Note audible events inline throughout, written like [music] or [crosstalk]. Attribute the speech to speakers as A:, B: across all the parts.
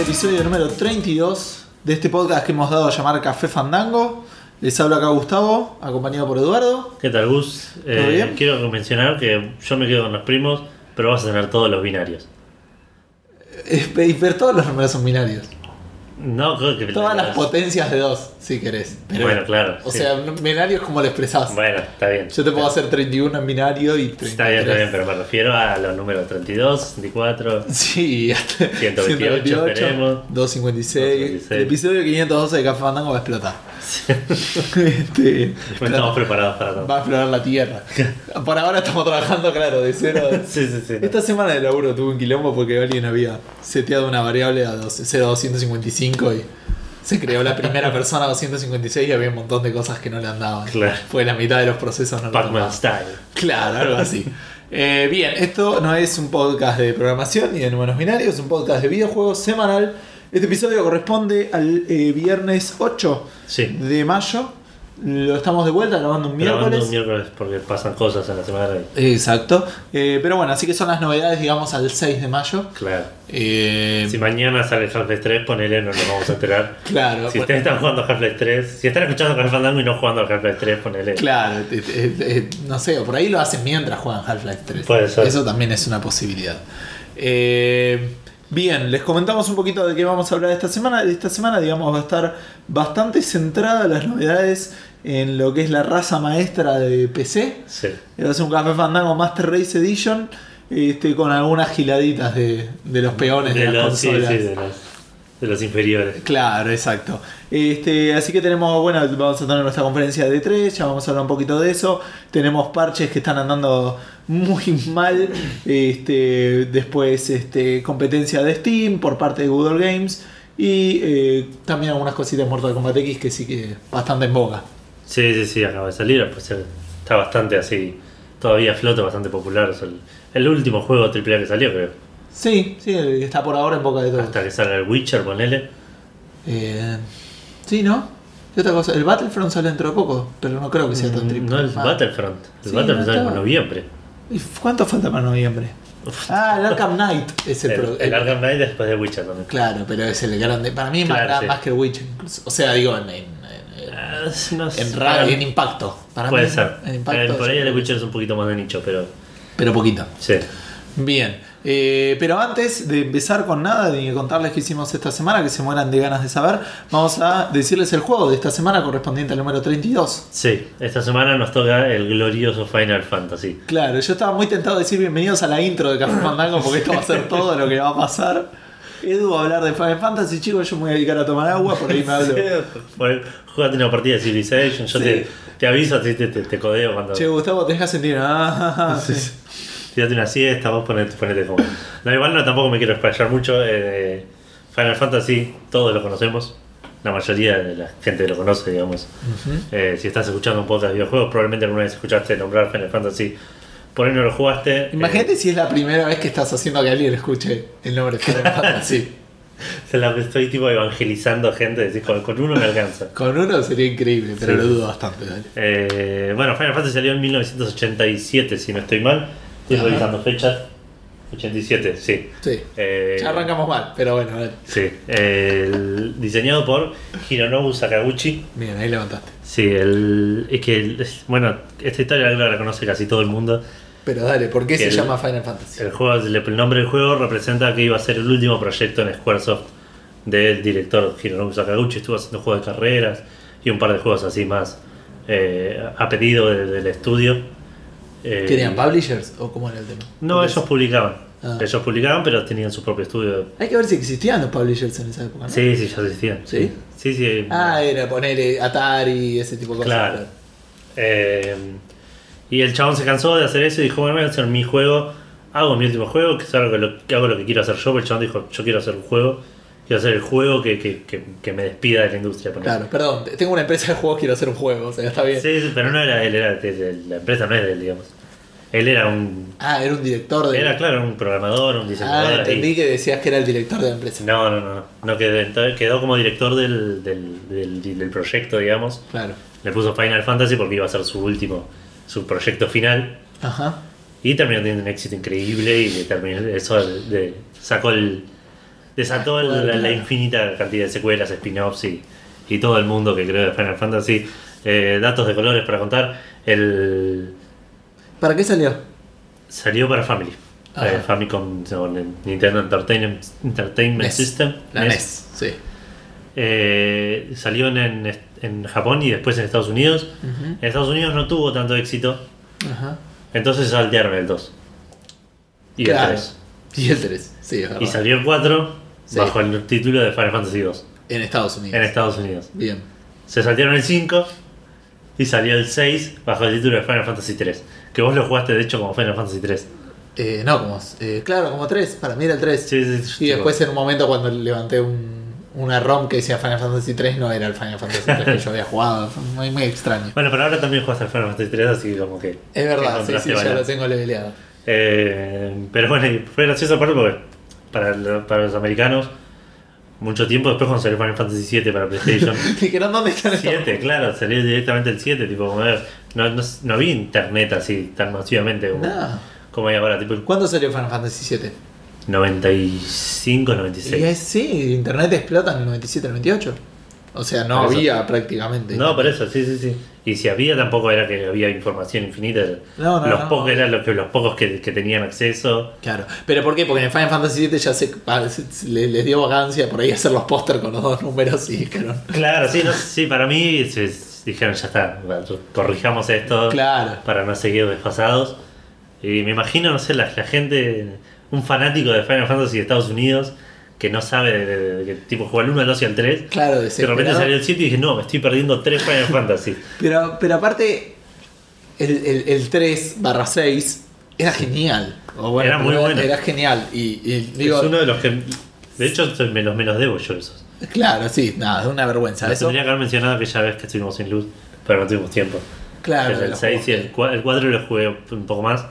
A: episodio número 32 de este podcast que hemos dado a llamar Café Fandango. Les habla acá Gustavo, acompañado por Eduardo.
B: ¿Qué tal, Gus? Eh,
A: bien?
B: quiero mencionar que yo me quedo con los primos, pero vas a tener todos los binarios.
A: Eh, pe- Pero todos los números son binarios.
B: No, creo que.
A: Todas las potencias de dos, si querés. Pero-
B: Bueno, claro,
A: O
B: sí.
A: sea, no- binario es como lo expresás.
B: Bueno, está bien.
A: Yo te puedo hacer 31 en binario y 33.
B: Está bien, está bien, pero me refiero a los números 32,
A: [laughs]
B: 64.
A: Sí, hasta
B: 128, esperemos.
A: 256.
B: 256.
A: El episodio 512 de Café Fandango va a explotar. [laughs] Este,
B: No estamos preparados para todo.
A: va a explorar la [laughs] Tierra. Por ahora estamos trabajando, claro, de cero.
B: Sí, sí, sí.
A: Esta semana de laburo tuve un quilombo porque alguien había seteado una variable a 12 0 a 255 y se creó la primera persona a 256 y había un montón de cosas que no le andaban.
B: Claro.
A: Fue la mitad de los procesos no lo
B: Pac-Man
A: tomaban.
B: Style.
A: Claro, algo así. Eh, bien, esto no es un podcast de programación ni de números binarios, es un podcast de videojuegos semanal. Este episodio corresponde al eh, viernes 8
B: Sí.
A: de mayo. Lo estamos de vuelta grabando un miércoles.
B: Grabando un miércoles porque pasan cosas en la semana. y-
A: Exacto. Eh, pero bueno, así que son las novedades, digamos, al 6 de mayo.
B: Claro.
A: Eh,
B: Si mañana sale Half-Life 3, ponele, no nos vamos a enterar.
A: Claro, pues.
B: Si
A: bueno,
B: ustedes están jugando Half-Life 3, si están escuchando Café Fandango y no jugando al Half-Life 3, ponele.
A: claro, eh, eh, eh, no sé, o por ahí lo hacen mientras juegan Half-Life 3.
B: Puede ser.
A: Eso también es una posibilidad. Eh, bien, les comentamos un poquito de qué vamos a hablar esta semana. Esta semana, digamos, va a estar bastante centrada las novedades en lo que es la raza maestra de PC.
B: Sí.
A: Va a ser un Café Fandango Master Race Edition. Este, con algunas giladitas de, de los peones de,
B: De
A: las
B: los, sí,
A: consolas.
B: sí, de los, de los inferiores.
A: Claro, exacto. Este, así que tenemos, bueno, vamos a tener nuestra conferencia de 3, ya vamos a hablar un poquito de eso. Tenemos parches que están andando muy [laughs] mal. Este, después, este, competencia de Steam por parte de Google Games. Y eh, también algunas cositas de Mortal Kombat X que sí que bastante en boga.
B: Sí, sí, sí, acaba de salir. Pues eh, está bastante así. Todavía flota, bastante popular. Es el, el último juego AAA que salió, creo.
A: Sí, sí, está por ahora en boca de todos.
B: Hasta que salga el Witcher, ponele.
A: Eh, sí, ¿no? Y otra cosa, el Battlefront sale dentro de poco, pero no creo que sea tan triple.
B: Mm, No el
A: Ah.
B: Battlefront. El
A: Sí,
B: Battlefront
A: no
B: sale en
A: está.
B: noviembre.
A: ¿Y cuánto falta para noviembre? Ah, el Arkham Knight es el,
B: El,
A: pro-
B: el
A: el-
B: Arkham Knight después de Witcher también.
A: Claro, pero es el grande. Para mí es
B: Claro,
A: más,
B: sí.
A: más que el Witcher. incluso. O sea, digo, en, en, en,
B: Ah, no sé.
A: en ra-
B: Ah,
A: en impacto. Para
B: Puede
A: mí,
B: ser.
A: En impacto
B: Eh, Por ahí
A: es-
B: el Witcher es un poquito más de nicho, pero.
A: Pero poquito.
B: Sí.
A: Bien. Eh, pero antes de empezar con nada, de contarles qué hicimos esta semana, que se mueran de ganas de saber, vamos a decirles el juego de esta semana correspondiente al número 32.
B: Sí, esta semana nos toca el glorioso Final Fantasy.
A: Claro, yo estaba muy tentado de decir bienvenidos a la intro de Café Fandango porque esto va a ser todo lo que va a pasar. Edu va a hablar de Final Fantasy, chicos, yo me voy a dedicar a tomar agua, por ahí me hablo.
B: Bueno, Jugate una partida de Civilization, yo
A: Sí.
B: te, te aviso, te, te, te- te codeo cuando.
A: Che, Gustavo, tenés que sentir. Ah, sí.
B: Tirate una siesta, vos ponete, ponete como. No, igual no, tampoco me quiero explayar mucho. eh, Final Fantasy, todos lo conocemos. La mayoría de la gente lo conoce, digamos. Eh, si estás escuchando un podcast de videojuegos, probablemente alguna vez escuchaste nombrar Final Fantasy. Por ahí no lo jugaste. eh,
A: Imagínate si es la primera vez que estás haciendo que alguien escuche el nombre de Final Fantasy.
B: eh, se la estoy tipo evangelizando gente, decís, con, con uno me alcanza.
A: Con uno sería increíble, pero
B: Sí.
A: lo dudo bastante. dale.
B: Eh, bueno, Final Fantasy salió en 1987, si no estoy mal. Estoy
A: Ajá.
B: revisando fechas. 87, sí.
A: Sí.
B: Eh,
A: Ya arrancamos mal, pero bueno, dale.
B: Sí, el- diseñado por Hironobu Sakaguchi.
A: Bien, ahí levantaste.
B: Sí, el, es que, el- es- bueno, esta historia creo que la conoce casi todo el mundo.
A: Pero dale, ¿por qué se
B: El-
A: llama Final Fantasy?
B: El, juego, el, nombre del juego representa que iba a ser el último proyecto en Squaresoft del director Hironobu Sakaguchi. Estuvo haciendo juegos de carreras y un par de juegos así más eh, a pedido de- del estudio. Eh,
A: ¿Tenían publishers o cómo era el tema?
B: No,
A: Porque
B: ellos publicaban.
A: Ah.
B: Ellos publicaban, pero tenían su propio estudio.
A: Hay que ver si existían los publishers en esa época, ¿no?
B: Sí, sí, ya existían.
A: ¿Sí?
B: Sí, sí.
A: Ah, era poner eh, Atari, ese tipo de cosas.
B: Claro. Eh, y el chabón se cansó de hacer eso y dijo, bueno, voy a hacer mi juego, hago mi último juego, que es algo que, lo- que hago lo que quiero hacer yo, pero el chabón dijo, yo quiero hacer un juego, quiero hacer el juego que, que- que- que me despida de la industria. ponele.
A: Claro, perdón, tengo una empresa de juegos, quiero hacer un juego, o sea, está bien.
B: Sí, sí, pero no era él, era de- de- la empresa no es de él, digamos. Él era un...
A: Ah, era un director de.
B: Era, claro, un programador, un diseñador.
A: ah,
B: ahí.
A: entendí que decías que era el director de la empresa.
B: No, no, no, no, no quedó, entonces quedó como director del, del- del- del proyecto, digamos.
A: Claro.
B: Le puso Final Fantasy porque iba a ser su último, su proyecto final.
A: Ajá.
B: Y terminó teniendo un éxito increíble y le terminó, eso de- sacó el, desató la, la- la infinita cantidad de secuelas, spin-offs y, y todo el mundo que creó de Final Fantasy. Eh, datos de colores para contar. El
A: ¿Para qué salió?
B: salió para Family.
A: Ajá.
B: Eh, Famicom o Nintendo Entertainment, Entertainment
A: NES.
B: System.
A: E
B: E
A: La
B: NES.
A: NES, sí.
B: Eh, salió en, en- en Japón y después en Estados Unidos.
A: Ujú.
B: En Estados Unidos no tuvo tanto éxito,
A: Ajá.
B: entonces saltearon el 2. Y
A: Claro.
B: el 3.
A: Y el 3, sí, es verdad.
B: Y salió el 4
A: Sí.
B: bajo el título de Final Fantasy 2
A: En Estados Unidos.
B: en Estados Unidos.
A: Bien.
B: Se saltearon el 5 y salió el 6 bajo el título de Final Fantasy 3. Que vos lo jugaste de hecho como Final Fantasy 3.
A: Eh, no, como. eh, claro, como 3. Para mí era el 3.
B: Sí, sí, sí,
A: Y
B: tipo,
A: después en un momento cuando levanté un, una ROM que decía Final Fantasy 3 no era el Final Fantasy 3 que yo había jugado. Fue muy, muy extraño.
B: Bueno, pero ahora también jugaste al Final Fantasy 3, así que como que.
A: Es verdad, sí,
B: encontraste
A: sí, ya
B: valor.
A: lo tengo leveleado. [laughs]
B: Eh, pero bueno, y fue gracioso aparte porque para, lo- para los americanos, mucho tiempo después cuando salió Final Fantasy VII
A: [laughs]
B: para PlayStation
A: Dijeron, ¿dónde están estos?
B: 7, claro, salió directamente el 7, tipo, como era- no, no, no había internet así tan masivamente como,
A: No.
B: como hay ahora, tipo el
A: ¿Cuándo salió Final Fantasy 7?
B: 95,
A: Y
B: 96.
A: es, sí, internet explota en el 97, el 98. O sea, no
B: Por eso.
A: había prácticamente.
B: No, por eso, sí, sí, sí. Y si había, tampoco era que había información infinita.
A: No, no,
B: los
A: no.
B: pocos eran los, que- los pocos que, que tenían acceso.
A: Claro. ¿Pero por qué? Porque en Final Fantasy 7 ya se, pa- se- se- le- les dio vacancia por ahí hacer los póster con los dos números y dijeron.
B: Claro, sí, no, sí, para mí se- dijeron, ya está, corrijamos esto.
A: Claro.
B: para no seguir desfasados. Y me imagino, no sé, la, la gente, un fanático de Final Fantasy de Estados Unidos que no sabe de, de- de- que tipo juega el 1, el 2 y el 3.
A: Claro,
B: De repente
A: desesperado.
B: salió el 7 y dije, no, me estoy perdiendo 3 Final
A: [laughs]
B: Fantasy.
A: Pero, pero aparte, el, el, el 3 barra 6 era genial. O
B: Era muy
A: pero
B: bueno.
A: Era genial. Y, y digo,
B: es uno de los que. De hecho, soy- me los menos debo yo esos.
A: claro, sí, nada, es una vergüenza.
B: Los
A: Eso,
B: Tendría que haber mencionado aquella vez que estuvimos sin luz, pero no tuvimos tiempo.
A: claro,
B: el
A: los
B: 6 y
A: juegos
B: el 4, el 4 los jugué un poco más,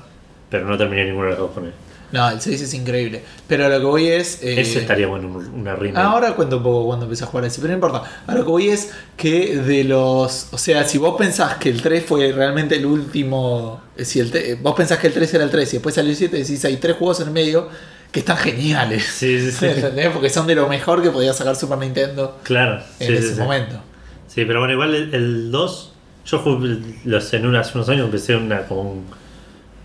B: pero no terminé ninguno de los dos con él.
A: que- No, el 6 es increíble. Pero lo que voy es. eh,
B: Ese estaría bueno, un- una rima.
A: Ahora cuento un poco cuando empecé a jugar ese, pero no importa. Ahora lo que voy es que de los. O sea, si vos pensás que el 3 fue realmente el último. eh, Si el te- eh, vos pensás que el 3 era el 3 y después salió el 7, decís hay tres juegos en el medio que están geniales. [laughs]
B: Sí, sí, sí.
A: ¿Entendés? Porque son de lo mejor que podía sacar Super Nintendo
B: claro.
A: en
B: sí, sí,
A: ese
B: sí.
A: momento.
B: Sí, pero bueno, igual el- el 2, yo jugué los en un- hace unos años empecé una como un-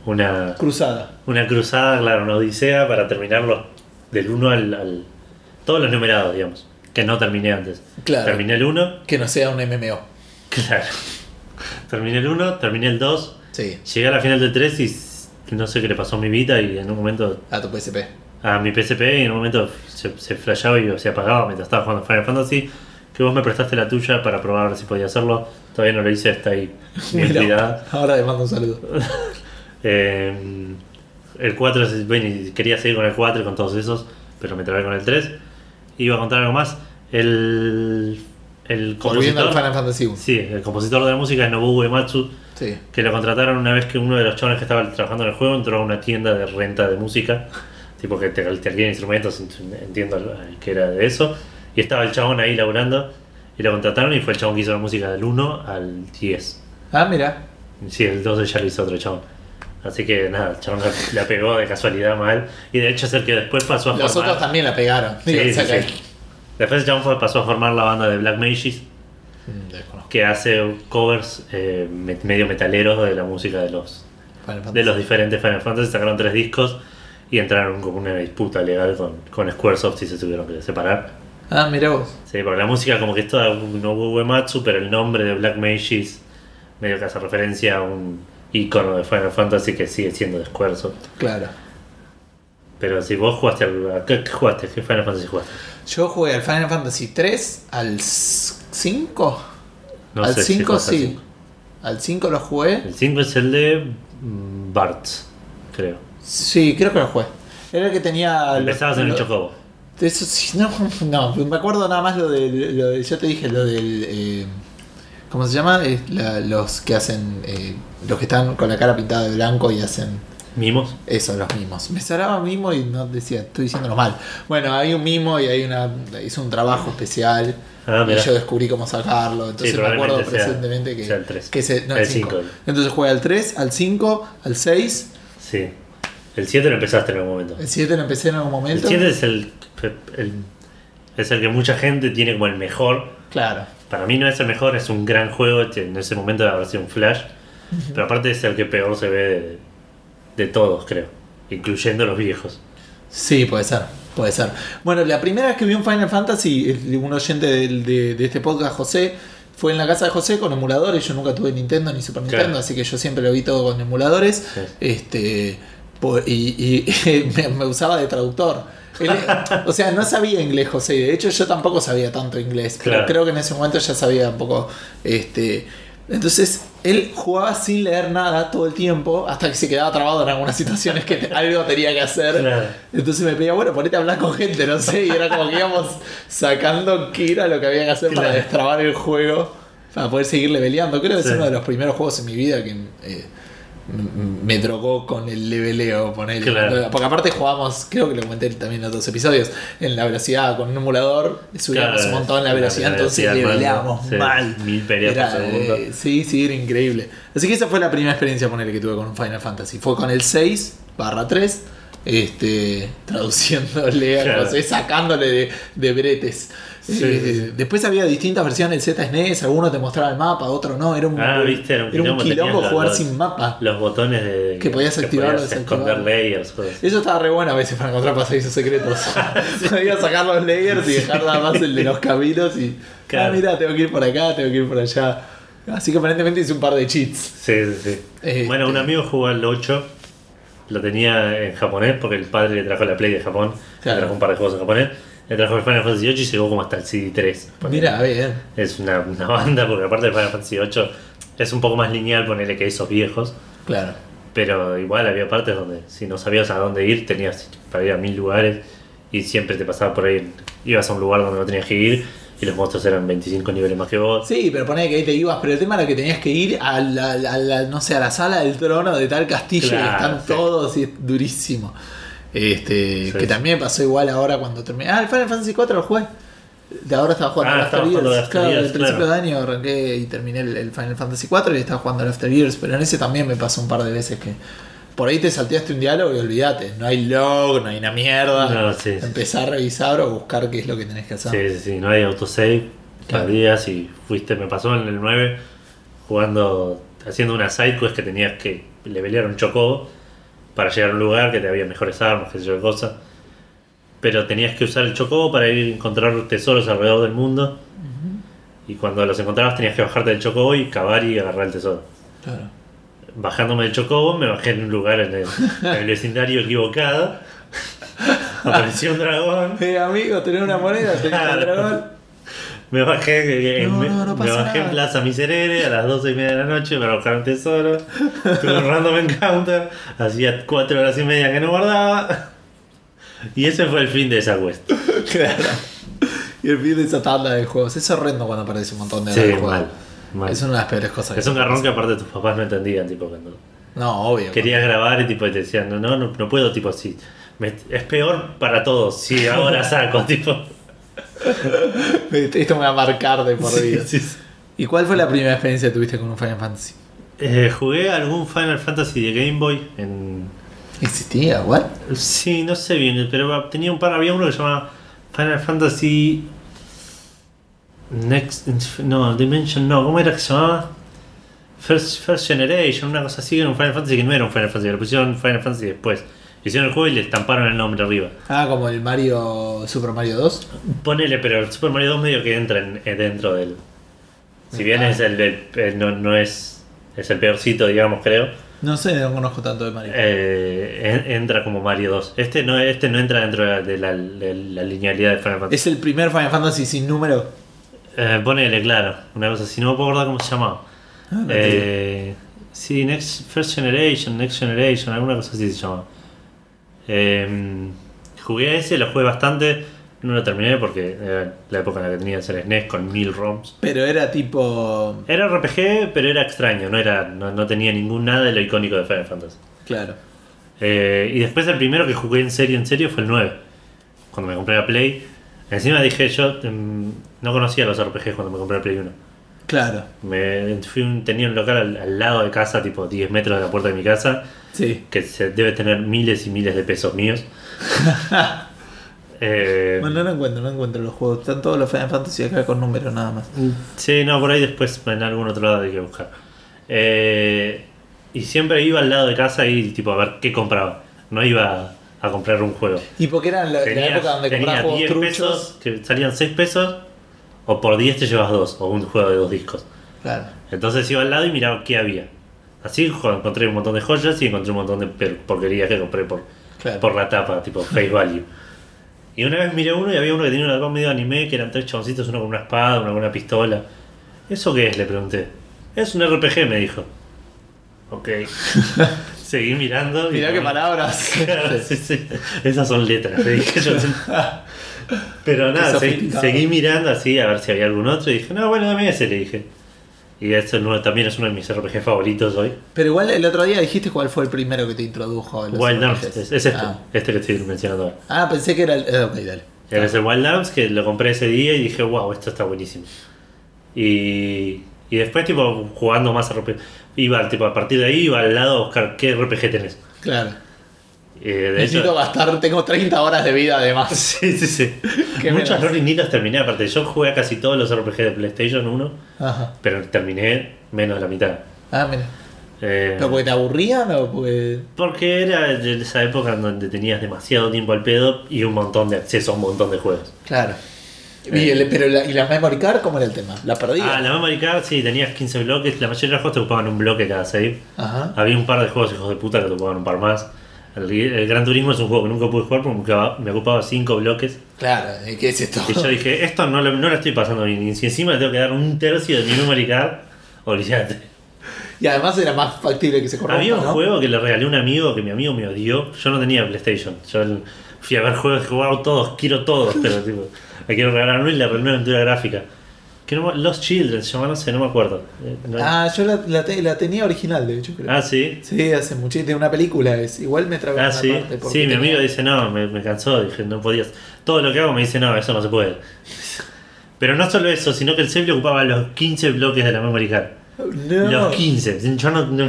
B: una,
A: Cruzada.
B: una cruzada, claro, una odisea para terminarlos del 1 al, al- todos los numerados, digamos, que no terminé antes.
A: Claro.
B: Terminé el 1,
A: Que no sea un MMO.
B: [laughs] claro. Terminé el 1, terminé el 2,
A: Sí,
B: llegué a la final del 3 y s- no sé qué le pasó a mi vida y en un momento
A: a tu PSP.
B: a mi PSP y en un momento se, se flashaba y se apagaba mientras estaba jugando Final Fantasy. Que vos me prestaste la tuya para probar a ver si podía hacerlo. Todavía no lo hice,
A: [laughs]
B: está ahí mi
A: Mira,
B: entidad.
A: ahora le mando un saludo.
B: Eh, el 4, es- bueno, y quería seguir con el 4 y con todos esos, pero me trabé con el 3. Iba a contar algo más. El, el
A: Volviendo al
B: compositor.
A: Final Fantasy 1.
B: Sí, el compositor de la música es Nobuo Uematsu,
A: Sí.
B: que lo contrataron una vez que uno de los chavales que estaba trabajando en el juego entró a una tienda de renta de música, tipo que te, te alquilan instrumentos, ent- entiendo eh, que era de eso, y estaba el chabón ahí laburando, y lo contrataron y fue el chabón que hizo la música del 1 al 10.
A: Ah, mira.
B: Sí, el 12 ya lo hizo otro chabón. Así que nada, el chabón la, la pegó de casualidad mal, y de hecho es el que después pasó a
A: Los
B: formar...
A: otros también la pegaron.
B: ¿eh? Sí,
A: Digo,
B: sí,
A: o sea que-
B: sí. Después el chabón fue- pasó a formar la banda de Black Mages,
A: Mm, desconozco.
B: que hace covers eh, me- medio metaleros de la música de los
A: Final Fantasy.
B: de los diferentes Final Fantasy, sacaron tres discos y entraron como una disputa legal con, con Squaresoft y se tuvieron que separar.
A: Ah, mira vos.
B: Sí, porque la música como que es toda no Uematsu, pero el nombre de Black Mages medio que hace referencia a un icono de Final Fantasy que sigue siendo de Squaresoft.
A: Claro.
B: Pero si vos jugaste al... ¿a ¿Qué, qué jugaste? ¿Qué Final Fantasy jugaste?
A: Yo jugué al Final Fantasy 3, al 5.
B: No
A: al
B: sé si
A: 5
B: jugaste al
A: sí.
B: cinco.
A: Al 5 lo jugué.
B: El 5 es el de mm, Bart, creo.
A: Sí, creo que lo jugué. Era el que tenía. los-
B: Empezabas en el
A: lo-
B: Chocobo.
A: Eso sí, [laughs] no, no, me acuerdo nada más lo del. Lo del- yo te dije lo del. eh, ¿Cómo se llama? Eh, la- los que hacen. eh, los que están con la cara pintada de blanco y hacen.
B: Mimos.
A: Eso, los mimos. Me sonaba mimo y no decía, estoy diciéndolo mal. Bueno, hay un mimo y hay una. hizo un trabajo especial.
B: Ah,
A: y
B: mirá.
A: yo descubrí cómo sacarlo. Entonces me acuerdo
B: probablemente sea-
A: presentemente que.
B: sea el tres.
A: que se- no,
B: El
A: el 5.
B: cinco.
A: Entonces jugué al 3, al 5, al 6.
B: Sí. El 7 lo empezaste en algún momento.
A: El 7 lo empecé en algún
B: El
A: momento.
B: 7 es el, el- es el que mucha gente tiene como el mejor.
A: Claro.
B: Para mí no es el mejor, es un gran juego. este, En ese momento de haber sido un flash. Pero aparte es el que peor se ve de, de todos, creo. Incluyendo los viejos.
A: Sí, puede ser, puede ser. Bueno, la primera vez que vi un Final Fantasy, el- un oyente del- de, de este podcast, José, fue en la casa de José con emuladores. Yo nunca tuve Nintendo ni Super
B: Claro.
A: Nintendo, así que yo siempre lo vi todo con emuladores.
B: Sí.
A: Este, po- y y [laughs] me, me usaba de traductor. Él- o sea, no sabía inglés José, y de hecho yo tampoco sabía tanto inglés, pero
B: Claro.
A: creo que en ese momento ya sabía un poco. Este, entonces, él jugaba sin leer nada todo el tiempo, hasta que se quedaba trabado en algunas situaciones que [laughs] te- algo tenía que hacer.
B: Claro.
A: Entonces me pedía, bueno, ponete a hablar con gente, no sé, y era como que íbamos sacando que era lo que había que hacer para
B: Claro.
A: destrabar el juego, para poder seguirle leveleando. Creo que
B: Sí.
A: es uno de los primeros juegos en mi vida que eh, m- me drogó con el leveleo, ponele.
B: Claro.
A: Porque aparte jugábamos, creo que lo comenté también en otros episodios, en la velocidad con un emulador, subíamos
B: Claro,
A: un montón la velocidad, entonces
B: velocidad,
A: leveleábamos
B: sí,
A: mal.
B: Mil peleas por
A: Era,
B: segundo.
A: eh, sí, sí, era increíble. Así que esa fue la primera experiencia ponele, que tuve con un Final Fantasy. Fue con el 6 barra 3, este, [laughs] traduciéndole a
B: Claro.
A: José, sacándole de, de bretes.
B: Sí.
A: Eh, después había distintas versiones del ZSNES, E algunos te mostraba el mapa, otro no. Era un,
B: Ah, viste, era un quilombo, tenías
A: quilombo
B: los-
A: jugar
B: los-
A: sin mapa.
B: Los botones de,
A: Que podías activar o
B: podías
A: desactivar.
B: esconder layers. cosas.
A: Eso estaba re bueno a veces para encontrar pasadizos
B: [laughs]
A: secretos. [laughs] Podía sacar los layers y dejar nada más el de los caminos y. Ah,
B: Claro.
A: mira, tengo que ir por acá, tengo que ir por allá. Así que aparentemente hice un par de cheats.
B: Sí, sí, sí.
A: Este.
B: Bueno, un amigo jugó al 8. Lo tenía en japonés porque el padre le trajo la Play de Japón.
A: Claro.
B: Le trajo un par de juegos en japonés. Le trajo el Final Fantasy 8 y llegó como hasta el CD3.
A: Mira, bien.
B: Es una, una [laughs] banda porque aparte el Final Fantasy 8 es un poco más lineal ponerle que esos viejos.
A: Claro.
B: Pero igual había partes donde si no sabías a dónde ir tenías para ir a mil lugares y siempre te pasaba por ahí. Ibas a un lugar donde no tenías que ir y los monstruos eran 25 niveles más que vos.
A: Sí, pero ponía que ahí te ibas, pero el tema era que tenías que ir a la, a la- no sé, a la sala del trono de tal castillo y
B: Claro,
A: están
B: sí.
A: todos y es durísimo. Este,
B: Sí,
A: que
B: sí.
A: también me pasó igual ahora cuando terminé. Ah, el Final Fantasy 4 lo jugué. De ahora estaba jugando
B: Ah,
A: al After
B: estaba jugando al
A: Years.
B: After
A: Claro,
B: Years,
A: al principio
B: claro.
A: de año arranqué y terminé el, el Final Fantasy 4 y estaba jugando al After Years, pero en ese también me pasó un par de veces que por ahí te salteaste un diálogo y olvídate, no hay log, no hay una mierda.
B: No, sí, sí.
A: Empezar a revisar o buscar qué es lo que tenés que hacer.
B: Sí, sí, sí, no hay autosave.
A: Claro.
B: Perdías y fuiste. Me pasó en el 9 jugando, haciendo una side quest que tenías que levelear un chocobo para llegar a un lugar que te había mejores armas, qué sé yo, qué cosa. Pero tenías que usar el chocobo para ir a encontrar tesoros alrededor del mundo. Y cuando los encontrabas tenías que bajarte del chocobo y cavar y agarrar el tesoro.
A: Claro.
B: Bajándome del chocobo me bajé en un lugar en el, en el vecindario equivocado. Apareció un dragón.
A: Eh, amigo, tenés una moneda,
B: [laughs]
A: tenés un
B: Claro.
A: dragón.
B: Me bajé, en-
A: No,
B: me,
A: no, no
B: me
A: pasa
B: bajé en
A: nada.
B: Plaza Miserere a las 12 y media de la noche para buscar un tesoro. Tuve un random encounter. Hacía 4 horas y media que no guardaba. Y ese fue el fin de esa quest.
A: Claro. [laughs] Y el fin de esa tanda de juegos. Es horrendo cuando aparece un montón de
B: Sí,
A: horas de juego.
B: mal. mal.
A: Es una de las peores cosas. que-
B: Es un garrón que aparte tus papás no entendían, tipo, cuando
A: No, obvio. [laughs]
B: querías grabar y tipo te decían, no, no, no, no puedo, tipo, sí. Me- es peor para todos, sí, ahora saco, [laughs] tipo.
A: Esto me va a marcar de por vida.
B: Sí, sí.
A: ¿Y cuál fue la primera experiencia que tuviste con un Final Fantasy?
B: Eh, jugué algún Final Fantasy de Game Boy en,
A: ¿Existía? ¿What?
B: Sí, no sé bien, pero tenía un par, había uno que se llamaba Final Fantasy Next no, Dimension no, ¿cómo era que se llamaba? First, First Generation, una cosa así, era un Final Fantasy que no era un Final Fantasy, le pusieron Final Fantasy después. Hicieron el juego y le estamparon el nombre arriba.
A: Ah, como el Mario. Super Mario 2.
B: Ponele, pero el Super Mario 2 medio que entra en- eh, dentro del. Si bien
A: Ah.
B: es el, del- eh, no, no es. Es el peorcito, digamos, creo.
A: No sé, no conozco tanto de Mario.
B: eh, en- entra como Mario 2. Este no, este no entra dentro de la, de la- de la linealidad de Final Fantasy.
A: Es el primer Final Fantasy sin número.
B: Eh, ponele, claro, una cosa así, no me puedo acordar cómo se llamaba.
A: Ah, no
B: Eh, sí, Next, First Generation, Next Generation, alguna cosa así se llama. Eh, jugué a ese, lo jugué bastante, no lo terminé porque era la época en la que tenía el SNES con mil ROMs.
A: Pero era tipo.
B: Era RPG, pero era extraño, no, era, no, no tenía ningún nada de lo icónico de Final Fantasy.
A: Claro.
B: Eh, y después el primero que jugué en serio, en serio, fue el 9. Cuando me compré la Play. Encima dije yo, em, no conocía los RPGs cuando me compré la Play 1.
A: Claro.
B: Me fui a un- tenía un local al, al lado de casa, tipo 10 metros de la puerta de mi casa,
A: Sí. [laughs]
B: que se debe tener miles y miles de pesos míos. Eh,
A: Bueno, no encuentro, no encuentro los juegos. Están todos los Final Fantasy acá con números nada más.
B: Sí, no, por ahí después en algún otro lado hay que buscar. Eh, y siempre iba al lado de casa y tipo a ver qué compraba. No iba a comprar un juego.
A: ¿Y porque era la, la
B: Tenía-
A: época donde
B: tenía
A: comprabas juegos
B: 10
A: truchos?
B: pesos, que salían 6 pesos, o por 10 te llevas dos, o un juego de dos discos.
A: Claro.
B: Entonces iba al lado y miraba qué había. Así jo- encontré un montón de joyas y encontré un montón de per- porquerías que compré por,
A: Claro.
B: por la tapa, tipo face value. Y una vez miré uno y había uno que tenía una tapa medio anime, que eran tres chaboncitos, uno con una espada, uno con una pistola. ¿Eso qué es? Le pregunté. Es un RPG, me dijo. Ok. Seguí mirando. y-
A: Mirá qué
B: [laughs]
A: palabras.
B: Sí, sí. Esas son
A: [laughs]
B: letras, le dije yo. Pero nada,
A: Eso
B: se-
A: pintado.
B: seguí mirando así a ver si había algún otro y dije, no, bueno, dame ese, le dije. Y ese es uno- también es uno de mis RPG favoritos hoy.
A: Pero igual el otro día dijiste cuál fue el primero que te introdujo a los
B: Wild Arms,
A: RPGs.
B: es, es este,
A: Ah.
B: este que estoy mencionando ahora.
A: Ah, pensé que era el. eh, ok, dale.
B: Era ese Wild Arms que lo compré ese día y dije, wow, esto está buenísimo. Y, y después, tipo, jugando más RPG, iba, tipo, a partir de ahí iba al lado a buscar qué RPG tenés.
A: Claro.
B: Eh, de
A: Necesito
B: hecho-
A: gastar, tengo 30 horas de vida además.
B: Sí, sí, sí.
A: Qué
B: Muchos
A: menos.
B: Ronin ni los terminé, aparte. Yo jugué a casi todos los RPG de PlayStation 1,
A: Ajá.
B: pero terminé menos de la mitad.
A: Ah, mira.
B: Eh,
A: ¿Pero porque te aburrían o porque.?
B: porque era de esa época en donde tenías demasiado tiempo al pedo y un montón de acceso a un montón de juegos.
A: Claro. Y, el- pero la, ¿Y la memory card cómo era el tema? ¿La perdía?
B: Eh. Ah, la memory card, sí, tenías 15 bloques. La mayoría de los juegos te ocupaban un bloque cada save.
A: Ajá.
B: Había un par de juegos hijos de puta que te ocupaban un par más. El, el Gran Turismo es un juego que nunca pude jugar porque me ocupaba- me ocupaba 5 bloques.
A: Claro, ¿y ¿qué es esto?
B: Y yo
A: [laughs]
B: dije, esto no lo, no lo estoy pasando bien. Y si encima le tengo que dar un tercio de mi memory card, olvídate.
A: Y además era más factible que se corrompa,
B: Había un
A: ¿no?
B: juego que le regalé a un amigo que mi amigo me odió. Yo no tenía PlayStation. Yo el- fui a ver juegos, dije, wow, todos, quiero todos.
A: [laughs]
B: Pero tipo, me quiero regalar uno y le regalé una aventura gráfica. Que no, me- Los Children se llama, no sé, no me acuerdo. Eh, no- ah,
A: Ah, yo la, la te- la tenía original, de hecho, creo.
B: sí.
A: Sí, hace muchísimo. De una película es. Igual me trabé
B: Ah,
A: una
B: sí.
A: parte porque
B: Sí, mi
A: tenía-
B: amigo dice, no, me, me cansó. Dije, no podías. Todo lo que hago me dice, no, eso no
A: [laughs]
B: se puede. Pero no solo eso, sino que el save le ocupaba los 15 bloques de la memory card.
A: [laughs] No.
B: Los 15. Yo no, no-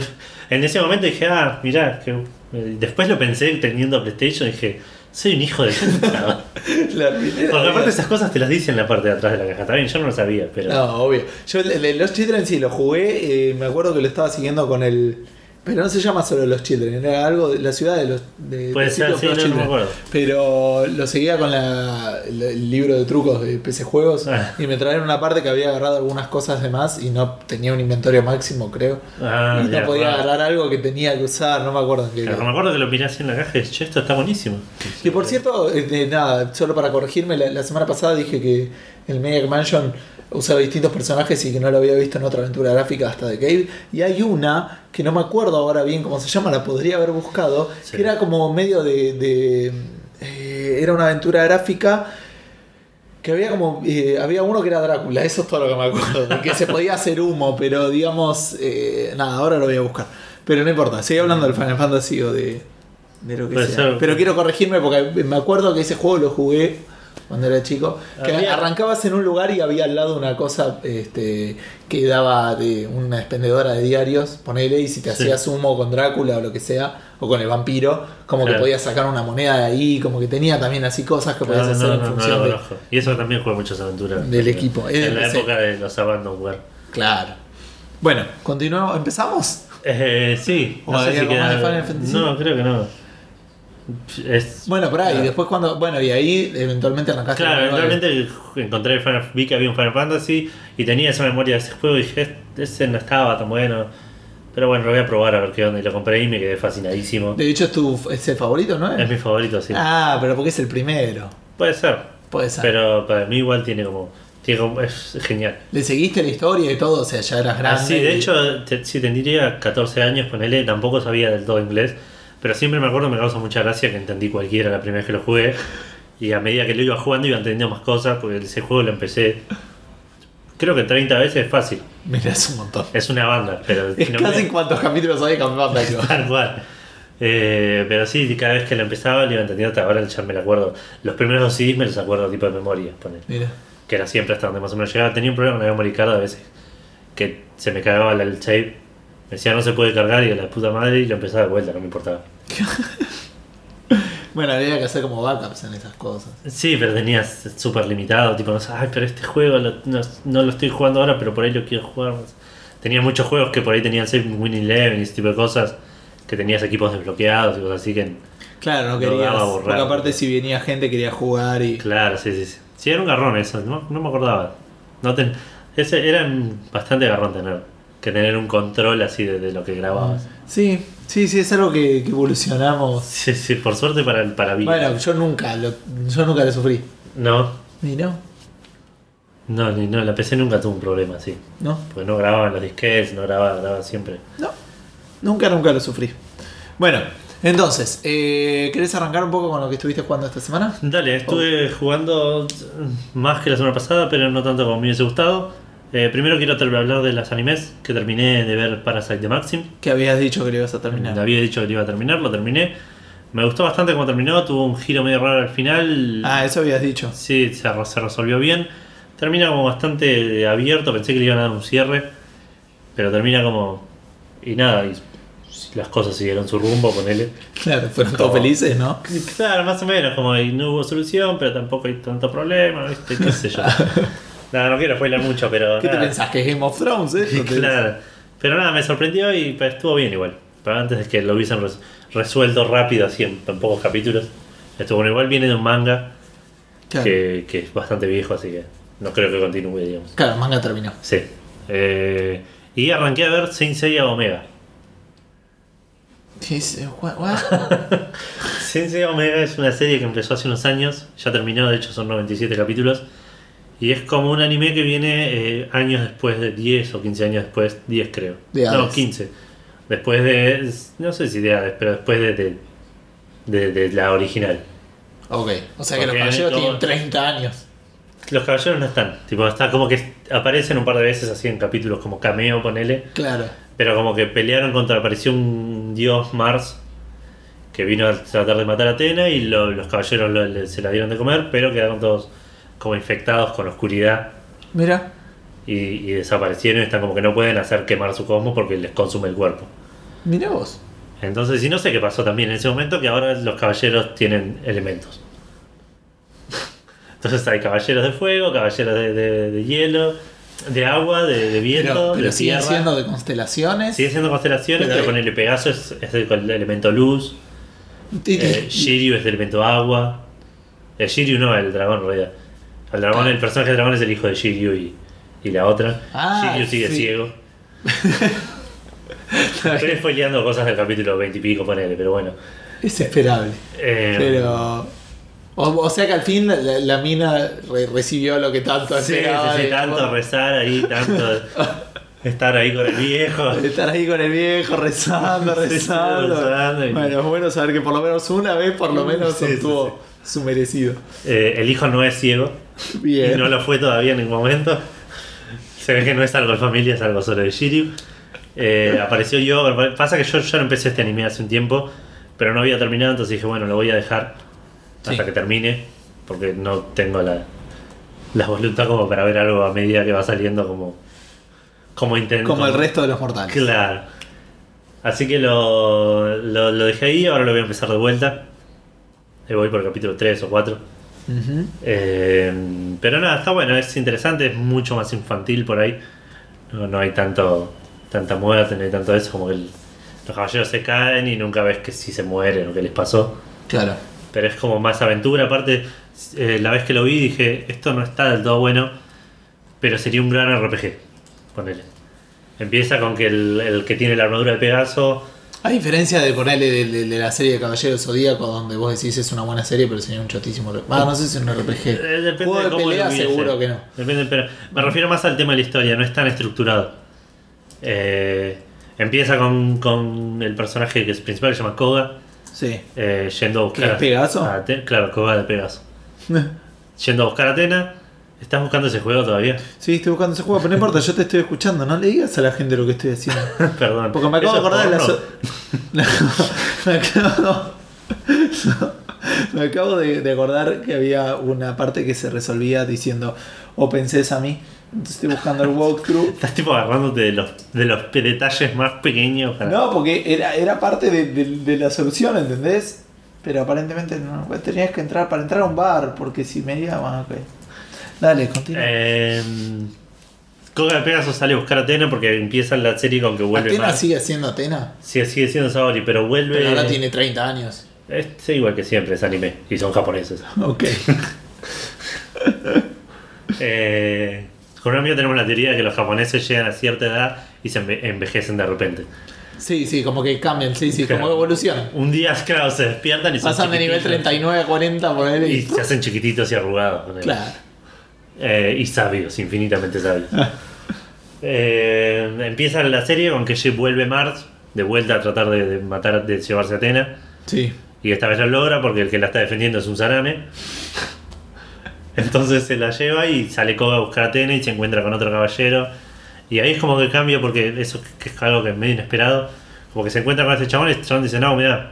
B: en ese momento dije, ah, mirá, que, eh, después lo pensé teniendo PlayStation y dije, soy un hijo de
A: [laughs]
B: puta.
A: La arruiné la
B: Porque aparte
A: vida.
B: esas cosas te las dicen en la parte de atrás de la caja. También yo no lo sabía, pero
A: No, obvio. Yo el- el- los Children sí lo jugué. eh, me acuerdo que lo estaba siguiendo con el. Pero no se llama solo Los Children, era algo de la ciudad de los. De,
B: Puede
A: del
B: ser,
A: sitio Los
B: sí, no, no me
A: Children.
B: acuerdo.
A: Pero lo seguía con la- el, el libro de trucos de PC Juegos
B: Ah.
A: y me trajeron una parte que había agarrado algunas cosas de más y no tenía un inventario máximo, creo.
B: Ah,
A: y
B: ya,
A: no podía
B: claro.
A: agarrar algo que tenía que usar, no me acuerdo en qué.
B: Claro, me acuerdo que lo miré así en la caja y dije, che, esto está buenísimo.
A: Que por cierto, eh, de nada, solo para corregirme, la, la semana pasada dije que el Maniac Mansion usaba distintos personajes y que no lo había visto en otra aventura gráfica hasta The Cave. Y hay una que no me acuerdo ahora bien cómo se llama, la podría haber buscado,
B: Sí.
A: que era como medio de. de, eh, era una aventura gráfica. Que había como. eh, había uno que era Drácula, eso es todo lo que me acuerdo. Porque se podía hacer humo, pero digamos. eh, nada, ahora lo voy a buscar. Pero no importa, sigue hablando del Final Fantasy o de. de lo que
B: Puede
A: sea.
B: ser.
A: Pero quiero corregirme porque me acuerdo que ese juego lo jugué cuando era chico. Que
B: Había-
A: arrancabas en un lugar y había al lado una cosa este, que daba de una expendedora de diarios, ponele, y si te
B: Sí.
A: hacías humo con Drácula o lo que sea, o con el vampiro, como
B: Claro.
A: que podías sacar una moneda de ahí, como que tenía también así cosas que podías
B: No,
A: hacer
B: no,
A: en
B: no, no
A: función
B: lo
A: de.
B: conozco. Y eso también juega muchas aventuras.
A: Del equipo, es
B: En
A: del
B: la
A: PC.
B: época de
A: [laughs]
B: los Abandonware.
A: Claro. Bueno, continuamos. ¿Empezamos?
B: Eh, sí,
A: ¿O
B: no sé
A: había
B: si
A: algo más de
B: queda-
A: Final Fantasy?
B: No, creo que no. Es,
A: Bueno, por ahí.
B: Claro.
A: Después cuando. Bueno, y ahí eventualmente arrancaste.
B: Claro,
A: con el nueve.
B: eventualmente encontré el Final, vi que había un Final Fantasy y tenía esa memoria de ese juego y dije, "Este, ese no estaba tan bueno. Pero bueno, lo voy a probar a ver qué onda. Y lo compré y me quedé fascinadísimo.
A: De hecho, es, tu, es el favorito, ¿no?
B: Es mi favorito, sí.
A: Ah, pero porque es el primero.
B: Puede ser.
A: Puede ser.
B: Pero para mí igual tiene como... Tiene como es genial.
A: Le seguiste la historia y todo, o sea, ya eras grande.
B: Así, de
A: y-
B: hecho, te- si tendría 14 años, ponele, tampoco sabía del todo inglés. Pero siempre me acuerdo, me causa mucha gracia que entendí cualquiera la primera vez que lo jugué. Y a medida que lo iba jugando iba entendiendo más cosas, porque ese juego lo empecé... Creo que 30 veces es fácil.
A: Mira, es un montón.
B: Es una banda, pero
A: [laughs] Es
B: no
A: casi
B: me-
A: cuantos capítulos hay de Campeón [laughs] Táctico.
B: [laughs] tal cual. Eh, pero sí, cada vez que lo empezaba lo iba entendiendo hasta ahora ya me lo acuerdo. Los primeros dos CDs me los acuerdo tipo de memoria, poner.
A: Mira.
B: Que era siempre hasta donde más o menos llegaba. Tenía un problema con la memory card a veces. Que se me cagaba la- el tape Me decía no se puede cargar y a la puta madre y lo empezaba de vuelta, no me importaba.
A: Bueno, había que hacer como backups en esas cosas.
B: Sí, pero tenías súper limitado, tipo, no sé, ay, pero este juego lo- no, no lo estoy jugando ahora, pero por ahí lo quiero jugar. Tenía muchos juegos que por ahí tenían Save Win Eleven y ese tipo de cosas, que tenías equipos desbloqueados y cosas así que...
A: Claro, no
B: Lo
A: querías.
B: daba a borrar.
A: porque aparte, si venía gente, quería jugar y.
B: Claro, sí, sí, sí. Sí, era un garrón eso, no, no me acordaba. No ten- ese era un- bastante garrón tener, que tener un control así de, de lo que grababas.
A: Sí, sí, sí, es algo que, que evolucionamos.
B: Sí, sí, por suerte para, el- para mí.
A: Bueno, yo nunca lo, yo nunca lo sufrí.
B: No,
A: ¿Y no?
B: no, ni- no, la PC nunca tuvo un problema así.
A: ¿No?
B: Porque no grababan los disquets, no grababan, grababan siempre.
A: No. Nunca, nunca lo sufrí. Bueno, entonces, eh, ¿querés arrancar un poco con lo que estuviste jugando esta semana?
B: Dale, estuve
A: Oh.
B: jugando más que la semana pasada, pero no tanto como me hubiese gustado. Eh, primero quiero ter- hablar de las animes que terminé de ver Parasite de Maxim.
A: Que habías dicho que lo ibas a terminar.
B: Le había dicho que lo iba a terminar, lo terminé. Me gustó bastante cómo terminó, tuvo un giro medio raro al final.
A: Ah, eso habías
B: [laughs]
A: dicho.
B: Sí, se, re- se resolvió bien. Termina como bastante abierto, pensé que le iban a dar un cierre. Pero termina como. Y nada, y las cosas siguieron su rumbo, ponele.
A: Claro, fueron todos
B: Como-
A: felices, ¿no?
B: Claro, más o menos, como y no hubo solución, pero tampoco hay tanto problema, ¿viste? ¿Qué
A: [laughs]
B: sé yo? Nada, no quiero spoiler mucho, pero.
A: ¿Qué te
B: nada.
A: pensás? ¿Que es Game of Thrones, eh?
B: Sí, [laughs] Claro. Pero nada, me sorprendió y pues, estuvo bien igual. Pero antes de que lo hubiesen res- resuelto rápido, así en tan pocos capítulos. Estuvo bueno, igual viene de un manga
A: Claro.
B: que, que es bastante viejo, así que no creo que continúe, digamos.
A: Claro, manga terminó.
B: Sí. Eh, y arranqué a ver Saint Seiya Omega.
A: Sí, sí, gua- gua-
B: [laughs] Saint Seiya Omega es una serie que empezó hace unos años, ya terminó, de hecho son 97 capítulos. Y es como un anime que viene eh, años después, de 10 o 15 años después, 10 creo.
A: De
B: no,
A: Hades.
B: 15. Después de, no sé si de Hades, pero después de, de, de- de la original.
A: Ok, o sea que los
B: Porque
A: caballeros
B: todo-
A: tienen 30 años.
B: Los caballeros no están, tipo, está como que aparecen un par de veces así en capítulos como cameo, ponele.
A: Claro.
B: Pero como que pelearon contra, apareció un dios Mars que vino a tratar de matar a Atena y lo- los caballeros lo- le- se la dieron de comer, pero quedaron todos como infectados con oscuridad
A: Mira.
B: y, y desaparecieron y están como que no pueden hacer quemar su cosmos porque les consume el cuerpo.
A: Mira vos.
B: Entonces, y no sé qué pasó también en ese momento, que ahora los caballeros tienen elementos. Entonces hay caballeros de fuego, caballeros de, de- de hielo, de agua, de, de viento,
A: Pero, pero
B: de
A: siguen
B: tierra.
A: siendo de constelaciones.
B: Sigue siendo constelaciones,
A: Pero
B: pero,
A: hay-
B: con el Pegaso es, es el, con el elemento luz,
A: Y- y-
B: eh,
A: [laughs]
B: Shiryu es el elemento agua, eh, Shiryu no, el dragón en realidad. El, dragón,
A: Ah.
B: el personaje del dragón es el hijo de Shiryu y, y la otra.
A: Ah,
B: Shiryu sigue
A: sí.
B: ciego. Estoy spoileando cosas del capítulo 20 y pico, ponele, pero bueno.
A: es esperable.
B: Eh,
A: Pero. O, o sea que al fin la, la mina re- recibió lo que tanto
B: Sí, sí,
A: esperaba.
B: sí,
A: de-
B: tanto rezar ahí, [laughs] tanto estar ahí con el viejo.
A: de Estar ahí con el viejo rezando,
B: [laughs] Sí, sí,
A: rezando.
B: rezando y- Mm,
A: Bueno, es bueno saber que por lo menos una vez, por lo menos,
B: Sí, sí,
A: obtuvo su merecido.
B: Eh, el hijo no es ciego, y
A: Bien.
B: no lo fue todavía en ningún momento. Se ve que no es algo de familia, es algo solo de Shiryu. Eh, apareció yo, pasa que yo ya no empecé este anime hace un tiempo, pero no había terminado, entonces dije, bueno, lo voy a dejar hasta
A: Sí.
B: que termine, porque no tengo la, la voluntad como para ver algo a medida que va saliendo como, como intento.
A: Como el resto de los mortales.
B: Claro. Así que lo, lo, lo dejé ahí, ahora lo voy a empezar de vuelta. Eh, Voy por el capítulo 3 o 4.
A: Ujú.
B: Eh, pero nada, está bueno, es interesante, es mucho más infantil por ahí. No, no hay tanto tanta muerte, no hay tanto eso, como que el- los caballeros se caen y nunca ves que si se mueren o qué les pasó.
A: Claro.
B: Pero es como más aventura, aparte, eh, la vez que lo vi dije, esto no está del todo bueno, pero sería un gran RPG, ponele. Empieza con que el, el que tiene la armadura de Pegaso
A: A diferencia de ponerle de, de- de la serie de Caballeros Zodíaco, donde vos decís es una buena serie, pero sería un chotísimo. re- Ah, no sé si es un RPG.
B: Eh, Depende
A: Juego de
B: cómo lo
A: pelea,
B: hubiese.
A: seguro que no.
B: Depende, pero me refiero más al tema de la historia, no es tan estructurado. Eh, empieza con, con el personaje que es principal, que se llama Koga,
A: Sí.
B: eh, yendo a buscar.
A: ¿Que es
B: a-
A: Pegaso?
B: a Ate- claro, Koga de Pegaso.
A: [laughs]
B: Yendo a buscar a Atena. ¿Estás buscando ese juego todavía? [laughs]
A: Sí, estoy buscando ese juego, pero no importa, yo te estoy escuchando. No le digas a la gente lo que estoy haciendo.
B: Perdón.
A: Porque me acabo de
B: Eso es
A: acordar de la.
B: porno.
A: so- me [laughs] acabo. me acabo de, de acordar que había una parte que se resolvía diciendo, o pensés "Oh, a mí, Estoy buscando el walkthrough.
B: [laughs] Estás tipo agarrándote de los, de los pe- detalles más pequeños para.
A: No, porque era, era parte de, de- de la solución, ¿entendés? Pero aparentemente no, pues tenías que entrar para entrar a un bar, porque si me iba, bueno, ok. Dale, continúa.
B: Eh, Coca de Pegasus sale a buscar a Atena porque empieza la serie con que vuelve
C: Atena
B: más. Eh.
C: sigue siendo Atena.
B: Sí, sigue siendo Saori, pero vuelve.
C: Pero ahora tiene 30 años.
B: Es sí, igual que siempre, es anime. Y son japoneses.
A: ok.
B: Eh, con un amigo tenemos la teoría de que los japoneses llegan a cierta edad y se enve- envejecen de repente.
C: Sí, sí, como que cambian, sí, sí, como
B: Claro.
C: que evolucionan.
B: Un día, [laughs] claro, se despiertan y son
C: Pasan de nivel
B: chiquititos.
C: 39 a 40 por él
B: Y
C: y...
B: se hacen chiquititos y arrugados. ponele.
C: Claro.
B: Eh, y sabios,
C: [laughs]
B: infinitamente sabios.
C: Ah.
B: Eh, empieza la serie con que Jeep vuelve Mars de vuelta a tratar de, de matar, de llevarse a Atena.
C: Sí.
B: Y esta vez lo logra porque el que la está defendiendo es un zarame. Entonces se la lleva y sale Koga a buscar a Atena y se encuentra con otro caballero. Y ahí es como que cambia porque eso que es algo que es medio inesperado. Como que se encuentra con ese chabón y el chabón dice, no, mira,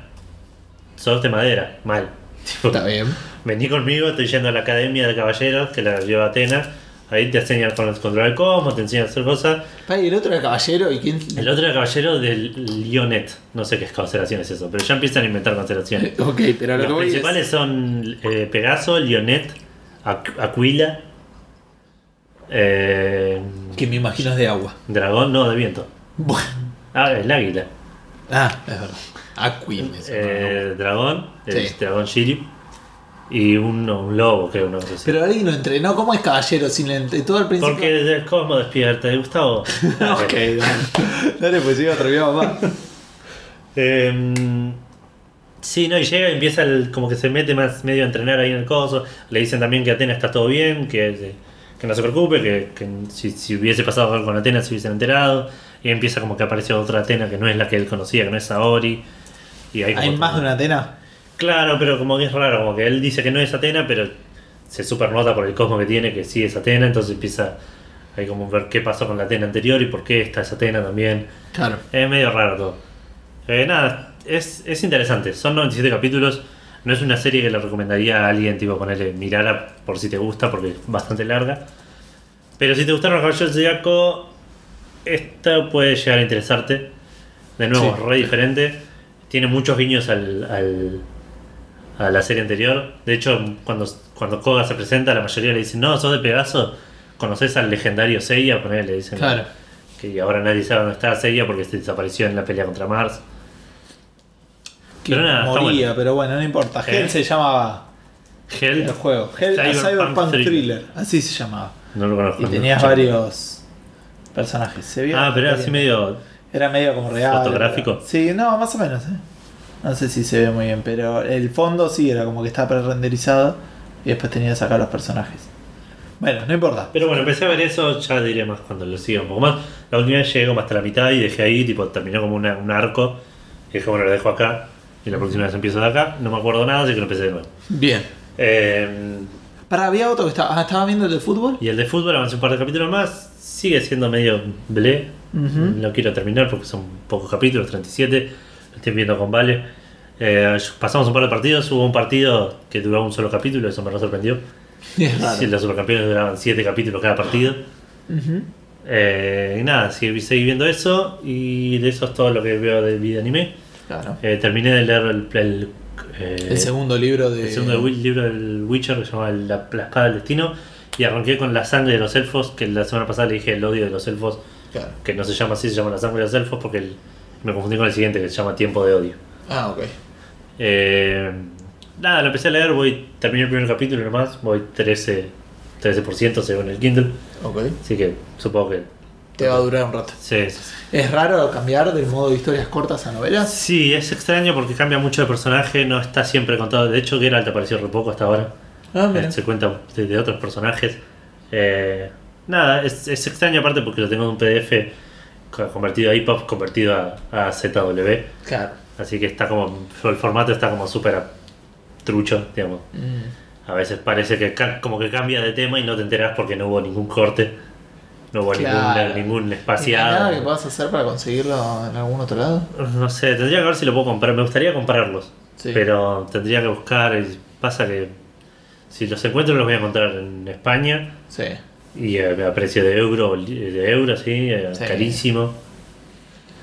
B: sos de madera, mal. [laughs] Tipo,
C: Está bien.
B: Vení conmigo, estoy yendo a la Academia de Caballeros que la lleva Atena. Ahí te enseñan con controlar el cosmos, te enseñan a hacer cosas.
C: Pa, y el otro era caballero y quién...
B: El otro era caballero del Lionet. No sé qué constelación es eso, pero ya empiezan a inventar constelaciones.
C: Ok, pero lo que
B: Los
C: voy es-
B: principales son eh, Pegaso, Lionet, Aqu- Aquila, eh,
C: Que me imagino es de agua.
B: Dragón, no, de viento.
C: Bueno.
B: Ah, el águila.
C: Ah, es verdad. Aquil. me suena, ¿no?
B: Eh, dragón, el
C: Sí.
B: dragón Shirip. Y uno, un lobo, creo, una cosa así.
C: Pero alguien lo entrenó. ¿Cómo es caballero sin lente? Todo al principio... [laughs]
B: Porque desde el cosmos despierta, ¿eh, Gustavo?
A: ok, dale. Dale, pues sigue otro video más.
B: Eh, sí, no, y llega y empieza el- como que se mete más medio a entrenar ahí en el coso. Le dicen también que Atena está todo bien, que, que no se preocupe, que, que si, si hubiese pasado algo con Atena se hubiesen enterado. Y empieza como que aparece otra Atena que no es la que él conocía, que no es Saori. Y ahí como
A: ¿Hay
B: que-
A: más de una Atena?
B: Claro, pero como que es raro, como que él dice que no es Atena, pero se supernota por el cosmo que tiene que sí es Atena, entonces empieza ahí como ver qué pasó con la Atena anterior y por qué esta es Atena también.
C: Claro.
B: Es medio raro todo. Eh, nada, es, es interesante. Son 97 capítulos. No es una serie que le recomendaría a alguien, tipo, ponerle mirala por si te gusta, porque es bastante larga. Pero si te gustaron los caballeros de Zodiaco, esta puede llegar a interesarte. De nuevo,
C: Sí.
B: es re diferente. Tiene muchos guiños al, al- a la serie anterior. De hecho, cuando, cuando Koga se presenta, la mayoría le dicen, no, sos de Pegaso, conoces al legendario Seiya, ponele, le dicen.
C: Claro.
B: Que ahora nadie sabe dónde está Seiya porque se desapareció en la pelea contra Mars.
A: Que
B: Pero nada, está
A: moría,
B: bueno.
A: pero bueno, no importa. Hell
B: Eh.
A: se llamaba
B: Hell,
A: el juego. Hell Cyberpunk, Thriller. Así se llamaba.
B: No lo conozco.
A: Y tenías varios personajes. ¿Se vio?
B: Ah, pero era así medio.
A: Era medio como real.
B: ¿Fotográfico?
A: pero- Sí, no, más o menos. ¿eh? No sé si se ve muy bien, pero el fondo sí era como que estaba pre-renderizado y después tenía que sacar los personajes. Bueno, no importa.
B: Pero bueno, empecé a ver eso, ya diré más cuando lo siga un poco más. La última vez llegué como hasta la mitad y dejé ahí, tipo, terminó como una- un arco. Y dije, bueno, lo dejo acá. Y la próxima vez empiezo de acá. No me acuerdo nada, así que lo empecé de nuevo.
C: Bien.
B: Eh,
C: Para, había otro que estaba... Ah, estaba viendo el de fútbol.
B: y el de fútbol avancé un par de capítulos más. Sigue siendo medio bleh.
A: Ujú.
B: No quiero terminar porque son pocos capítulos, 37. Lo estoy viendo con Vale. Eh, pasamos un par de partidos. Hubo un partido que duró un solo capítulo, eso me re sorprendió.
A: [laughs]
C: Bien.
B: Sí, los supercampeones duraban 7 capítulos cada partido.
A: Ujú.
B: Eh, y nada, seguí, seguí viendo eso y de eso es todo lo que veo de vida anime.
C: Claro.
B: Eh, terminé de leer el, el, eh,
C: El segundo libro de...
B: el segundo wi- libro del Witcher que se llama la, La espada del destino y arranqué con la sangre de los elfos, que la semana pasada le dije el odio de los elfos,
C: Claro.
B: que no se llama así, se llama la sangre de los elfos porque el- me confundí con el siguiente que se llama tiempo de odio.
C: Ah, ok.
B: Eh, nada, lo empecé a leer, voy terminé el primer capítulo nomás, voy 13, 13% según el Kindle,
C: Ok.
B: así que supongo que...
C: Te va a durar un rato.
B: Sí, sí, sí.
C: Es raro cambiar del modo de historias cortas a novelas.
B: Sí, es extraño porque cambia mucho de personaje, no está siempre contado. De hecho, Geralt apareció re poco hasta ahora.
C: Ah, mira.
B: Eh, Se cuenta de, de otros personajes. Eh, nada, es, es extraño aparte porque lo tengo en un PDF co- convertido a EPUB, convertido a, a ZW.
C: Claro.
B: Así que está como. El formato está como súper a- trucho, digamos.
C: Mm.
B: A veces parece que ca- como que cambia de tema y no te enterás porque no hubo ningún corte. No hubo
C: Claro.
B: ningún, ningún
C: ¿Y no hay
B: espaciado.
C: nada que puedas hacer para conseguirlo en algún otro lado?
B: No sé, tendría que ver si lo puedo comprar. Me gustaría comprarlos.
C: Sí.
B: Pero tendría que buscar. y Pasa que si los encuentro los voy a encontrar en España.
C: Sí.
B: Y eh, a precio de euro, de euro, sí, eh,
C: Sí.
B: carísimo.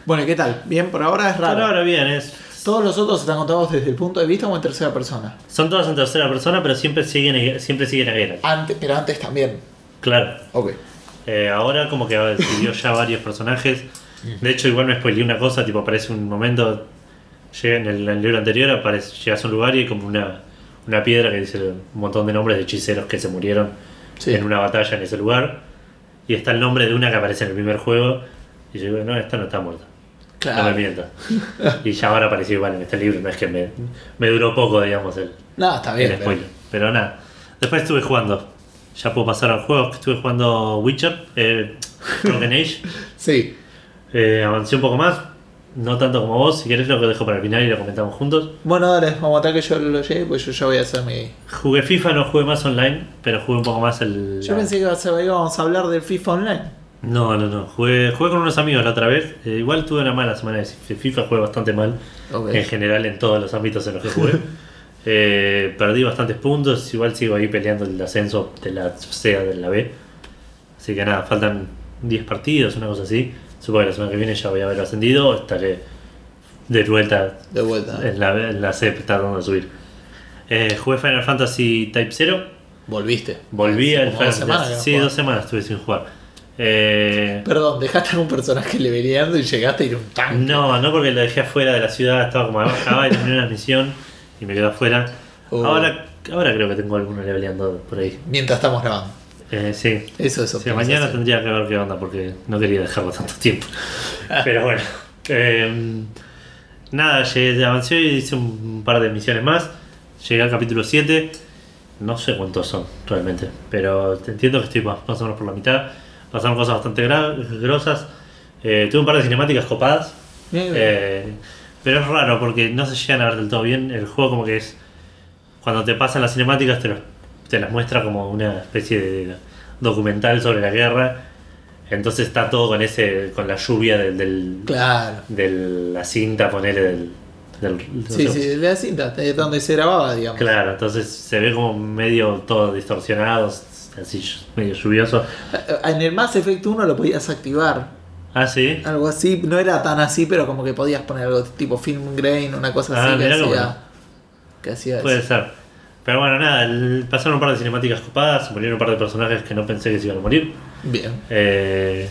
A: Bueno, ¿y qué tal? ¿Bien por ahora? Es raro.
B: Pero ahora bien, es,
A: ¿Todos los otros están contados desde el punto de vista o en tercera persona?
B: son todas en tercera persona, pero siempre siguen, siempre siguen a Geralt.
A: Antes, pero antes también.
B: Claro.
A: Ok.
B: Eh, ahora como que decidió ya varios personajes. De hecho, igual me spoileé una cosa, tipo aparece un momento, llega en el, en el libro anterior, aparece, llegas a un lugar y hay como una, una piedra que dice un montón de nombres de hechiceros que se murieron
C: Sí.
B: en una batalla en ese lugar. Y está el nombre de una que aparece en el primer juego. Y yo digo, no, esta no está muerta. No me
C: Claro.
B: miento. y ya ahora apareció igual en este libro, no es que me, me duró poco, digamos, el,
A: Nada, está
B: el
A: bien. pero-
B: spoiler. Pero nada. Después estuve jugando. Ya puedo pasar al juego. Estuve jugando Witcher, eh,
A: [laughs]
B: Broken Age.
A: Sí.
B: Eh, avancé un poco más. No tanto como vos. Si querés, lo que dejo para el final y lo comentamos juntos.
A: Bueno, dale, vamos a matar que yo lo lleve, pues yo ya voy a hacer mi.
B: Jugué FIFA, no jugué más online, pero jugué un poco más el.
A: Yo
B: la-
A: pensé que iba a ser- íbamos a hablar del FIFA Online.
B: No, no, no. Jugué, jugué con unos amigos la otra vez. Eh, igual tuve una mala semana de FIFA, jugué bastante mal.
A: Ok.
B: En general, en todos los ámbitos en los que jugué.
C: [laughs]
B: Eh, perdí bastantes puntos. Igual sigo ahí peleando el ascenso de la C a de la B. Así que nada, faltan 10 partidos, una cosa así. Supongo que la semana que viene ya voy a haber ascendido. Estaré de vuelta
C: De vuelta.
B: en la, en la C tratando de subir. Eh, jugué Final Fantasy Type 0.
C: Volviste.
B: Volví
C: Hace
B: al
C: como
B: Final
C: dos semanas que no
B: Fantasy. Sí,
C: jugabas.
B: dos semanas estuve sin jugar. Eh,
A: Perdón, dejaste a un personaje leveleando y llegaste a ir un tanque.
B: No, no porque lo dejé afuera de la ciudad, estaba como acababa de terminar una misión y me quedé afuera.
A: Oh.
B: Ahora, ahora creo que tengo alguno leveleando por ahí.
A: Mientras estamos grabando.
B: Eh, Mm. sí.
A: Eso es
B: O sea,
A: optimización.
B: mañana tendría que ver qué onda porque no quería dejarlo tanto tiempo. Pero bueno. Eh, nada, llegué, avancé y hice un par de misiones más. Llegué al capítulo 7. No sé cuántos son realmente, pero te entiendo que estoy más, más o menos por la mitad. Pasaron cosas bastante gra- grosas. Eh, tuve un par de cinemáticas copadas.
A: Bien, bien.
B: Eh, pero es raro porque no se llegan a ver del todo bien. El juego como que es... Cuando te pasan las cinemáticas te, los- te las muestra como una especie de documental sobre la guerra. Entonces está todo con ese con la lluvia del, del,
A: Claro.
B: de la cinta, poner del... del- no
A: Sí,
B: sé.
A: sí, de la cinta, de donde se grababa, digamos.
B: Claro, entonces se ve como medio todo distorsionado, así medio lluvioso.
A: Eh, En el Mass Effect 1 lo podías activar.
B: Ah, sí.
A: Algo así, no era tan así, pero como que podías poner algo tipo film grain, una cosa
B: Ah,
A: así que
B: mirá
A: hacía,
B: lo bueno.
A: que hacía
B: Puede
A: eso.
B: ser. Pero bueno, nada, el- pasaron un par de cinemáticas copadas, murieron un par de personajes que no pensé que se iban a morir.
A: Bien.
B: Eh,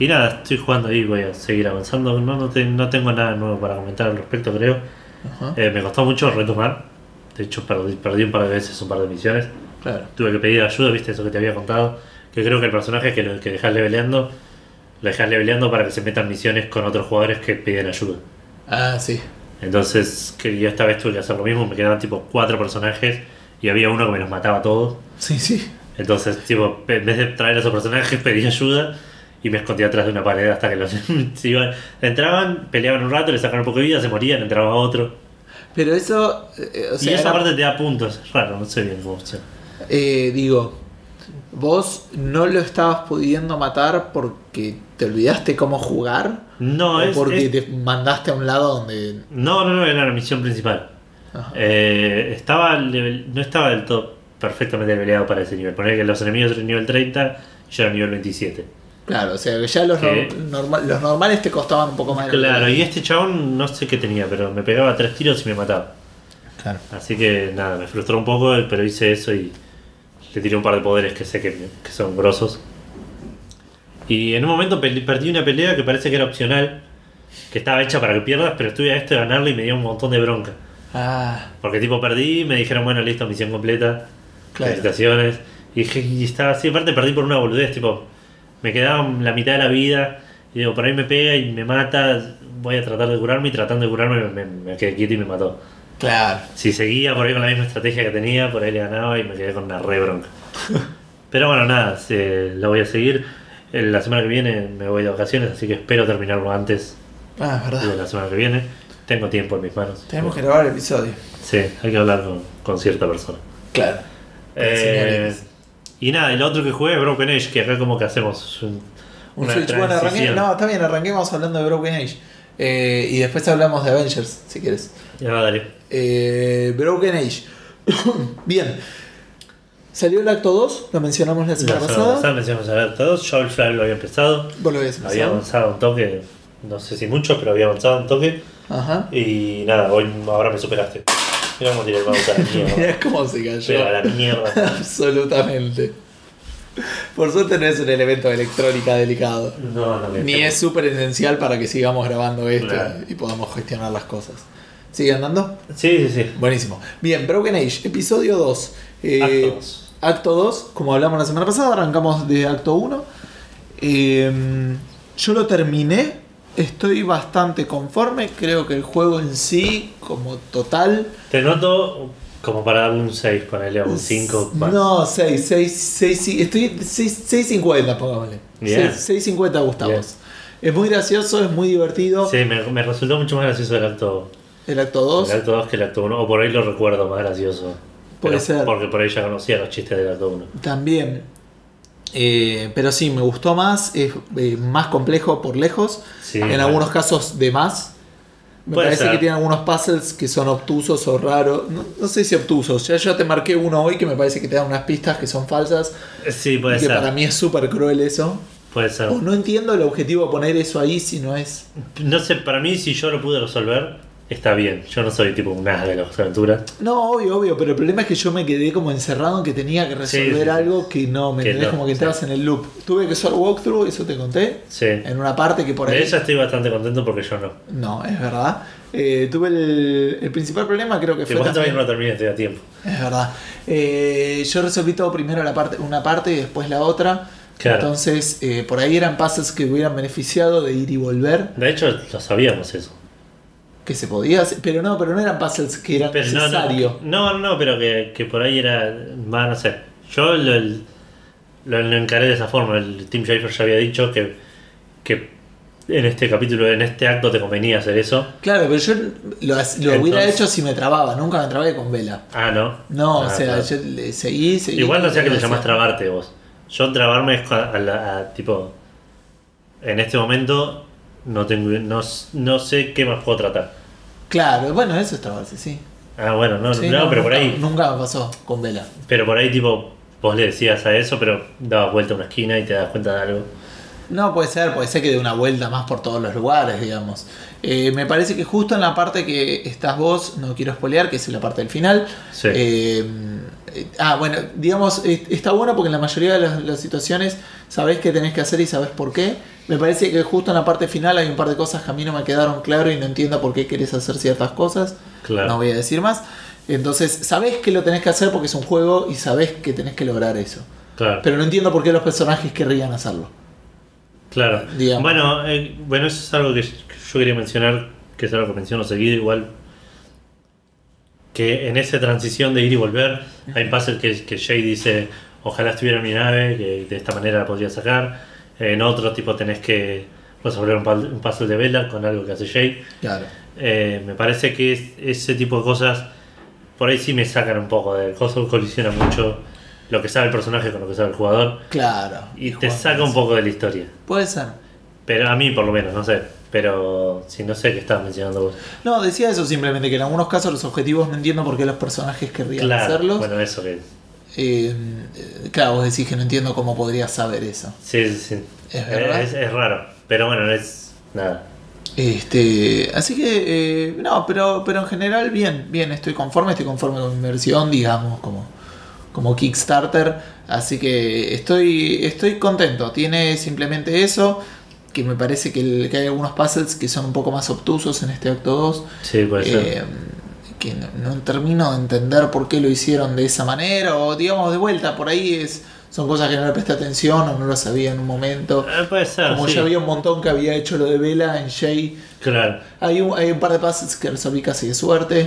B: y nada, estoy jugando ahí, voy a seguir avanzando. No, no, te- no tengo nada nuevo para comentar al respecto, creo.
A: Ajá,
B: Eh, me costó mucho retomar. De hecho, perdí, perdí un par de veces un par de misiones.
A: claro.
B: Tuve que pedir ayuda, viste eso que te había contado. Que creo que el personaje que, lo- que dejas leveleando, lo dejas leveleando para que se metan misiones con otros jugadores que piden ayuda.
A: Ah, sí.
B: Entonces, que yo esta vez tuve que hacer lo mismo. Me quedaban tipo cuatro personajes y había uno que me los mataba a todos.
A: Sí, sí.
B: Entonces, tipo, en vez de traer a esos personajes, pedí ayuda y me escondí atrás de una pared hasta que los [laughs] se iban. Entraban, peleaban un rato, le sacaban un poco de vida, se morían, entraba otro.
A: Pero eso, eh, o sea,
B: y esa
A: era-
B: parte te da puntos, es raro, no sé bien cómo funciona.
A: eh, digo, vos no lo estabas pudiendo matar porque te olvidaste cómo jugar
B: No,
A: o
B: es,
A: porque
B: es-
A: te mandaste a un lado donde...
B: No, no, no, era la misión principal.
A: Ajá.
B: Eh, estaba level- no estaba del todo perfectamente leveleado para ese nivel. Poner que los enemigos eran nivel 30 y yo era nivel 27.
A: Claro, o sea, que ya los,
B: que-
A: norm- norma- los normales te costaban un poco más.
B: Claro, y este chabón no sé qué tenía, pero me pegaba tres tiros y me mataba.
A: Claro.
B: Así que nada, me frustró un poco, eh, pero hice eso y le tiré un par de poderes que sé que, que son grosos. Y en un momento pe- perdí una pelea que parece que era opcional, que estaba hecha para que pierdas, pero estuve a esto de ganarla y me dio un montón de bronca.
A: Ah,
B: Porque tipo perdí, me dijeron, bueno, listo, misión completa,
A: Claro.
B: felicitaciones. Y, dije- y estaba así, aparte perdí por una boludez, tipo, me quedaba la mitad de la vida y digo, por ahí me pega y me mata, voy a tratar de curarme y tratando de curarme me, me- me quedé quieto y me mató.
A: claro.
B: Si seguía por ahí con la misma estrategia que tenía, por ahí le ganaba y me quedé con una
A: [laughs]
B: re bronca. Pero bueno, nada, se- lo voy a seguir. Eh, La semana que viene me voy de vacaciones, así que espero terminarlo antes
A: Ah, es
B: de
A: verdad.
B: la semana que viene. Tengo tiempo en mis manos.
A: Tenemos que grabar el episodio.
B: Sí, hay que hablar con, con cierta persona.
A: Claro.
B: Eh,
A: Señales.
B: y nada, y lo otro que jugué es Broken Age, que acá como que hacemos un-
A: Un
B: una
A: Switch, bueno, arranqué,
B: transición.
A: no, está bien, arranquemos hablando de Broken Age. Eh, y después hablamos de Avengers, si quieres.
B: Ya, dale.
A: [coughs] Eh, Broken Age. bien. Salió el acto 2, lo mencionamos la semana
B: La semana
A: pasada.
B: pasada mencionamos a ver todos. Yo el Fly lo había empezado.
A: Vos lo habías
B: Había
A: empezado.
B: avanzado un toque. No sé si mucho, pero había avanzado un toque.
A: Ajá.
B: Y nada, hoy ahora me superaste. Mira cómo tiré el mouse a la
A: [laughs]
B: mierda.
A: Mirá cómo se
B: Pero a
A: cayó.
B: la mierda.
A: [laughs] Absolutamente. Por suerte no es un elemento de electrónica delicado.
B: No, no me
A: Ni es súper esencial para que sigamos grabando esto
B: Claro.
A: y podamos gestionar las cosas. ¿Sigue andando?
B: Sí, sí, sí.
A: Buenísimo. Bien, Broken Age, episodio 2. Eh,
B: Acto dos.
A: acto 2, como hablamos la semana pasada, arrancamos de acto 1. Eh, yo lo terminé, estoy bastante conforme, creo que el juego en sí, como total...
B: Te noto como para darle un 6, ponerle a un 5 más.
A: No, 6, 6, 6, estoy 6.50, pongámosle.
B: Bien.
A: 6.50 Gustavos. Es muy gracioso, es muy divertido.
B: Sí, me, me resultó mucho más gracioso el acto,
A: El acto 2.
B: el acto 2 que el acto 1. O por ahí lo recuerdo más gracioso.
A: Puede
B: Pero-
A: ser.
B: Porque por ahí ya conocía los chistes del acto 1.
A: También. Eh, pero sí, me gustó más, es eh, más complejo por lejos,
B: Sí,
A: en
B: bueno.
A: algunos casos de más. Me
B: Puede
A: parece
B: ser.
A: que tiene algunos puzzles que son obtusos o raros. No, no sé si obtusos. Ya yo te marqué uno hoy que me parece que te dan unas pistas que son falsas.
B: Eh, Sí,
A: Y
B: puede
A: que
B: ser.
A: para mí es súper cruel eso.
B: Puede ser.
A: O no entiendo el objetivo de poner eso ahí si no es.
B: No sé, para mí si yo lo pude resolver, está bien. Yo no soy tipo un as de las aventuras.
A: No, obvio, obvio, pero el problema es que yo me quedé como encerrado en que tenía que resolver
B: Sí, sí, sí.
A: algo que no, me
B: Que
A: entendés
B: no,
A: como que entrabas en el loop. Tuve que usar walkthrough, eso te conté.
B: Sí.
A: En una parte que por ahí.
B: De ella estoy bastante contento porque yo no.
A: No, es verdad. Eh, tuve el, el principal problema, creo que
B: Que
A: fue.
B: vos
A: también-
B: también no lo terminaste a tiempo.
A: Es verdad. Eh, yo resolví todo primero la parte, una parte y después la otra.
B: Claro.
A: Entonces, eh, por ahí eran pases que hubieran beneficiado de ir y volver,
B: De hecho, lo sabíamos eso.
A: que se podía hacer, pero no, pero no eran puzzles que eran
B: Pero no,
A: necesarios.
B: no, no, no, pero que, que por ahí era más, no sé. Yo lo, lo- lo encaré de esa forma. El Tim Schafer ya había dicho que, que en este capítulo, en este acto, te convenía hacer eso.
A: Claro, pero yo lo, lo hubiera
B: Entonces-
A: hecho si me trababa, nunca me trabé con vela.
B: Ah, no.
A: No,
B: Ah,
A: o sea,
B: claro.
A: yo le seguí, seguí.
B: Igual no sea que te
A: Gracias.
B: llamas trabarte vos. Yo trabarme es cua- a, la- a, tipo. En este momento no tengo no, s- no sé qué más puedo tratar.
A: Claro, bueno, eso es trabarse, sí.
B: Ah, bueno, no,
A: Sí,
B: no, pero por
A: nunca-
B: ahí.
A: Nunca me pasó con vela.
B: Pero por ahí tipo vos le decías a eso, pero dabas vuelta a una esquina y te das cuenta de algo.
A: No, puede ser, puede ser que dé una vuelta más por todos los lugares, digamos. Eh, me parece que justo en la parte que estás vos, no quiero spoilear, que es la parte del final.
B: Sí.
A: eh, eh, ah, bueno, digamos, eh, está bueno porque en la mayoría de las, las situaciones sabés qué tenés que hacer y sabés por qué. Me parece que justo en la parte final hay un par de cosas que a mí no me quedaron claro y no entiendo por qué querés hacer ciertas cosas.
B: Claro.
A: No voy a decir más. Entonces, sabés que lo tenés que hacer porque es un juego y sabés que tenés que lograr eso.
B: Claro.
A: Pero no entiendo por qué los personajes querrían hacerlo.
B: claro.
A: digamos.
B: Bueno, eh, bueno, eso es algo que yo quería mencionar, que es algo que menciono seguido igual. Que en esa transición de ir y volver, hay pases que, que Jay dice, ojalá estuviera en mi nave, que de esta manera la podría sacar. En otro tipo tenés que resolver un, pal- un puzzle de vela con algo que hace Jay.
A: Claro.
B: Eh, me parece que es- ese tipo de cosas por ahí sí me sacan un poco del coso, colisiona mucho lo que sabe el personaje con lo que sabe el jugador
A: Claro.
B: y te
A: Juan,
B: saca un poco de la historia.
A: Puede ser.
B: Pero a mí por lo menos, no sé. Pero si no sé qué estabas mencionando vos.
A: No, decía eso simplemente, que en algunos casos los objetivos no entiendo por qué los personajes querrían hacerlos.
B: Bueno, eso que...
A: Eh, eh, claro, vos decís que no entiendo cómo podrías saber eso.
B: Sí, sí, sí.
A: Es verdad.
B: Es, es raro. Pero bueno, no es nada.
A: Este, así que, eh, no, pero, pero en general, bien, bien, estoy conforme, estoy conforme con mi versión, digamos, como, como Kickstarter. Así que estoy, estoy contento. Tiene simplemente eso, que me parece que, el- que hay algunos puzzles que son un poco más obtusos en este acto 2.
B: Sí, puede ser.
A: Eh, que no, no termino de entender por qué lo hicieron de esa manera o digamos de vuelta por ahí es son cosas que no le presté atención o no lo sabía en un momento
B: Eh, puede ser.
A: como
B: sí.
A: ya había un montón que había hecho lo de Vela en Jay
B: Claro.
A: hay un, hay un par de puzzles que resolví casi de suerte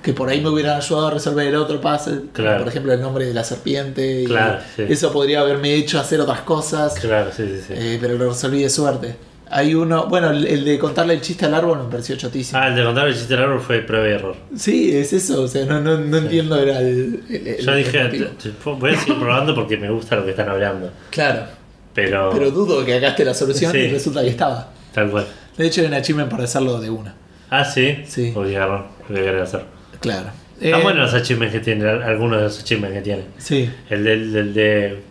A: que por ahí me hubieran ayudado a resolver el otro puzzle como
B: Claro.
A: por ejemplo el nombre de la serpiente y
B: Claro, sí.
A: eso podría haberme hecho hacer otras cosas
B: Claro, sí, sí, sí.
A: eh, pero lo resolví de suerte hay uno bueno el, el de contarle el chiste al árbol me pareció chotísimo
B: Ah, el de contar el chiste del árbol fue prueba y error.
A: Sí, es eso, o sea, no, no, no entiendo era el, el- el-
B: Yo
A: el
B: dije,
A: motivo.
B: "Te- te- voy a seguir probando porque me gusta lo que están hablando.
A: Claro,
B: Pero,
A: pero dudo que acá esté la solución
B: Sí.
A: y resulta que estaba.
B: tal cual.
A: De hecho, era un achievement para hacerlo de una.
B: Ah, sí.
A: Sí.
B: Obligaron, lo que querían hacer.
A: Claro.
B: Están
A: Eh,
B: buenos los achievements que tiene, al- algunos de los achievements que tiene.
A: Sí.
B: El del, del de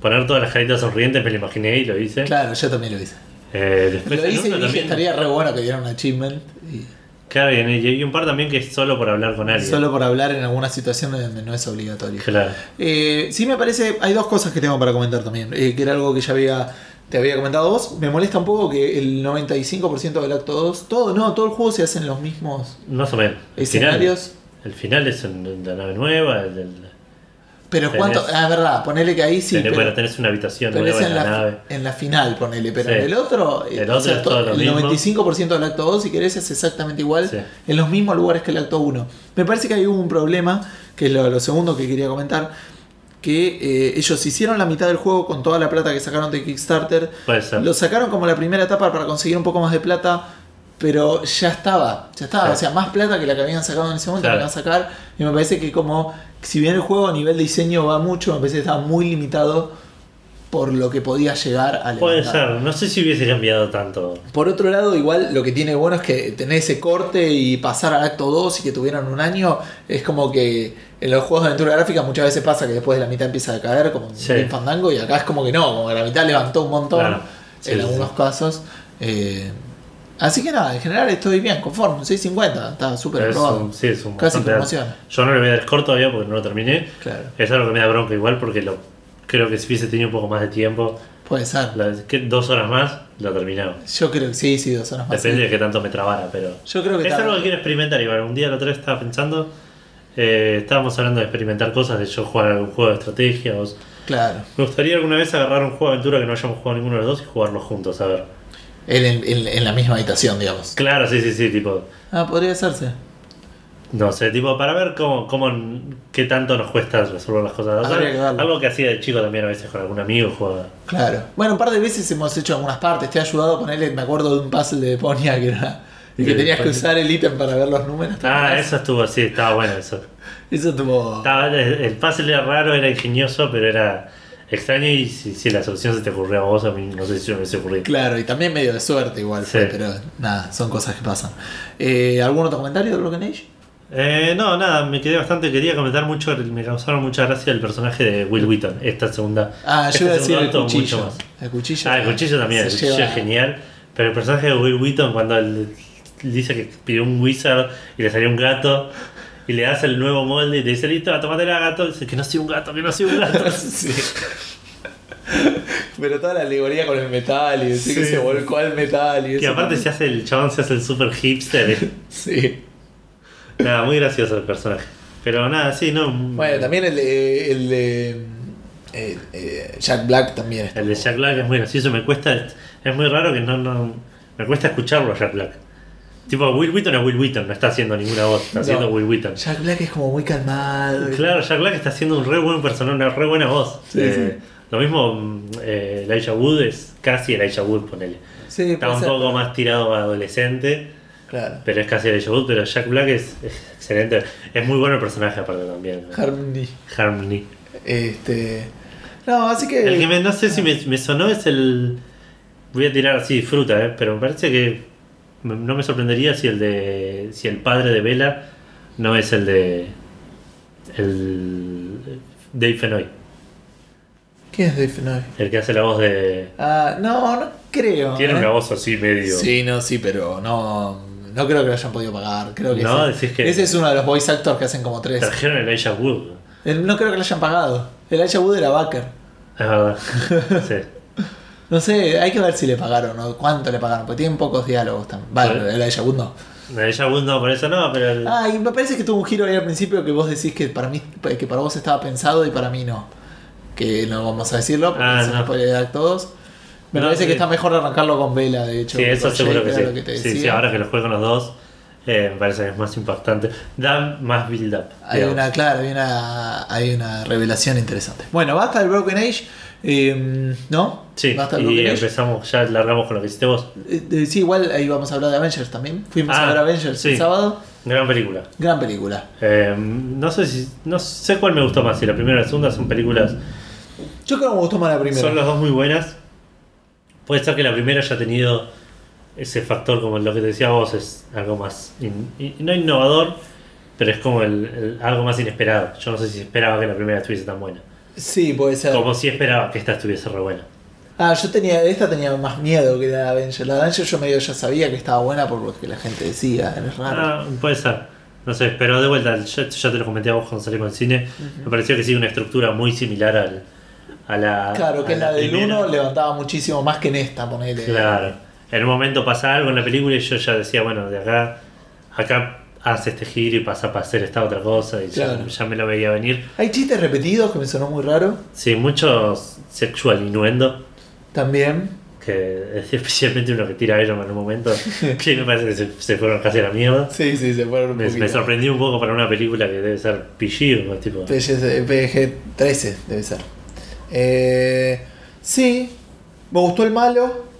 B: poner todas las caritas sonrientes me lo imaginé y lo hice.
A: Claro, yo también lo hice.
B: Eh, después
A: Lo
B: el
A: hice y dije,
B: otro también-
A: estaría re bueno que diera un achievement. y-
B: Claro, y en- y hay un par también que es solo por hablar con alguien.
A: solo por hablar en alguna situación donde no es obligatorio.
B: Claro.
A: Eh, sí me parece, hay dos cosas que tengo para comentar también, eh, que era algo que ya había, te había comentado vos. Me molesta un poco que el 95% del acto 2, todo, no, todo el juego se hace en los mismos
B: Más o menos. El final,
A: escenarios.
B: el final es en, en la nave nueva. El, el-
A: Pero
B: Tenés-
A: cuánto, ah, es verdad, ponele que ahí sí,
B: tenés-
A: pero,
B: bueno, tenés una habitación
A: pero
B: nueva
A: es
B: en
A: en
B: la,
A: la,
B: nave.
A: en la final, ponele, pero
B: Sí.
A: en el otro, eh,
B: El
A: o
B: otro
A: sea,
B: es todo
A: to-
B: lo
A: el
B: mismo.
A: 95% del acto 2, si querés, es exactamente igual
B: Sí.
A: en los mismos lugares que el acto 1. Me parece que ahí hubo un problema, que es lo, lo segundo que quería comentar, que eh, ellos hicieron la mitad del juego con toda la plata que sacaron de Kickstarter,
B: Puede ser.
A: Lo sacaron como la primera etapa para conseguir un poco más de plata, pero ya estaba, ya estaba,
B: Claro.
A: o sea, más plata que la que habían sacado en ese momento, la
B: Claro.
A: iban a sacar, y me parece que como, si bien el juego a nivel de diseño va mucho, me parece que estaba muy limitado por lo que podía llegar a
B: Puede
A: levantar.
B: ser. No sé si hubiese cambiado tanto.
A: Por otro lado, igual lo que tiene bueno es que tener ese corte y pasar al acto 2 y que tuvieran un año, es como que en los juegos de aventura gráfica muchas veces pasa que después de la mitad empieza a caer como en
B: Sí.
A: Grim Fandango y acá es como que no, como que la mitad levantó un montón
B: Claro. Sí,
A: en
B: sí,
A: algunos
B: sí.
A: casos. Eh, así que nada, en general estoy bien, conforme, un 6.50, está súper
B: es
A: aprobado.
B: un- sí, es un
A: Casi
B: bastante
A: promoción.
B: alto. Yo no le voy a dar score todavía porque no lo terminé.
A: Claro,
B: Es algo que me da bronca igual porque lo creo que si hubiese tenido un poco más de tiempo,
A: puede ser.
B: la- que dos horas más, lo terminaba.
A: Yo creo que sí, sí, dos horas más.
B: Depende
A: Ah, sí.
B: de qué tanto me trabara, pero...
A: Yo creo que
B: Es
A: tarde.
B: algo que quiero experimentar, igual. Un día la otra vez estaba pensando, eh, estábamos hablando de experimentar cosas, de yo jugar algún juego de estrategia. o-
A: Claro.
B: Me gustaría alguna vez agarrar un juego de aventura que no hayamos jugado ninguno de los dos y jugarlo juntos, a ver.
A: En, en- en la misma habitación, digamos.
B: Claro, sí, sí, sí, tipo...
A: Ah, podría hacerse.
B: No sé, tipo, para ver cómo, cómo qué tanto nos cuesta resolver las cosas. O sea,
A: Habría que darle.
B: algo que hacía de chico también a veces con algún amigo jugaba. Ah,
A: Claro. Bueno, un par de veces hemos hecho algunas partes. Te he ayudado a ponerle, me acuerdo de un puzzle de Deponia que era. Y que
B: Sí,
A: tenías que
B: puzzle.
A: usar el ítem para ver los números.
B: Ah, eso estuvo así, estaba bueno eso.
A: Eso tuvo.
B: Estaba- el puzzle era raro, era ingenioso, pero era extraño y si, si la solución se te ocurrió a vos, a mí no sé si yo me se ocurrió.
A: Claro, y también medio de suerte igual fue,
B: Sí.
A: pero nada, son cosas que pasan. Eh, ¿Algún otro comentario de Broken Age?
B: Eh, no, nada, me quedé bastante, quería comentar mucho, me causaron mucha gracia el personaje de Will Wheaton, esta segunda.
A: Ah,
B: este
A: yo iba a decir
B: segundo
A: el
B: acto mucho
A: cuchillo.
B: más.
A: El cuchillo.
B: Ah, el cuchillo también,
A: se
B: el cuchillo
A: lleva-
B: es genial. Pero el personaje de Will Wheaton cuando él dice que pidió un wizard y le salió un gato y le hace el nuevo molde y te dice, listo, tomate la gato, y dice que no soy un gato, que no soy un gato.
A: [laughs] [laughs] Sí. Pero toda la alegoría con el metal y decir que
B: Sí.
A: se volcó al metal y
B: y
A: eso.
B: aparte se hace el chabón, se hace el super hipster.
A: Sí.
B: Nada, muy gracioso el personaje. Pero nada, sí, no.
A: Bueno, también el de, el de eh, eh, Jack Black también. está
B: El de Jack Black es muy gracioso, me cuesta. Es muy raro que no. no me cuesta escucharlo a Jack Black. Tipo, Will Wheaton es Will Wheaton, no está haciendo ninguna voz, está
A: No.
B: haciendo Will Wheaton.
A: Jack Black es como muy calmado.
B: Claro, Jack Black está haciendo un re buen personaje, una re buena voz.
A: Sí,
B: Eh, Lo mismo, mm, eh, Elijah Wood es casi Elijah Wood, ponele.
A: Sí,
B: Está
A: puede
B: un
A: ser.
B: poco más tirado a adolescente,
A: Claro.
B: pero es casi Elijah Wood. Pero Jack Black es, es excelente. Es muy bueno el personaje, aparte también.
A: Harmony.
B: Harmony.
A: Este. No, así que.
B: El que me- no sé si me, me sonó es el. Voy a tirar así fruta, eh, pero me parece que me- no me sorprendería si el de si el padre de Vela no es el de el Dave Fenoy,
A: ¿Quién es Dave Fenoi?
B: el que hace la voz de
A: Ah, no, no creo.
B: tiene
A: ¿eh?
B: una voz así medio.
A: Sí, no, sí, pero no. No creo que lo hayan podido pagar. Creo que
B: No,
A: ese,
B: decís que-
A: ese es uno de los voice actors que hacen como tres.
B: Trajeron el Elijah Wood.
A: El- no creo que lo hayan pagado. El Aya Wood era Baker. [laughs]
B: Es verdad. Sí.
A: No sé, hay que ver si le pagaron o cuánto le pagaron, porque tienen pocos diálogos también. Vale,
B: Vale.
A: el Elijah Wood no.
B: Elijah Wood no, por eso no, pero el-
A: Ah, y me parece que tuvo un giro ahí al principio que vos decís que para mí que para vos estaba pensado y para mí no. Que no vamos a decirlo, porque
B: Ah,
A: se nos
B: no.
A: puede dar a todos. Me
B: No,
A: parece
B: sí.
A: que está mejor arrancarlo con Vela, de hecho.
B: Sí, eso
A: con
B: seguro
A: Jake,
B: que
A: era lo
B: sí.
A: te
B: sí, sí,
A: decía.
B: ahora que lo juego con los dos, eh, me parece que es más importante. Dan más build up.
A: Hay una, claro, hay una, hay una revelación interesante. Bueno, basta del Broken Age, eh, ¿no?
B: Sí,
A: basta del
B: y
A: Broken Age.
B: empezamos, ya largamos con lo que hiciste vos.
A: Eh, eh, sí, igual ahí vamos a hablar de Avengers también. Fuimos a
B: Ah,
A: ver Avengers el
B: sí.
A: sábado.
B: Gran película.
A: Gran película.
B: Eh, no sé si no sé cuál me gustó más, si la primera o la segunda son películas.
A: Yo creo que me gustó más la primera.
B: Son las dos muy buenas. Puede ser que la primera haya tenido ese factor como lo que te decía vos, es algo más in- in- no innovador, pero es como el, el- algo más inesperado. Yo no sé si esperaba que la primera estuviese tan buena.
A: Sí, puede ser.
B: Como si esperaba que esta estuviese re buena.
A: Ah, yo tenía, esta tenía más miedo que la de Avenger. La de Avenger yo medio ya sabía que estaba buena por lo que la gente decía, es raro.
B: Ah, puede ser. No sé, pero de vuelta, yo, ya te lo comenté a vos cuando salimos al cine. Me pareció que sigue una estructura muy similar al, a la.
A: claro, que
B: a
A: en la del
B: primera.
A: 1 levantaba muchísimo más que en esta, ponele.
B: Claro. En un momento pasa algo en la película y yo ya decía, bueno, de acá, acá hace este giro y pasa para hacer esta otra cosa y ya-
A: Claro.
B: ya, me lo veía venir.
A: Hay chistes repetidos que me sonó muy raro
B: Sí, mucho sexual innuendo,
A: también.
B: que es [laughs] especialmente uno que tira a Iron Man en un
A: [laughs]
B: momento, que me parece que se, se fueron casi a la mierda.
A: Sí, sí, se fueron un
B: Me, me
A: poquito.
B: sorprendió un poco para una película que debe ser pillido, tipo.
A: PG PG 13 debe ser. Eh, sí, me gustó el malo.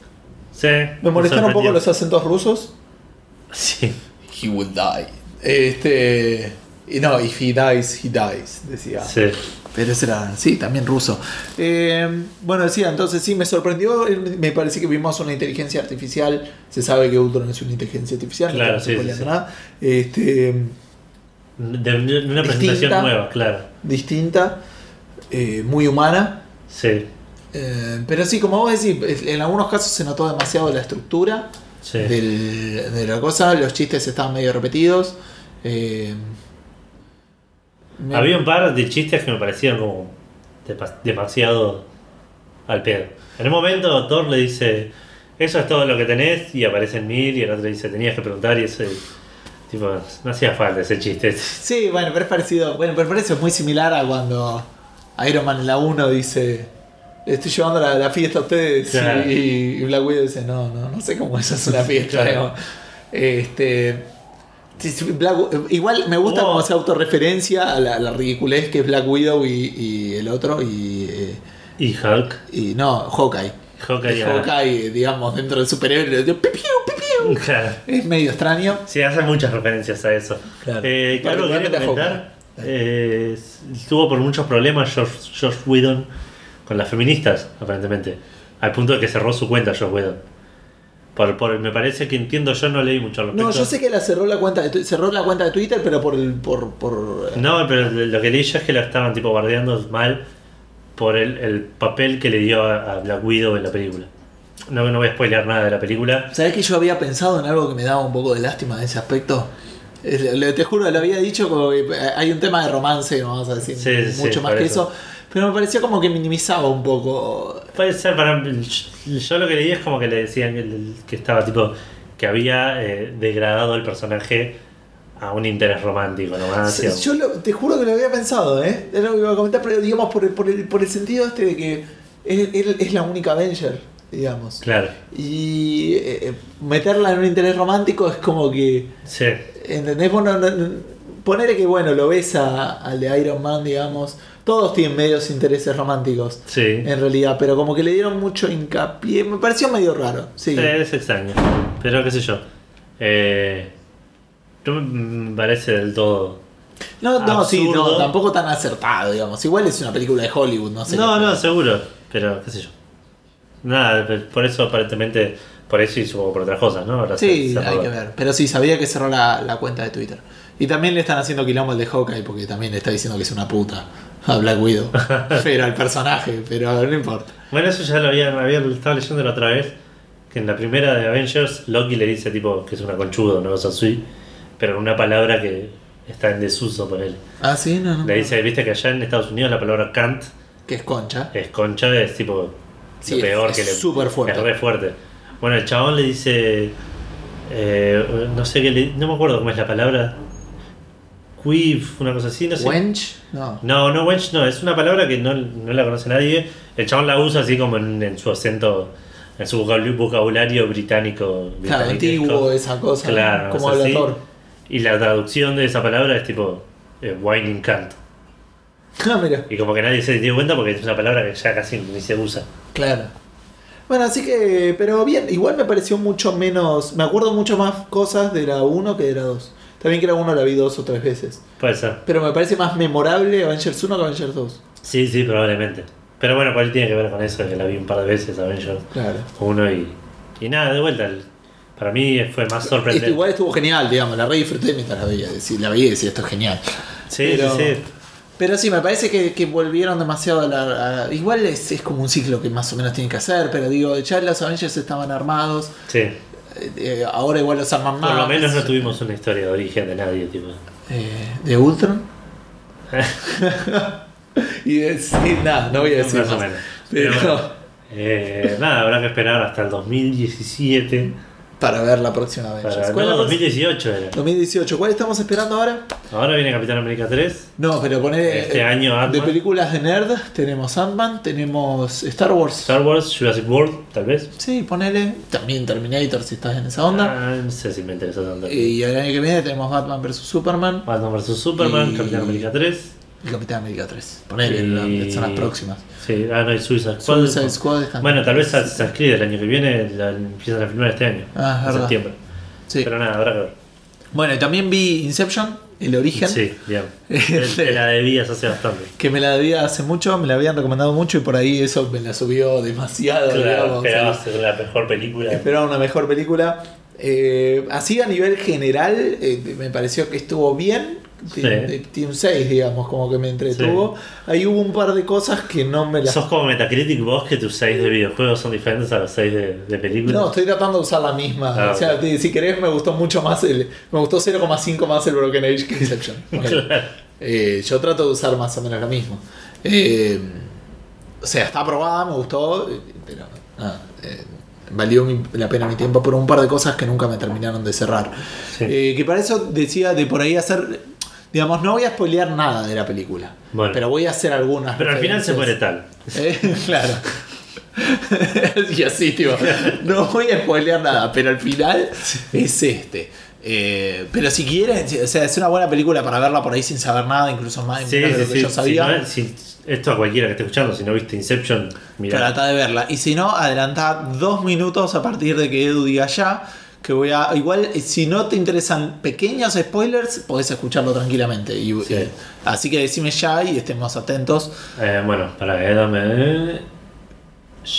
B: Sí,
A: Me molestaron un poco
B: sorprendió.
A: los acentos rusos.
B: [laughs] Sí,
A: He will die. Este. Y no, if he dies, he dies, decía.
B: sí.
A: Pero ese era, sí, también ruso. Eh, bueno, decía, entonces sí, me sorprendió. Me parece que vimos una inteligencia artificial. Se sabe que Ultron es una inteligencia artificial. no
B: Claro,
A: estamos
B: sí, sí,
A: spoileando
B: sí.
A: nada. Este,
B: De, de
A: Distinta.
B: una presentación nueva, claro.
A: distinta, eh, muy humana.
B: Sí,
A: Eh, pero sí, como vos decís, en algunos casos se notó demasiado la estructura
B: sí.
A: del- de la cosa. Los chistes estaban medio repetidos. eh, me-
B: Había un par de chistes que me parecían como depa- demasiado al pedo. En un momento Thor le dice, eso es todo lo que tenés, y aparecen mil, y el otro le dice, tenías que preguntar, y ese... Tipo, no hacía falta ese chiste.
A: Sí, bueno, pero es parecido. Bueno, pero eso es muy similar a cuando Iron Man en la 1 dice. Estoy llevando la, la fiesta a ustedes
B: Claro.
A: y, y Black Widow dice, no, no, no sé cómo eso es
B: [laughs]
A: una fiesta.
B: Claro.
A: digamos. Este. sí, sí, Black Wi- igual me gusta
B: Hubo-
A: como se autorreferencia a la, la ridiculez que es Black Widow y, y el otro y, eh,
B: Y Hulk.
A: y no, Hawkeye.
B: Hawkeye,
A: Es
B: ah. [laughs]
A: Hawkeye, digamos, dentro del superhéroe. digo, "Pipiu, pipiu".
B: Claro.
A: Es medio extraño.
B: Sí, hacen muchas referencias a eso.
A: Claro.
B: Eh, que algo que quería
A: Particularmente a
B: comentar. eh, estuvo por muchos problemas George, George Whedon con las feministas, aparentemente. Al punto de que cerró su cuenta George Whedon. Por, por- me parece que entiendo, yo no leí mucho al respecto.
A: No, yo sé que la cerró la cuenta de, tu- cerró la cuenta de Twitter, pero por el- por, por eh,
B: No, pero lo que leí yo es que la estaban tipo bardeando mal por el, el papel que le dio a, a Black Widow en la película. No, no voy a spoilear nada de la película.
A: ¿Sabés que yo había pensado en algo que me daba un poco de lástima de ese aspecto? Es- lo- Te juro, lo había dicho como que eh, hay un tema de romance, vamos a decir,
B: Sí, sí,
A: mucho
B: sí,
A: más
B: por
A: que eso.
B: eso.
A: Pero me parecía como que minimizaba un poco.
B: Puede ser para. Yo lo que leí es como que le decían que, que estaba tipo. que había eh, degradado el personaje a un interés romántico nomás. y a-
A: Yo lo- te juro que lo había pensado, ¿eh? Era lo que iba a comentar, pero digamos por el, por el, por el sentido este de que él, él es la única Avenger, digamos.
B: Claro,
A: Y eh, meterla en un interés romántico es como que...
B: sí.
A: ¿Entendés? Bueno, no- no- ponele que bueno, lo ves a- al de Iron Man, digamos. Todos tienen medios intereses románticos,
B: Sí.
A: en realidad, pero como que le dieron mucho hincapié. Me pareció medio raro, sí.
B: Eh, Es extraño. Pero qué sé yo. Eh, no me parece del todo.
A: No, no, sí, no,
B: absurdo.
A: tampoco tan acertado, digamos. Igual es una película de Hollywood, no sé.
B: No, no, seguro, pero qué sé yo. Nada, pe- por eso aparentemente, por eso y supongo por otras cosas, ¿no? Ahora
A: Sí,
B: se- se
A: hay
B: roba.
A: que ver. Pero sí, sabía que cerró la, la cuenta de Twitter. Y también le están haciendo quilombo al de Hawkeye porque también le está diciendo que es una puta a Black
B: [laughs]
A: Widow. pero al personaje, pero no importa.
B: Bueno, eso ya lo había, había estado leyendo la otra vez, que en la primera de Avengers Loki le dice tipo que es una conchudo, una cosa así, pero en una palabra que está en desuso por él.
A: Ah, sí, no, no.
B: Le dice, viste que allá en Estados Unidos la palabra Kant
A: Que es concha.
B: es concha, es tipo
A: Sí,
B: lo
A: es-
B: peor
A: es
B: que le.
A: súper fuerte.
B: Es re fuerte. Bueno, el chabón le dice. eh, no sé qué le. No me acuerdo cómo es la palabra. Quif, una cosa así, no sé.
A: Wench, no.
B: No, no, wench no, es una palabra que no, no la conoce nadie. El chabón la usa así como en, en su acento, en su vocabul- vocabulario británico.
A: Claro,
B: británico.
A: antiguo, esa cosa.
B: Claro,
A: como
B: es
A: habla
B: así.
A: Thor. [laughs]
B: Y la traducción de esa palabra es tipo eh, whining canto.
A: Ah, mira,
B: Y como que nadie se dio cuenta porque es una palabra que ya casi ni se usa.
A: claro. Bueno, así que, pero bien, igual me pareció mucho menos. Me acuerdo mucho más cosas de la 1 que de la 2. También que la 1 la vi dos o tres veces.
B: Puede ser.
A: Pero me parece más memorable Avengers 1 que Avengers 2.
B: Sí, sí, probablemente. Pero bueno, por ahí tiene que ver con eso, que la vi un par de veces, Avengers
A: Claro.
B: uno y, y nada, de vuelta. el- Para mí fue más sorprendente.
C: Este igual estuvo genial, digamos, la re disfruté mientras la veía. Decir, la veía y decía, esto es genial.
B: sí,
A: pero-
B: sí, sí.
A: Pero sí, me parece que, que volvieron demasiado a la. a- igual es, es como un ciclo que más o menos tienen que hacer, pero digo, ya los Avengers estaban armados,
B: sí.
A: eh, eh, ahora igual los arman más.
B: Por lo menos no tuvimos una historia de origen de nadie, tipo.
A: Eh, ¿De
B: [laughs]
A: Ultron? y de- sí, nada, no voy a decir
B: Más o
A: más.
B: menos.
A: Pero,
B: Pero bueno. Eh, nada, habrá que esperar hasta el 2017.
A: para ver la próxima Avengers.
B: Para,
A: ¿Cuál es
B: no,
A: la próxima?
B: 2018 era.
A: 2018. ¿Cuál estamos esperando ahora?
B: Ahora viene Capitán América 3.
A: No, pero poner.
B: Este año
A: De
B: Ant-Man.
A: películas de nerd tenemos Ant-Man, tenemos Star Wars.
B: Star Wars, Jurassic World, tal vez.
A: Sí, ponele. También Terminator si estás en esa onda. Eh,
B: Ah, no sé si me interesa tanto.
A: Y el año que viene tenemos Batman vs Superman
B: Batman vs Superman,
A: Y-
B: Capitán América 3.
A: y Capitán América 3. Ponele,
B: Y-
A: la- son las próximas.
B: Sí, ah, no, y Suicide Squad.
A: Suicide Squad están-
B: Bueno, tal vez Assassin's Creed el año que viene la empiezan a filmar este año.
A: Ah, es
B: en
A: verdad.
B: septiembre.
A: Sí.
B: Pero nada, habrá que ver.
A: Bueno, y también vi Inception, el origen.
B: Sí,
A: [laughs]
B: bien. Te- Te la debías hace bastante.
A: Que me la debía hace mucho, me la habían recomendado mucho y por ahí eso me la subió demasiado.
B: Claro,
A: digamos.
B: esperabas la mejor película.
A: Esperaba una mejor película. Eh, así a nivel general, eh, me pareció que estuvo bien. Tiene
B: Sí.
A: tiene un 6, digamos, como que me entretuvo. Ahí hubo un par de cosas que no me las.
B: Sos como Metacritic vos que tus 6 de videojuegos son diferentes a los 6 de, de películas.
A: No, estoy tratando de usar la misma.
B: Ah,
A: o sea,
B: ok.
A: te- si querés, me gustó mucho más el. Me gustó 0,5 más el Broken Age que
B: [laughs]
A: Inception. Ponele. Eh, yo trato de usar más o menos lo mismo. Eh, o sea, está aprobada, me gustó, eh, pero nada, eh, valió mi- la pena mi tiempo por un par de cosas que nunca me terminaron de cerrar.
B: Sí.
A: Eh, que para eso decía de por ahí hacer. Digamos, no voy a spoilear nada de la película.
B: Bueno.
A: Pero voy a hacer algunas.
B: Pero al final se muere
A: referencias.
B: tal.
A: Eh, [laughs] claro. y así, tipo, no voy a spoilear nada, pero al final es este. Eh, pero si quieren, o sea, es una buena película para verla por ahí sin saber nada, incluso más
B: Sí,
A: menos de lo
B: sí,
A: que
B: sí.
A: yo sabía.
B: Si no es- si- esto a cualquiera que esté escuchando, si no viste Inception, mira.
A: Trata de verla. Y si no, adelanta dos minutos a partir de que Edu diga ya. Que voy a. Igual, eh, si no te interesan pequeños spoilers, podés escucharlo tranquilamente. Y,
B: Sí.
A: y- así que decime ya y estemos atentos.
B: bueno, para eh, dame.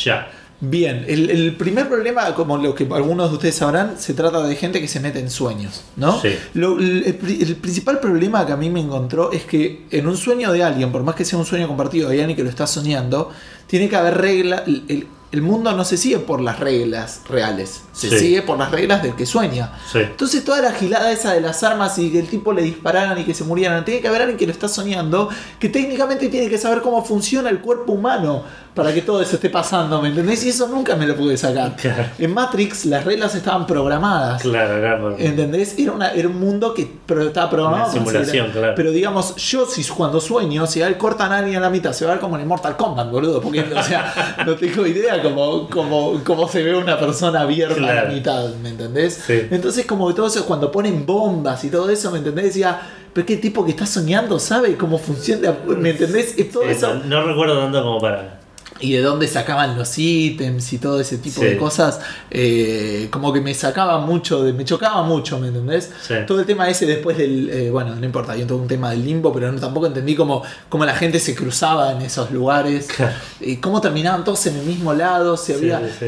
B: Ya.
A: Bien, el, el primer problema, como lo que algunos de ustedes sabrán, se trata de gente que se mete en sueños, ¿no?
B: Sí.
A: Lo- el, el pri- el principal problema que a mí me encontró es que en un sueño de alguien, por más que sea un sueño compartido de alguien que lo está soñando, tiene que haber reglas. El, el- el mundo no se sigue por las reglas reales, se
B: Sí.
A: sigue por las reglas del que sueña.
B: Sí.
A: Entonces toda la gilada esa de las armas y que el tipo le dispararan y que se murieran, tiene que haber alguien que lo está soñando, que técnicamente tiene que saber cómo funciona el cuerpo humano para que todo eso esté pasando, ¿me entendés? Y eso nunca me lo pude sacar.
B: Claro.
A: En Matrix las reglas estaban programadas.
B: Claro, era por-
A: ¿Entendés? Era, una- era un mundo que pro- estaba programado.
B: Una
A: para seguir-
B: simulación, claro.
A: Pero digamos, yo si cuando sueño, si al cortan a alguien a la mitad, se va a ver como en el Mortal Kombat, boludo. Porque, o
B: [laughs]
A: sea, no tengo idea cómo, cómo, cómo se ve una persona abierta a la
B: Claro.
A: mitad, ¿me entendés?
B: Sí.
A: Entonces, como que todo eso, cuando ponen bombas y todo eso, ¿me entendés? Decía, pero qué tipo que está soñando sabe cómo funciona, ¿me entendés? Y todo
B: Eh,
A: eso.
B: no, no recuerdo tanto como para.
A: Y de dónde sacaban los ítems y todo ese tipo
B: Sí.
A: de cosas, eh, como que me sacaba mucho, de- me chocaba mucho, ¿me entendés?
B: Sí.
A: Todo el tema ese después del, eh, bueno, no importa, hay todo un tema del limbo, pero no, tampoco entendí cómo, cómo la gente se cruzaba en esos lugares,
B: Claro.
A: y cómo terminaban todos en el mismo lado, si
B: Sí,
A: había...
B: sí, sí.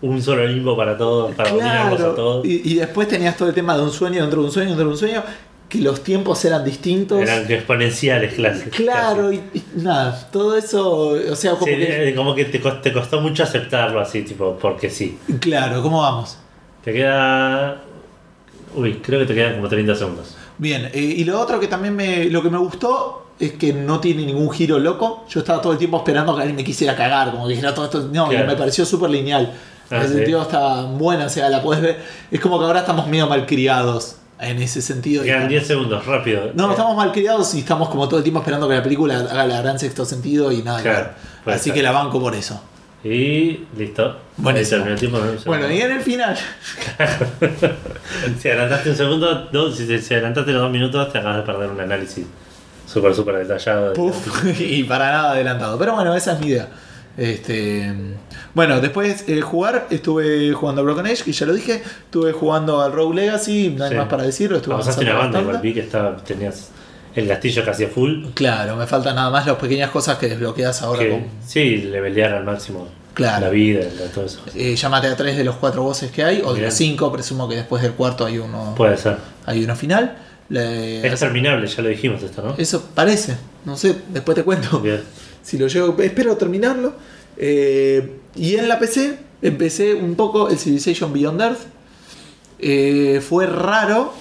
B: Un solo limbo para todos, para dominarlos a todos.
A: Y, y después tenías todo el tema de un sueño dentro de un sueño dentro de un sueño, que los tiempos eran distintos.
B: Eran exponenciales clases.
A: Claro, y, y nada, todo eso, o sea, como
B: Sí,
A: que...
B: eh, como que te cos- te costó mucho aceptarlo así, tipo, porque sí.
A: Claro, ¿cómo vamos?
B: Te queda. Uy, creo que te quedan como 30 segundos.
A: Bien, eh, y lo otro que también me, lo que me gustó es que no tiene ningún giro loco. Yo estaba todo el tiempo esperando que alguien me quisiera cagar, como que dijera todo esto. No,
B: Claro.
A: me pareció súper lineal.
B: Ah,
A: en ese
B: sí.
A: sentido está buena, o sea, la puedes ver. Es como que ahora estamos medio malcriados en ese sentido.
B: Te quedan
A: Digamos.
B: 10 segundos, rápido. Eh,
A: No, estamos malcriados y estamos como todo el tiempo esperando que la película haga la gran sexto sentido y nada. que
B: Claro,
A: ver.
B: puede
A: Así
B: ser.
A: que la banco por eso.
B: Y listo.
A: Buenísimo.
B: Ahí terminó el tiempo, ¿no?
A: Bueno, y en el final.
B: Si adelantaste un segundo, dos, si, si adelantaste los dos minutos, te acabas de perder un análisis súper, súper detallado. de- [laughs]
A: Puf, [laughs] y para nada adelantado. Pero bueno, esa es mi idea. Este, bueno, después eh, jugar, estuve jugando a Broken Age, que ya lo dije. Estuve jugando al Rogue Legacy, no hay
B: Sí.
A: más para decirlo. Estuve
B: Avanzaste una
A: avanzando
B: banda, igual
A: bastante.
B: vi que estaba, tenías el castillo casi a full.
A: Claro, me faltan nada más las pequeñas cosas que desbloqueas ahora
B: que-
A: con.
B: sí, le pelearon al máximo.
A: Claro.
B: la vida, la- todo eso.
A: Eh, llámate a tres de los cuatro voces que hay, o de
B: Bien.
A: los cinco, presumo que después del cuarto hay uno,
B: Puede ser.
A: hay uno final. Le-
B: Es terminable, ya lo dijimos esto, ¿no?
A: eso parece, no sé, después te cuento.
B: Bien.
A: Si lo llego, espero terminarlo. Eh, y en la PC empecé un poco el Civilization Beyond Earth. Eh, fue raro,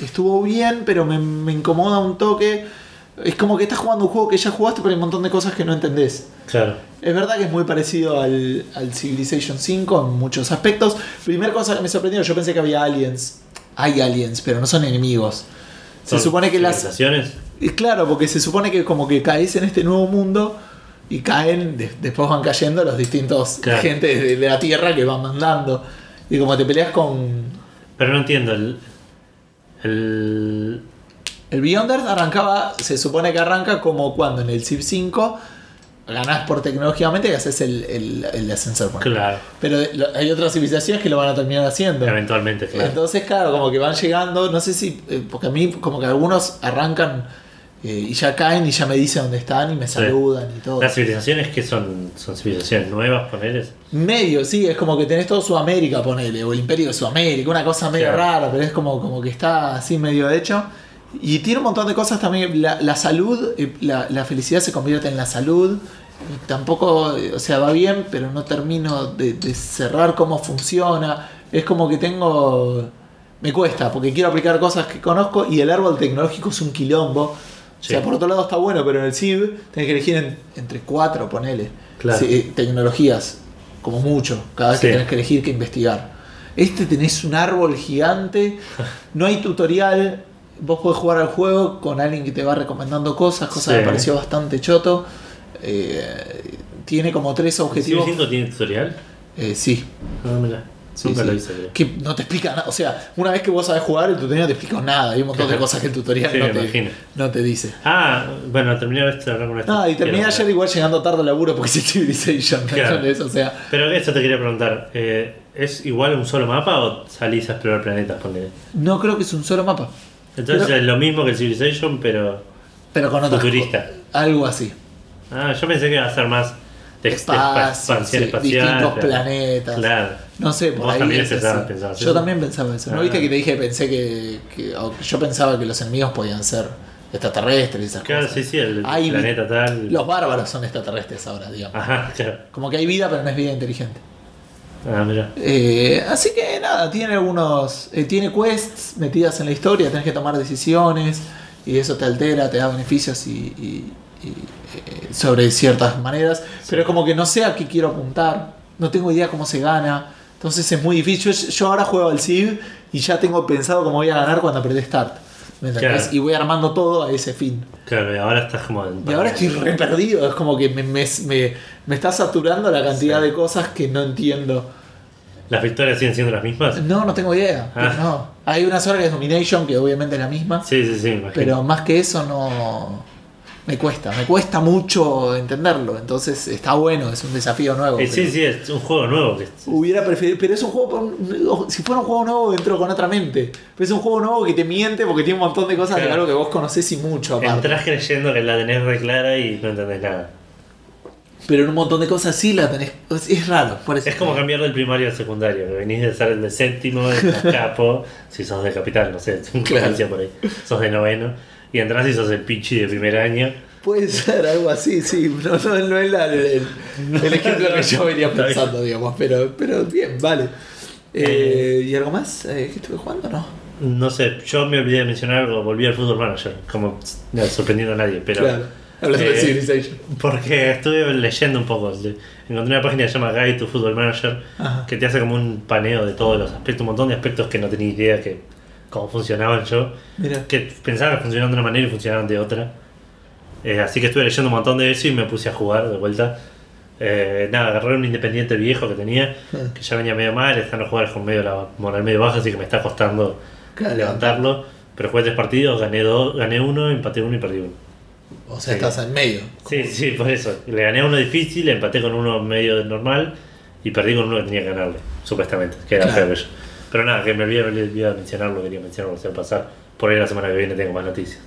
A: estuvo bien, pero me, me incomoda un toque. Es como que estás jugando un juego que ya jugaste, pero hay un montón de cosas que no entendés.
B: Claro.
A: Es verdad que es muy parecido al, al Civilization 5 en muchos aspectos. Primera cosa que me sorprendió, yo pensé que había aliens. Hay aliens, pero no son enemigos. Se
B: Son
A: supone que las,
B: civilizaciones.
A: y claro, porque se supone que como que caes en este nuevo mundo y caen, de- después van cayendo los distintos
B: Claro.
A: gentes de, de la Tierra que van mandando. Y como te peleas con...
B: Pero no entiendo. El, el-
A: El Beyond Earth arrancaba, se supone que arranca como cuando en el Civ 5 ganás por tecnológicamente que haces el, el, el ascensor. ponele.
B: Claro.
A: Pero lo- hay otras civilizaciones que lo van a terminar haciendo.
B: Eventualmente, claro.
A: Entonces, claro, como que van llegando, no sé si, eh, porque a mí como que algunos arrancan eh, y ya caen y ya me dicen dónde están y me saludan y todo.
B: Las civilizaciones que son, son civilizaciones nuevas, poneles.
A: Medio, sí, es como que tenés todo Sudamérica, ponele, o el imperio de Sudamérica, una cosa medio
B: Claro.
A: rara, pero es como, como que está así medio hecho. Y tiene un montón de cosas también, la, la salud, eh, la, la felicidad se convierte en la salud, y tampoco, eh, o sea, va bien, pero no termino de, de cerrar cómo funciona, es como que tengo, me cuesta, porque quiero aplicar cosas que conozco y el árbol tecnológico es un quilombo.
B: Sí.
A: O sea, por otro lado está bueno, pero en el CIV tenés que elegir en- entre cuatro, ponele.
B: Claro.
A: Sí, eh, tecnologías, como mucho, cada vez que
B: Sí.
A: tenés que elegir que investigar. Este tenés un árbol gigante, no hay tutorial, vos podés jugar al juego con alguien que te va recomendando cosas, cosas que
B: Sí.
A: me pareció bastante choto. Eh, tiene como tres
B: ¿Civ
A: objetivos.
B: 5 tiene tutorial?
A: Eh, sí,
B: No, mira.
A: Sí,
B: Nunca
A: sí.
B: lo hice, creo.
A: que no te explica nada. O sea, una vez que vos sabés jugar, el tutorial no te explica nada. Hay un montón de cosas que el tutorial
B: Sí,
A: no,
B: me imagino.
A: te, no te dice.
B: Ah, bueno, terminé esto de hablar con esto.
A: No, Ah, y terminé
B: Quiero-
A: ayer igual llegando tarde al laburo porque [laughs] es Civilization. ¿me
B: Claro.
A: entendés? O sea,
B: Pero esto te quería preguntar. eh, ¿Es igual un solo mapa o salís a explorar planetas, ponele?
A: no creo que es un solo mapa.
B: Entonces
A: Pero-
B: es lo mismo que el Civilization, pero.
A: Pero con otras
B: Futurista.
A: co- Algo así.
B: Ah, yo pensé que iba a ser más de ex- de espa-
A: Espacio,
B: expansión
A: sí,
B: espacial.
A: distintos
B: claro.
A: planetas.
B: Claro.
A: No sé, por
B: Vos
A: ahí
B: también
A: es
B: pensabas-
A: así.
B: pensabas
A: Yo
B: eso.
A: también pensaba eso. ¿No
B: Ah.
A: viste que te dije que pensé que, que- o que yo pensaba que los enemigos podían ser extraterrestres y esas
B: Claro,
A: cosas?
B: sí, sí, el
A: Hay vi-
B: planeta Ah. tal.
A: Los bárbaros son extraterrestres ahora, digamos.
B: Ajá, claro.
A: Como que hay vida, pero no es vida inteligente.
B: Ah, mira.
A: Eh, así que nada, tiene algunos. eh, tiene quests metidas en la historia, tenés que tomar decisiones y eso te altera, te da beneficios y, y- y, eh, sobre ciertas maneras. Pero es como que no sé a qué quiero apuntar, no tengo idea cómo se gana. Entonces es muy difícil. Yo, yo ahora juego al CIV y ya tengo pensado cómo voy a ganar cuando apreté Start. ¿me entendés?
B: Claro.
A: Y voy armando todo a ese fin.
B: Claro, y ahora estás como. en-
A: Y ahora estoy re perdido, es como que me, me, me- me está saturando la cantidad de cosas que no entiendo.
B: ¿Las victorias siguen siendo las mismas?
A: No, no tengo idea. pero
B: Ah.
A: No. Hay una sola que es Domination, que obviamente es la misma.
B: Sí, sí, sí, me imagino.
A: Pero más que eso no. Me cuesta, me cuesta mucho entenderlo. Entonces está bueno, es un desafío nuevo.
B: Eh, sí,
A: pero
B: sí, es un juego nuevo. Que...
A: Hubiera preferido. Pero es un juego. por- Si fuera un juego nuevo, entro con otra mente. Pero es un juego nuevo que te miente porque tiene un montón de cosas de
B: Claro.
A: algo que vos conocés y mucho aparte.
B: Entrás creyendo que la tenés re clara y no entendés nada.
A: Pero en un montón de cosas sí la tenés. Es, es raro, por eso.
B: Es como cambiar del primario al secundario, que venís de ser el de séptimo, de
A: [laughs]
B: capo, si sos de capital, no sé, [laughs] tengo
A: Claro.
B: provincia por ahí, sos de noveno, y entras y sos el pichi de primer año.
A: Puede ser algo así, sí. No, no, no es la- el, el- el ejemplo que yo venía
B: Está bien.
A: pensando, digamos. Pero, pero bien, vale. Eh, ¿Y algo más? Eh, ¿Qué estuve jugando? No.
B: No sé, yo me olvidé de mencionar algo, volví al fútbol manager, como no, sorprendiendo a nadie, pero...
A: claro. Hablando de
B: eh,
A: Civilization.
B: Porque estuve leyendo un poco. le- Encontré una página que se llama Guide to Football Manager
A: Ajá.
B: que te hace como un paneo de todos los aspectos, un montón de aspectos que no tenía idea que cómo funcionaban yo.
A: Mira.
B: Que pensaba que funcionaban de una manera y funcionaban de otra. Eh, así que estuve leyendo un montón de eso y me puse a jugar de vuelta. Eh, nada, agarré un independiente viejo que tenía,
A: Ah.
B: que ya venía medio mal, están los jugadores con medio la moral medio baja, así que me está costando
A: Claro.
B: levantarlo. Pero jugué tres partidos, gané dos, gané uno, empaté uno y perdí uno.
A: O sea,
B: Sí.
A: estás en medio.
B: Sí, [laughs] sí, por eso. Le gané a uno difícil, empaté con uno medio normal y perdí con uno que tenía que ganarle, supuestamente, que era
A: Claro.
B: feo yo. Pero nada, que me olvidé, me olvidé de mencionarlo, quería mencionarlo, se va a pasar. Por ahí la semana que viene tengo más noticias.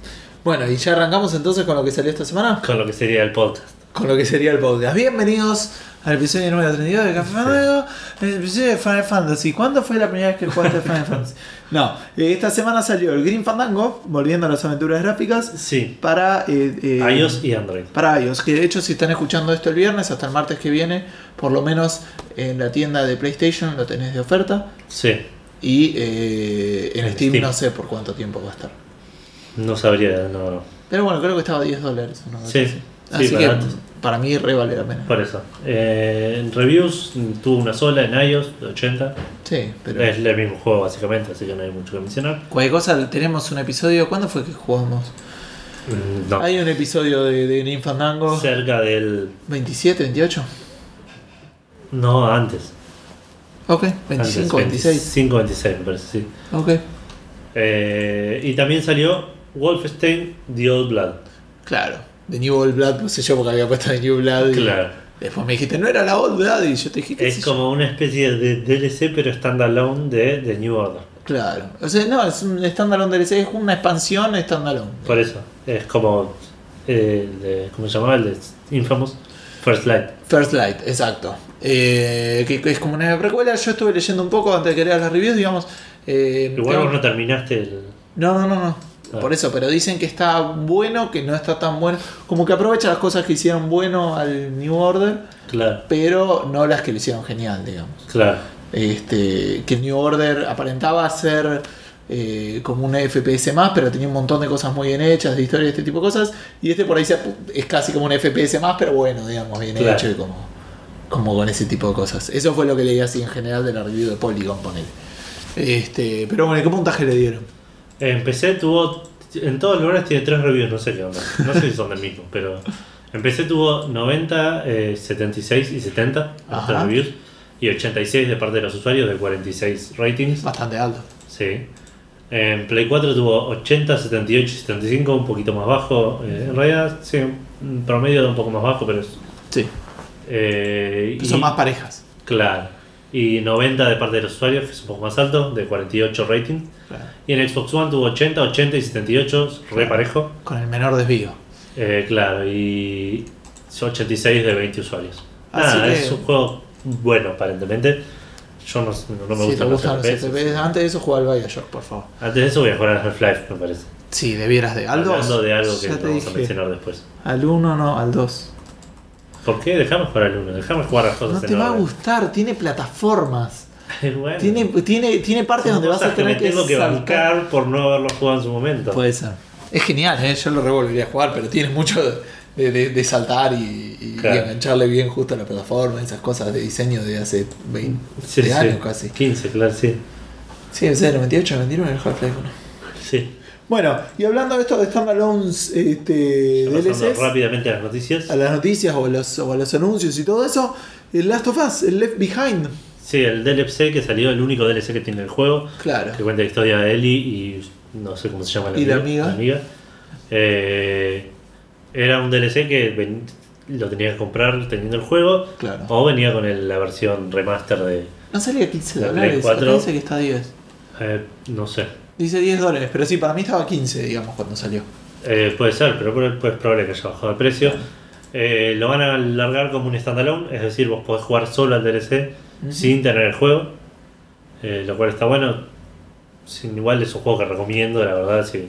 A: Bueno, y ya arrancamos entonces con lo que salió esta semana.
B: Con lo que sería el podcast.
A: con lo que sería el podcast. Bienvenidos al episodio número 32 de Café Fandango, el episodio de Final Fantasy. ¿Cuándo fue la primera vez que jugaste
B: [laughs]
A: Final Fantasy? No, eh, esta semana salió el Green Fandango, volviendo a las aventuras gráficas,
B: Sí,
A: para eh, eh,
B: iOS y Android.
A: Para iOS, que de hecho si están escuchando esto el viernes, hasta el martes que viene, por lo menos en la tienda de PlayStation lo tenés de oferta.
B: Sí,
A: Y eh, en
B: En
A: Steam,
B: Steam.
A: no sé por cuánto tiempo va a estar.
B: no sabría, no, no.
A: Pero bueno, creo que estaba a 10 dólares. una cosa
B: Sí,
A: así.
B: sí,
A: Así que
B: barato.
A: para mí re vale la pena.
B: Por eso. Eh, en reviews mm, tuvo una sola en iOS de 80.
A: Sí, pero...
B: Es el mismo juego básicamente, así que no hay mucho que mencionar.
A: Cualquier cosa, tenemos un episodio. ¿Cuándo fue que jugamos?
B: Mm, No.
A: Hay un episodio de, de Green Fandango.
B: Cerca del...
A: 27, 28.
B: No, antes.
A: Ok,
B: Antes,
A: 25, 26.
B: 25, 26 me parece, sí.
A: Ok,
B: Eh, y también salió Wolfenstein The Old Blood.
A: claro. De New Old Blood, no sé yo, porque había puesto de New Blood. y
B: Claro.
A: Después me dijiste, no era la Old Blood. Y yo te dije, ¿qué sé
B: Es
A: yo?
B: como una especie de DLC pero standalone de The New Order.
A: Claro. O sea, no, es un standalone DLC, es una expansión standalone.
B: Por e- eso. Es como... eh, el de- ¿Cómo se llamaba? El de Infamous First Light.
A: First Light, exacto. Eh, que, que es como una precuela. Yo estuve leyendo un poco antes de que leas las reviews, digamos. eh,
B: Igual
A: tengo-
B: vos no terminaste el...
A: No, no, no, no.
B: Ah.
A: Por eso, pero dicen que está bueno, que no está tan bueno. Como que aprovecha las cosas que hicieron bueno al New Order,
B: Claro,
A: pero no las que lo hicieron genial, digamos.
B: claro.
A: Este, que el New Order aparentaba ser eh, como un FPS más, pero tenía un montón de cosas muy bien hechas, de historia y este tipo de cosas. Y este por ahí se apu- es casi como un FPS más, pero bueno, digamos, bien
B: Claro.
A: hecho y como, como con ese tipo de cosas. Eso fue lo que leí así en general de la review de Polygon, ponele. Este, pero bueno, ¿qué puntaje le dieron?
B: En PC tuvo. En todos los lugares tiene tres reviews, no sé qué onda. No sé si son del mismo, pero. En PC tuvo 90, eh, 76 y 70 los tres
A: Ajá.
B: reviews. Y 86 de parte de los usuarios, de 46 ratings.
A: Bastante alto.
B: Sí. En Play 4 tuvo 80, 78 y 75, un poquito más bajo. eh, en realidad, sí, un promedio un poco más bajo, pero es.
A: Sí.
B: eh,
A: Son
B: y-
A: más parejas.
B: Claro. Y 90 de parte de los usuarios, que es un poco más alto, de 48 ratings. Y en Xbox One tuvo 80, 80 y 78, re parejo.
A: Con el menor desvío.
B: Eh, claro, y 86 de 20 usuarios.
A: Así
B: Nada,
A: que-
B: es un juego bueno, aparentemente. Yo no, no me
A: si te
B: gustan
A: gustan los
B: los FPS.
A: FPS, antes de eso juega al Bioshock, por favor.
B: Antes de eso voy a jugar a Half-Life, me parece.
A: Sí, debieras de. Al 2.
B: Hablando de algo que
A: ya
B: vamos
A: te
B: a
A: dije.
B: mencionar después.
A: Al 1 no, al 2.
B: ¿Por qué? Dejame jugar al 1, dejame jugar las cosas
A: No
B: en
A: te va a
B: orden. [laughs]
A: gustar, tiene plataformas.
B: Bueno,
A: Tiene, tiene, tiene partes
B: son
A: donde vas
B: cosas
A: a tener
B: me
A: que,
B: tengo que
A: saltar.
B: bancar por no haberlo jugado en su momento.
A: Puede ser. Es genial, ¿eh? yo lo revolvería a jugar, pero tiene mucho de, de- de saltar y, y- y
B: Claro.
A: engancharle bien justo a la plataforma, esas cosas de diseño de hace 20
B: Sí, sí.
A: años casi.
B: 15, claro, sí.
A: Sí, en serio, 98, 99 el Half-Life 1.
B: Sí.
A: Bueno, y hablando de esto de standalones este,
B: Pasando
A: DLCs,
B: rápidamente a las noticias.
A: a las noticias o a, los, o a los anuncios y todo eso, el Last of Us, el Left Behind.
B: Sí, el DLC que salió, el único DLC que tiene el juego,
A: Claro.
B: que cuenta la historia de Ellie y no sé cómo se llama la
A: Y la amiga.
B: la Eh, era un DLC que ven- lo tenías que comprar teniendo el juego
A: Claro.
B: o venía con el- la versión remaster de...
A: No salía 15
B: La
A: dólares,
B: Play
A: acá
B: 4.
A: dice que está 10.
B: eh, no sé,
A: Dice 10 dólares, pero sí, para mí estaba 15, digamos, cuando salió.
B: Eh, puede ser, pero por- pues, es probable que haya bajado de precio. Eh, lo van a largar como un standalone, es decir, vos podés jugar solo al DLC sin tener el juego, eh, lo cual está bueno. Sin, igual es un juego que recomiendo, la verdad, si,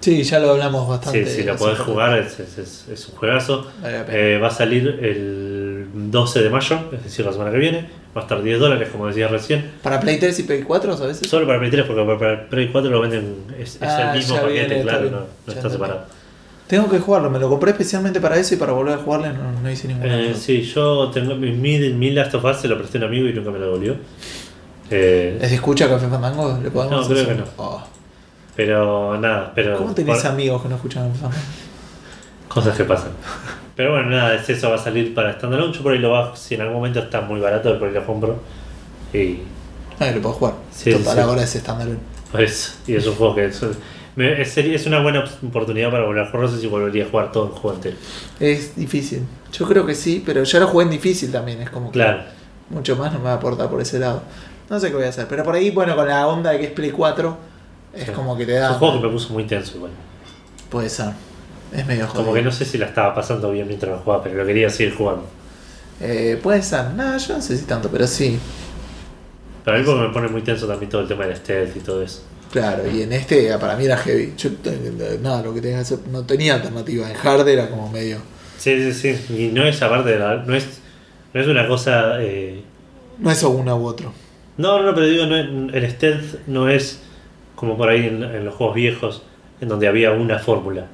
A: Sí, ya lo hablamos
B: si,
A: bastante.
B: si lo
A: Hace
B: podés
A: poco.
B: jugar es, es- es- es un juegazo.
A: Vale la pena.
B: Eh, va a salir el 12 de mayo, es decir, la semana que viene. Va a estar 10 dólares, como decía recién.
A: Para Play 3 y Play 4, ¿sabes? eso?
B: Solo para Play 3, porque para- para Play 4 lo venden, es, es
A: Ah,
B: el mismo
A: ya
B: paquete,
A: viene, está
B: claro,
A: bien.
B: no, no
A: Ya
B: está
A: entendí.
B: separado.
A: Tengo que jugarlo, me lo compré especialmente para eso y para volver a jugarle no, no hice ningún.
B: Eh,
A: otro.
B: sí, yo tengo mi, mi, mi Last of Us, se lo presté a un amigo y nunca me lo devolvió. Eh,
A: ¿Les escucha Café Fandango? ¿Le podemos
B: No, creo
A: hacer
B: que
A: un-
B: no.
A: Oh.
B: pero nada, pero.
A: ¿Cómo tenés
B: por-
A: amigos que no escuchan Café Fandango?
B: Cosas que pasan. Pero bueno, nada, es eso va a salir para standalone. Yo por ahí lo bajo, si en algún momento está muy barato, por ahí lo compro. Y
A: Ah, lo puedo jugar.
B: Sí,
A: Total,
B: sí.
A: ahora es standalone.
B: por eso, y es un juego que es, me- es, sería- es una buena oportunidad para volver a jugar. No sé si volvería a jugar todo el juego entero.
A: Es difícil. Yo creo que sí, pero ya lo jugué en difícil también. Es como que
B: Claro,
A: mucho más no me va a aportar por ese lado. No sé qué voy a hacer. Pero por ahí, bueno, con la onda de que es Play 4, es
B: Sí.
A: como que te
B: es
A: da.
B: un juego que me puso muy tenso igual.
A: Puede ser. Es medio jodido.
B: Como que no sé si la estaba pasando bien mientras lo jugaba, pero lo quería seguir jugando.
A: Eh, puede ser, no, yo no sé si tanto, pero sí.
B: Pero a mí porque me pone muy tenso también todo el tema del stealth y todo eso.
A: Claro, y en este para mí era heavy. Yo eh, nada, lo que tenía que hacer, no tenía alternativa. En hard era como medio.
B: Sí, sí, sí. Y no es aparte de la. No es, no es una cosa. eh,
A: No es o una u otro.
B: No, no, no, pero digo, no es- el stealth no es como por ahí en, en los juegos viejos, en donde había una fórmula.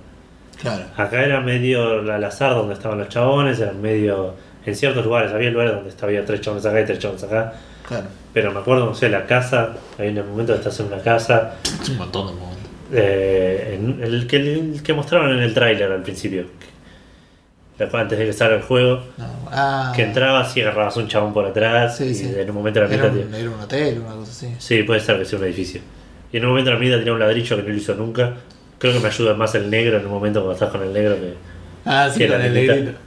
A: Claro.
B: Acá era medio al azar donde estaban los chabones, eran medio. En ciertos lugares, había lugares donde había tres chabones acá y tres chabones acá.
A: Claro.
B: Pero me acuerdo, no sé, la casa, hay un momento que estás en una casa,
C: Es un montón de momentos.
B: eh, en- el, que, el que mostraron en el tráiler al principio, que- antes de que salga el juego,
A: No. Ah,
B: que entrabas y agarrabas un chabón por atrás
A: Sí,
B: y
A: sí.
B: en un momento la
A: era,
B: mitad...
A: un, era un hotel, una cosa así.
B: Sí, puede ser que sea un edificio. Y en un momento la mitad tenía un ladrillo que no lo hizo nunca. Creo que me ayuda más el negro en un momento cuando estás con el negro que...
A: Ah, sí,
B: Que
A: con
B: la
A: el
B: negrita.
A: negrito.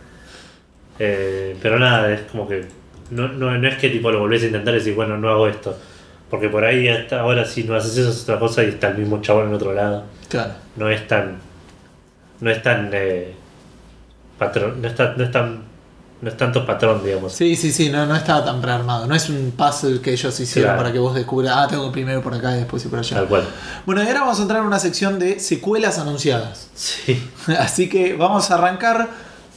B: Eh, pero nada, es como que. No, no, no es que tipo lo volvés a intentar y decís, bueno, no hago esto. Porque por ahí hasta ahora si no haces eso es otra cosa y está el mismo chabón en otro lado.
A: Claro.
B: No es tan. No es tan. eh, patrón. No, está, no es tan. No es tanto patrón, digamos.
A: Sí, sí, sí, no, no estaba tan prearmado. No es un puzzle que ellos hicieron
B: Claro.
A: para que vos descubras, ah, tengo que primero por acá y después ir por allá.
B: Tal cual.
A: Bueno, y ahora vamos a entrar en una sección de secuelas anunciadas. [laughs]
B: Sí.
A: Así que vamos a arrancar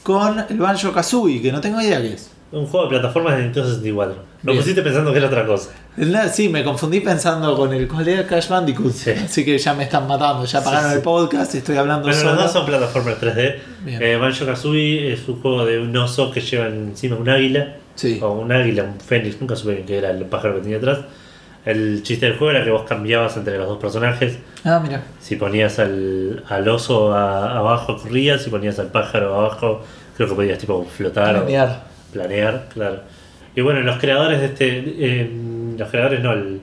A: con el Banjo Kazooie, que no tengo idea qué es.
B: Un juego de plataformas de Nintendo 64. Lo
A: Bien.
B: pusiste pensando que era otra cosa.
A: Es la- Sí, me confundí pensando con el colega Crash Bandicoot. [laughs]
B: Sí.
A: Así que ya me están matando, ya pagaron el podcast, estoy hablando
B: Bueno, los
A: solo.
B: dos son plataformas 3D.
A: Bien.
B: Eh, Banjo Kazooie es un juego de un oso que lleva encima un águila.
A: Sí.
B: o un águila, un fénix, nunca supe bien qué era el pájaro que tenía atrás. El chiste del juego era que vos cambiabas entre los dos personajes.
A: Ah, mira.
B: Si ponías al, al oso a- abajo, corrías. Si ponías al pájaro abajo, creo que podías tipo flotar. o
A: Planear.
B: planear, claro. Y bueno, los creadores de este. eh, los creadores no, el-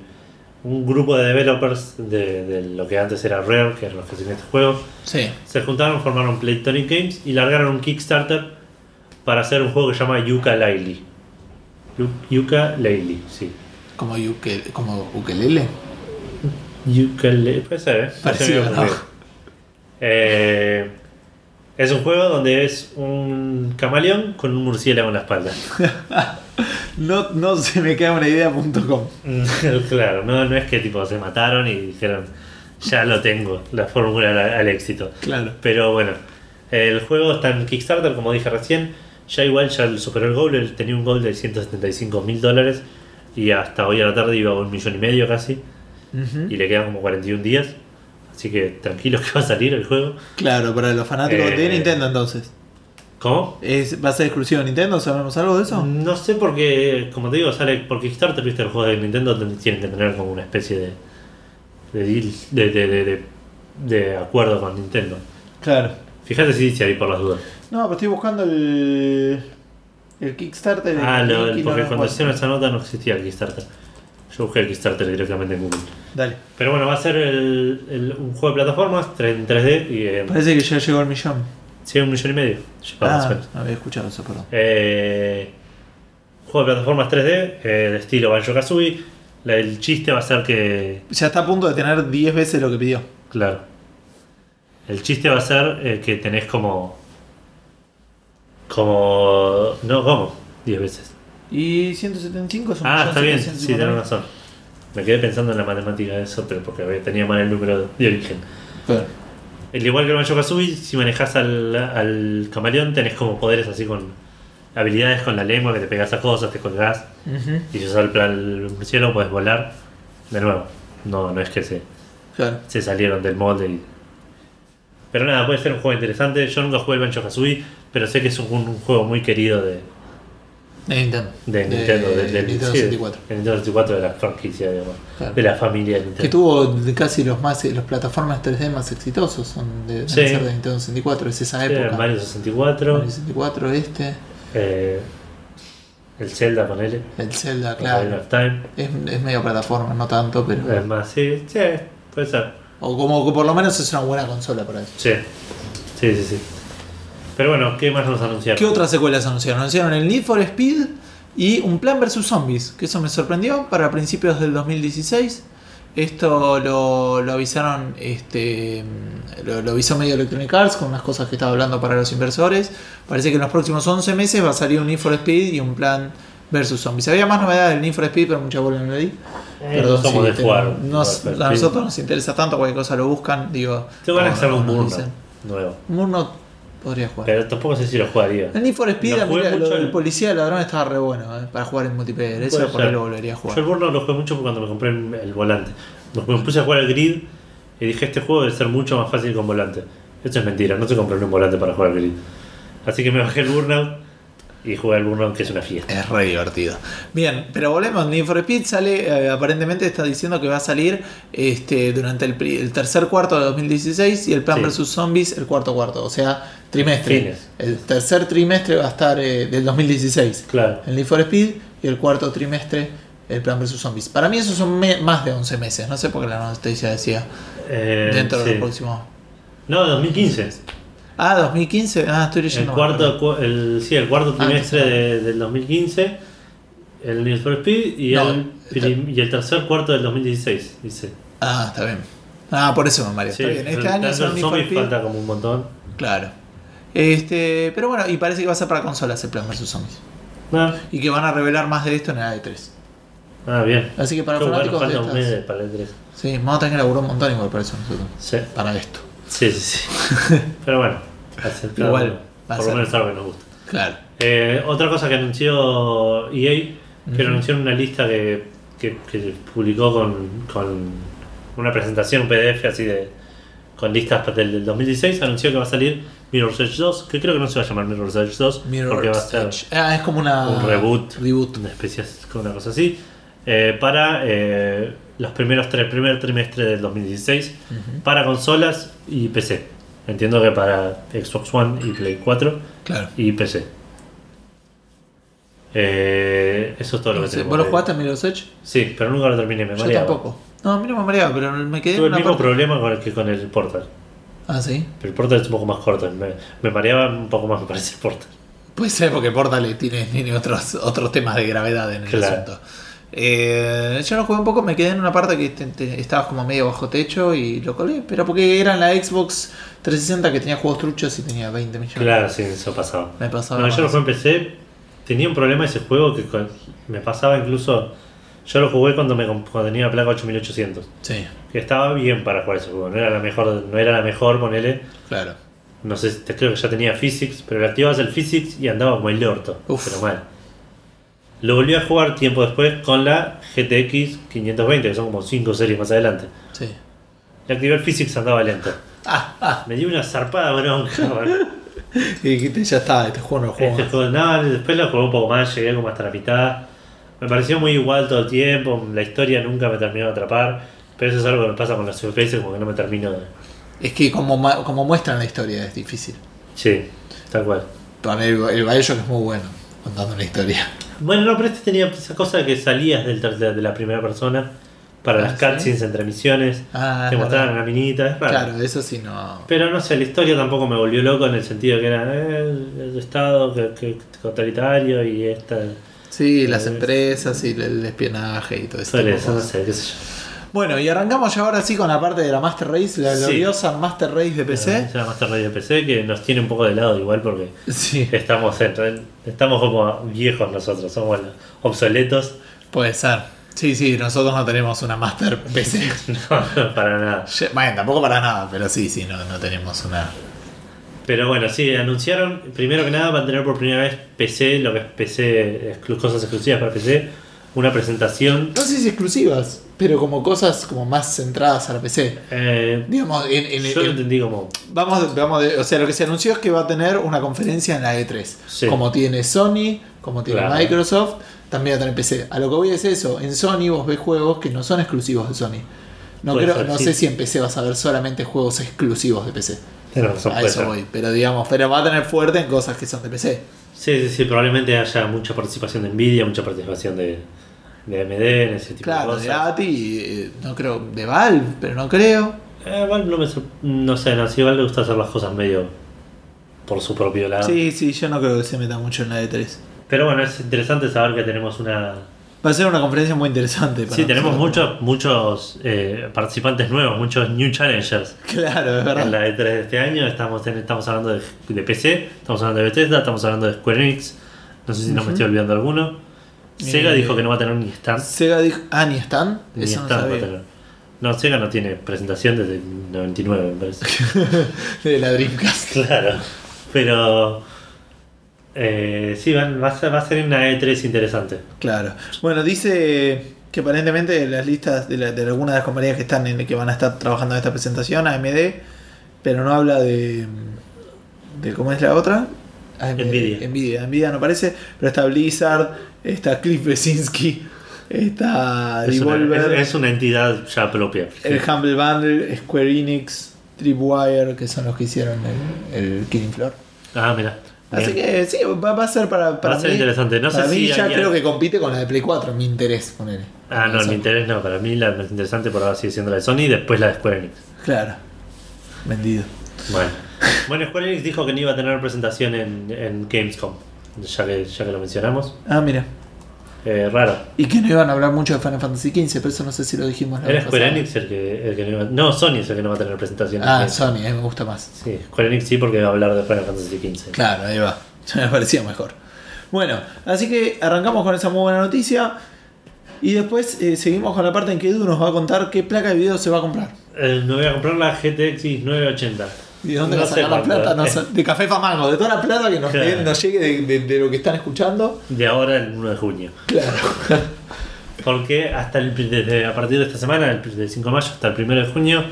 B: un grupo de developers de, de lo que antes era Rare, que eran los que hacían este juego
A: Sí.
B: se juntaron, formaron Playtonic Games y largaron un Kickstarter para hacer un juego que se llama Yuka Laili. Yuka Laili, sí.
A: Como, uke- como ukelele.
B: Yuka Laili, puede ser, ¿eh?
A: Parecido,
B: Se me había
A: ¿no?
B: ocurrido. Eh, es un juego donde es un camaleón con un murciélago en la espalda.
A: No, no se me queda una idea.com.
B: [laughs] claro, no, no es que tipo se mataron y dijeron, ya lo tengo, la fórmula al- al éxito.
A: Claro.
B: Pero bueno, el juego está en Kickstarter, como dije recién. Ya igual ya lo superó el goal, él tenía un goal de 175 mil dólares y hasta hoy a la tarde iba a un millón y medio casi
A: Ujú.
B: y le quedan como 41 días. Así que tranquilo que va a salir el juego.
A: Claro, para los fanáticos de
B: Eh.
A: Nintendo entonces.
B: ¿Cómo?
A: ¿Es, ¿Va a ser exclusivo de Nintendo? ¿Sabemos algo de eso?
B: No sé por qué, como te digo, sale por Kickstarter, viste, los juegos de Nintendo ten- tienen que tener como una especie de de, deal- de, de, de, de- de acuerdo con Nintendo.
A: Claro.
B: Fíjate si dice ahí por las dudas.
A: No, pero estoy buscando el. El Kickstarter.
B: Ah, lo,
A: link y no lo
B: porque cuando
A: encuentro.
B: hicieron esa nota no existía el Kickstarter. Yo busqué el Kickstarter directamente en Google.
A: Dale.
B: Pero bueno, va a ser el- el- un juego de plataformas tre- en 3D y eh,
A: Parece que ya llegó el millón.
B: sí, un millón y medio. Lleva más o
A: Ah,
B: menos.
A: no había escuchado eso, perdón.
B: Eh, juego de plataformas 3D eh, de estilo Banjo Kazooie. El chiste va a ser que.
A: Ya está a punto de tener 10 veces lo que pidió.
B: Claro. El chiste va a ser eh, que tenés como. Como. No, como. 10 veces.
A: Y 175 son
B: Ah,
A: son
B: está bien,
A: 750.
B: sí, tenés razón. Me quedé pensando en la matemática de eso, pero porque tenía mal el número de origen.
A: Claro.
B: El igual que el Banjo Kazooie, si manejas al, al camaleón, tenés como poderes así con habilidades con la lengua, que te pegas a cosas, te colgás,
A: Ujú,
B: y si usas el plan cielo, puedes volar. De nuevo, no, no es que se,
A: claro.
B: se salieron del molde. y- Pero nada, puede ser un juego interesante. Yo nunca jugué el Banjo Kazooie, pero sé que es un, un juego muy querido de,
A: De Nintendo.
B: de Nintendo, de, de-
A: Eh, Nintendo
B: sí,
A: 64.
B: de Nintendo 64, de la franquicia, digamos,
A: Claro.
B: de la familia de Nintendo.
A: Que tuvo casi los más los plataformas 3D más exitosos son de, deben
B: Sí.
A: ser de Nintendo 64, es esa
B: Sí,
A: época.
B: el Mario 64,
A: Mario 64 este,
B: eh, el Zelda, ponele.
A: el Zelda,
B: Ocarina
A: claro.
B: of Time.
A: Es, es medio plataforma, no tanto, pero
B: Es más, sí, sí, puede ser.
A: o como que por lo menos es una buena consola para eso.
B: Sí. sí, sí, sí. Pero bueno, ¿qué más nos anunciaron?
A: ¿Qué otras secuelas anunciaron? Anunciaron el Need for Speed y un Plan vs Zombies, que eso me sorprendió para principios del 2016. Esto lo, lo avisaron, este, mm, lo, lo avisó medio Electronic Arts con unas cosas que estaba hablando para los inversores. Parece que en los próximos 11 meses va a salir un Need for Speed y un plan versus zombies. Había más novedades del Need for Speed, pero mucha bola no le di.
B: Eh, no somos de
A: te-
B: jugar,
A: nos-
B: Need for
A: a
B: Speed.
A: nosotros nos interesa tanto, cualquier cosa lo buscan. Digo,
B: Tengo ganas de hacer
A: no,
B: un
A: no
B: Burnout
A: dicen.
B: nuevo.
A: Moon no podría jugar.
B: Pero tampoco sé si lo jugaría.
A: el Need for Speed,
B: Lo
A: a mí
B: jugué
A: lo-
B: mucho
A: lo del
B: el-
A: policía del ladrón estaba re bueno eh, para jugar en multiplayer. Eso
B: Puede
A: por ahí
B: ser.
A: lo volvería a jugar.
B: Yo el Burnout lo jugué mucho cuando me compré el el volante. Me me puse a jugar al grid y dije, este juego debe ser mucho más fácil con volante. Esto es mentira, no se compró un volante para jugar al grid. Así que me bajé el Burnout y jugué al Burnout, que es una fiesta.
A: Es re divertido. Bien, pero volvemos. Need for Speed sale, eh, aparentemente está diciendo que va a salir este, durante el, pri- el tercer cuarto de 2016 y el Plan
B: Sí.
A: vs. Zombies el cuarto cuarto, o sea, trimestre.
B: Fines.
A: El tercer trimestre va a estar eh, del 2016.
B: Claro.
A: El Need for Speed y el cuarto trimestre el Plan vs. Zombies. Para mí eso son me- más de 11 meses, no sé por qué la noticia decía
B: Eh,
A: dentro de
B: sí.
A: los próximos...
B: No, 2015.
A: Ah, 2015, ah, estoy
B: El
A: leyendo. mal.
B: cuarto, cu- el, sí, el cuarto
A: Ah,
B: trimestre
A: sí.
B: de- del 2015, el Need for Speed y,
A: No,
B: el,
A: está-
B: prim- y el tercer cuarto del 2016, dice.
A: Ah, está bien. Ah, por eso me mareo.
B: Sí,
A: está bien. Este
B: pero
A: año
B: tanto
A: son
B: el
A: Need for
B: zombie
A: Speed.
B: falta como un montón.
A: Claro. Este, pero bueno, y parece que va a ser para consolas el Plan vs Zombies.
B: Ah,
A: Y que van a revelar más de esto en el E3.
B: ah, bien.
A: Así que para
B: Yo, bueno,
A: fanáticos
B: falta
A: de
B: un
A: estas-
B: mes de- para el 3.
A: Sí, vamos a tener que laburar un montón igual para eso nosotros.
B: Sí,
A: Para esto.
B: sí, sí.
A: [laughs]
B: sí. pero bueno, aceptado.
A: Igual, va a
B: por
A: ser.
B: lo menos algo que nos gusta.
A: Claro.
B: Eh, otra cosa que anunció EA, que
A: Ujú.
B: anunció una lista que, que- que publicó con, con una presentación PDF así de con listas del, del 2016, anunció que va a salir Mirror's Edge 2, que creo que no se va a llamar Mirror's Edge 2, porque va a
A: Mirror's
B: ser
A: Edge. Ah, es como una.
B: un reboot,
A: Reboot.
B: una especie así- una cosa así, eh, para eh, los primeros tres, primer trimestre del 2016, para consolas y PC. Entiendo que para Xbox One y Play 4
A: Claro.
B: y PC. Eh, eso es todo lo que
A: Sí,
B: tenemos.
A: ¿Vos lo
B: Eh,
A: jugaste a Mirror's Edge?
B: Sí, pero nunca lo terminé, me
A: Yo
B: mareaba.
A: tampoco. No, a mí no me mareaba, pero me quedé
B: Tuve el
A: en una
B: mismo
A: parte-
B: problema con el, que con el Portal.
A: Ah, sí.
B: Pero el Portal es un poco más corto. Me, me mareaba un poco más, me parece el Portal.
A: Puede ser porque Portal tiene, tiene otros, otros temas de gravedad en el
B: Claro.
A: asunto. Eh, yo lo jugué un poco, me quedé en una parte que te- te- estabas como medio bajo techo y lo colé, pero porque era en la Xbox 360 que tenía juegos truchos y tenía 20 millones.
B: Claro, sí, eso pasaba.
A: Me pasaba.
B: No, yo lo
A: más.
B: jugué en PC. Tenía un problema ese juego que con- me pasaba incluso. Yo lo jugué cuando, me, comp- cuando tenía la placa 8800.
A: Sí,
B: Que estaba bien para jugar ese juego. No era la mejor, no era la mejor ponele.
A: claro.
B: No sé, te- creo que ya tenía physics, pero le activabas el physics y andaba como el orto.
A: Uf.
B: Pero mal. Lo volví a jugar tiempo después con la GTX 520, que son como 5 series más adelante.
A: Sí.
B: Le activé el physics, andaba lento.
A: Ah, ah.
B: Me dio una zarpada bronca. [laughs] man.
A: Y dijiste, ya está, este juego no lo juego
B: este [laughs]
A: más.
B: juego, no, después lo jugué un poco más, llegué como hasta la mitad. Me pareció muy igual todo el tiempo, la historia nunca me terminó de atrapar. Pero eso es algo que me pasa con los FPS, como que no me termino de.
A: Es que como, ma- como muestran la historia es difícil.
B: Sí, tal cual.
A: Para el, el Bioshock es muy bueno contando una historia.
B: Bueno, no, pero este tenía esa cosa de que salías del ter- de la primera persona para
A: Ah,
B: las
A: ¿sí?
B: cutscenes entre misiones,
A: Ah,
B: te
A: es
B: mostraban
A: verdad.
B: una minita, es raro.
A: Claro, eso sí no.
B: Pero no sé, la historia tampoco me volvió loco en el sentido que era eh, el, el Estado que, que- totalitario y esta.
A: Este Sí, las
B: Eh,
A: empresas y el, el espionaje y todo eso.
B: Suele eso, no sé, qué sé yo.
A: Bueno, y arrancamos ya ahora sí con la parte de la Master Race, la
B: Sí.
A: gloriosa Master Race de
B: Eh,
A: PC.
B: Se llama Master Radio PC que nos tiene un poco de lado igual porque
A: Sí,
B: estamos en- estamos como viejos nosotros, somos los obsoletos. [laughs]
A: puede ser. Sí, sí, nosotros no tenemos una Master PC.
B: No, para nada.
A: Ye- bueno, tampoco para nada, pero sí, sí, no, no tenemos una.
B: Pero bueno, sí, anunciaron, primero que nada van a tener por primera vez PC, lo que es PC, exclu- cosas exclusivas para PC, una presentación.
A: No sé si exclusivas, pero como cosas como más centradas a la PC.
B: eh,
A: Digamos, en, en-
B: yo lo
A: en-
B: entendí como...
A: Vamos, vamos de- o sea, lo que se anunció es que va a tener una conferencia en la E3.
B: Sí.
A: Como tiene Sony, como tiene
B: Claro.
A: Microsoft, también va a tener PC. A lo que voy es eso, en Sony vos ves juegos que no son exclusivos de Sony. No,
B: Puede
A: creo,
B: ser,
A: no
B: sí.
A: sé si en PC vas a ver solamente juegos exclusivos de PC.
B: tenés razón,
A: a
B: puede
A: eso
B: ser.
A: voy. Pero digamos, pero va a tener fuerte en cosas que son de PC.
B: Sí, sí, sí, probablemente haya mucha participación de Nvidia, mucha participación de, de AMD, en ese tipo
A: Claro,
B: de
A: de
B: cosas.
A: ATI, eh, no creo, de Valve, pero no creo.
B: Eh, Valve no, me sor- no sé, no, si Valve le gusta hacer las cosas medio por su propio lado.
A: sí, yo no creo que se meta mucho en la E E3.
B: Pero bueno, es interesante saber que tenemos una,
A: Va a ser una conferencia muy interesante. para
B: Sí, tenemos
A: nosotros.
B: muchos, muchos eh, participantes nuevos, muchos new challengers.
A: [laughs] Claro, es
B: En
A: verdad.
B: la E3 de este año estamos, ten- estamos hablando de, de PC, estamos hablando de Bethesda, estamos hablando de Square Enix. No sé si no me estoy olvidando de alguno. Sega
A: Eh,
B: dijo que no va a tener ni stand.
A: Sega dijo. Ah, ni están.
B: Ni
A: Eso no
B: stand va a
A: sabía.
B: tener. No, Sega no tiene presentación desde 99, me
A: [laughs]
B: parece.
A: De la Dreamcast.
B: Claro, pero eh, sí, van- va a, ser, va a ser una E3 interesante.
A: Claro. Bueno, dice que aparentemente las listas de, la- de algunas de las compañías que están en que van a estar trabajando en esta presentación, AMD, pero no habla de. de ¿Cómo es la otra? AMD,
B: Nvidia.
A: Nvidia, Nvidia no parece, pero está Blizzard, está Cliff Besinski, está
B: Es una,
A: Devolver,
B: es- es una entidad ya propia.
A: el Humble Bundle, Square Enix, Tripwire, que son los que hicieron el, el Killing Floor.
B: Ah, mira.
A: Así
B: Bien.
A: que sí, va, va a ser para, para
B: a ser interesante. No sé
A: para mí
B: si
A: ya
B: hay-
A: creo que compite con la de Play 4, mi interés poner.
B: Ah, no, mi interés no. Para mí la más interesante por ahora sigue siendo la de Sony y después la de Square Enix.
A: Claro. Vendido. [laughs]
B: Bueno. bueno, Square Enix dijo que no iba a tener presentación en, en Gamescom, ya que, ya que lo mencionamos.
A: Ah, mira.
B: Eh, raro.
A: Y que no iban a hablar mucho de Final Fantasy XV, pero eso Ah, no sé si lo dijimos la
B: Era
A: vez
B: Square
A: pasada.
B: Enix el que, el que no iba No, Sony es el que no va a tener presentación. en
A: Ah,
B: Gamescom.
A: Sony, eh, me gusta más.
B: Sí, Square Enix sí porque va a hablar de Final Fantasy XV.
A: Claro, ahí va. [laughs] Ya me parecía mejor. Bueno, así que arrancamos con esa muy buena noticia. Y después eh, seguimos con la parte en que Edu nos va a contar qué placa de video se va a comprar.
B: Eh, me voy a comprar la GTX 980.
A: ¿Y de dónde
B: No
A: va a
B: sé
A: sacar la
B: cuánto,
A: plata? No
B: eh.
A: sé. de Café Famango, de toda la plata que nos,
B: Claro.
A: den- nos llegue de, de- de lo que están escuchando.
B: De ahora el 1 de junio.
A: Claro. [laughs]
B: Porque hasta el, desde, a partir de esta semana, el, del 5 de mayo hasta el 1 de junio,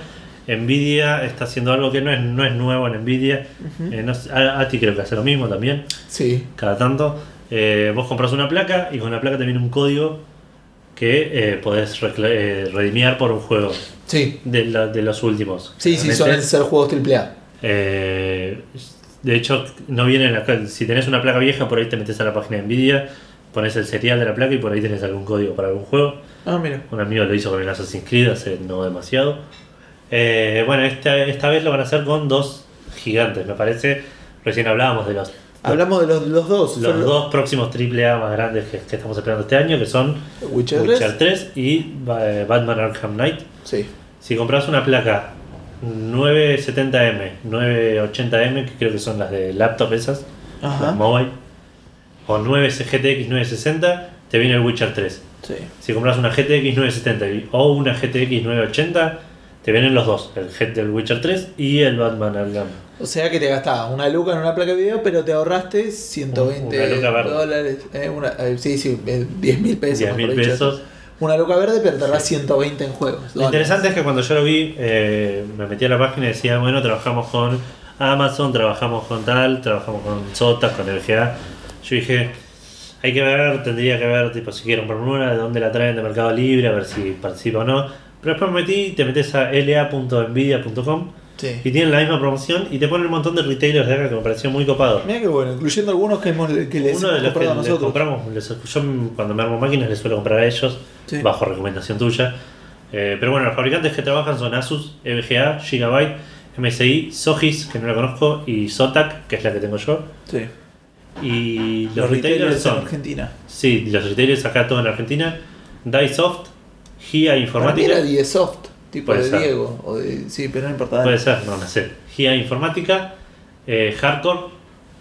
B: Nvidia está haciendo algo que no es, no es nuevo en Nvidia. Eh, no sé, a- ATI creo que hace lo mismo también,
A: Sí.
B: cada tanto. Eh, vos compras una placa y con la placa te viene un código que eh, podés recla- eh, redimiar por un juego
A: Sí.
B: de, la- de los últimos.
A: Sí, sí,
B: Realmente,
A: suelen ser juegos AAA.
B: Eh, de hecho, no vienen acá. Si tenés una placa vieja, por ahí te metes a la página de Nvidia, pones el serial de la placa y por ahí tenés algún código para algún juego.
A: Ah, mira.
B: Un amigo lo hizo con el Assassin's Creed hace no demasiado. Eh, bueno, esta, esta vez lo van a hacer con dos gigantes, me parece. Recién hablábamos de los,
A: Ah. Hablamos de los, los dos.
B: los
A: Son
B: dos próximos AAA más grandes que, que estamos esperando este año, que son
A: Witcher, 3.
B: Witcher 3 y eh, Batman Arkham Knight.
A: Sí.
B: Si compras una placa 970M, 980M, que creo que son las de laptop esas, las
A: Ajá.
B: mobile, o 9 GTX 960, te viene el Witcher 3.
A: Sí.
B: Si compras una GTX 970 y- o una GTX 980, te vienen los dos, el G del Witcher 3 y el Batman Arkham.
A: O sea que te gastabas una luca en una placa de video, pero te ahorraste 120
B: Una luca verde.
A: dólares. eh, una- eh, sí, sí, eh, 10 mil pesos.
B: 10 mil
A: mejor dicho.
B: pesos.
A: Una luca verde, pero te ahorras 120 en juegos.
B: Lo interesante es que cuando yo lo vi, eh, me metí a la página y decía, bueno, trabajamos con Amazon, trabajamos con tal, trabajamos con Sotas, con LGA. Yo dije, hay que ver, tendría que ver, tipo, si quieren comprar una, de dónde la traen de Mercado Libre, a ver si participa o no. Pero después me metí, te metes a la.nvidia.com y
A: Sí.
B: tienen la misma promoción y te ponen un montón de retailers de acá que me pareció muy copado.
A: Mira qué bueno, incluyendo algunos que, hemos, que les
B: Uno de
A: hemos
B: los que
A: comprado a
B: les
A: nosotros.
B: compramos, les- yo cuando me armo máquinas les suelo comprar a ellos,
A: Sí.
B: bajo recomendación tuya. Eh, pero bueno, los fabricantes que trabajan son Asus, E EVGA, Gigabyte, MSI, Sogis, que no la conozco, y Zotac, que es la que tengo yo.
A: Sí.
B: Y los, retailers,
A: en
B: son,
A: Argentina.
B: sí, los retailers acá todo en Argentina, Daisoft, GIA
A: Para mí
B: Informática,
A: era 10 soft, tipo
B: Puede
A: de
B: ser.
A: Diego. O de, sí, pero no importa. dale.
B: puede ser, no, no sé, GIA Informática, eh, Hardcore,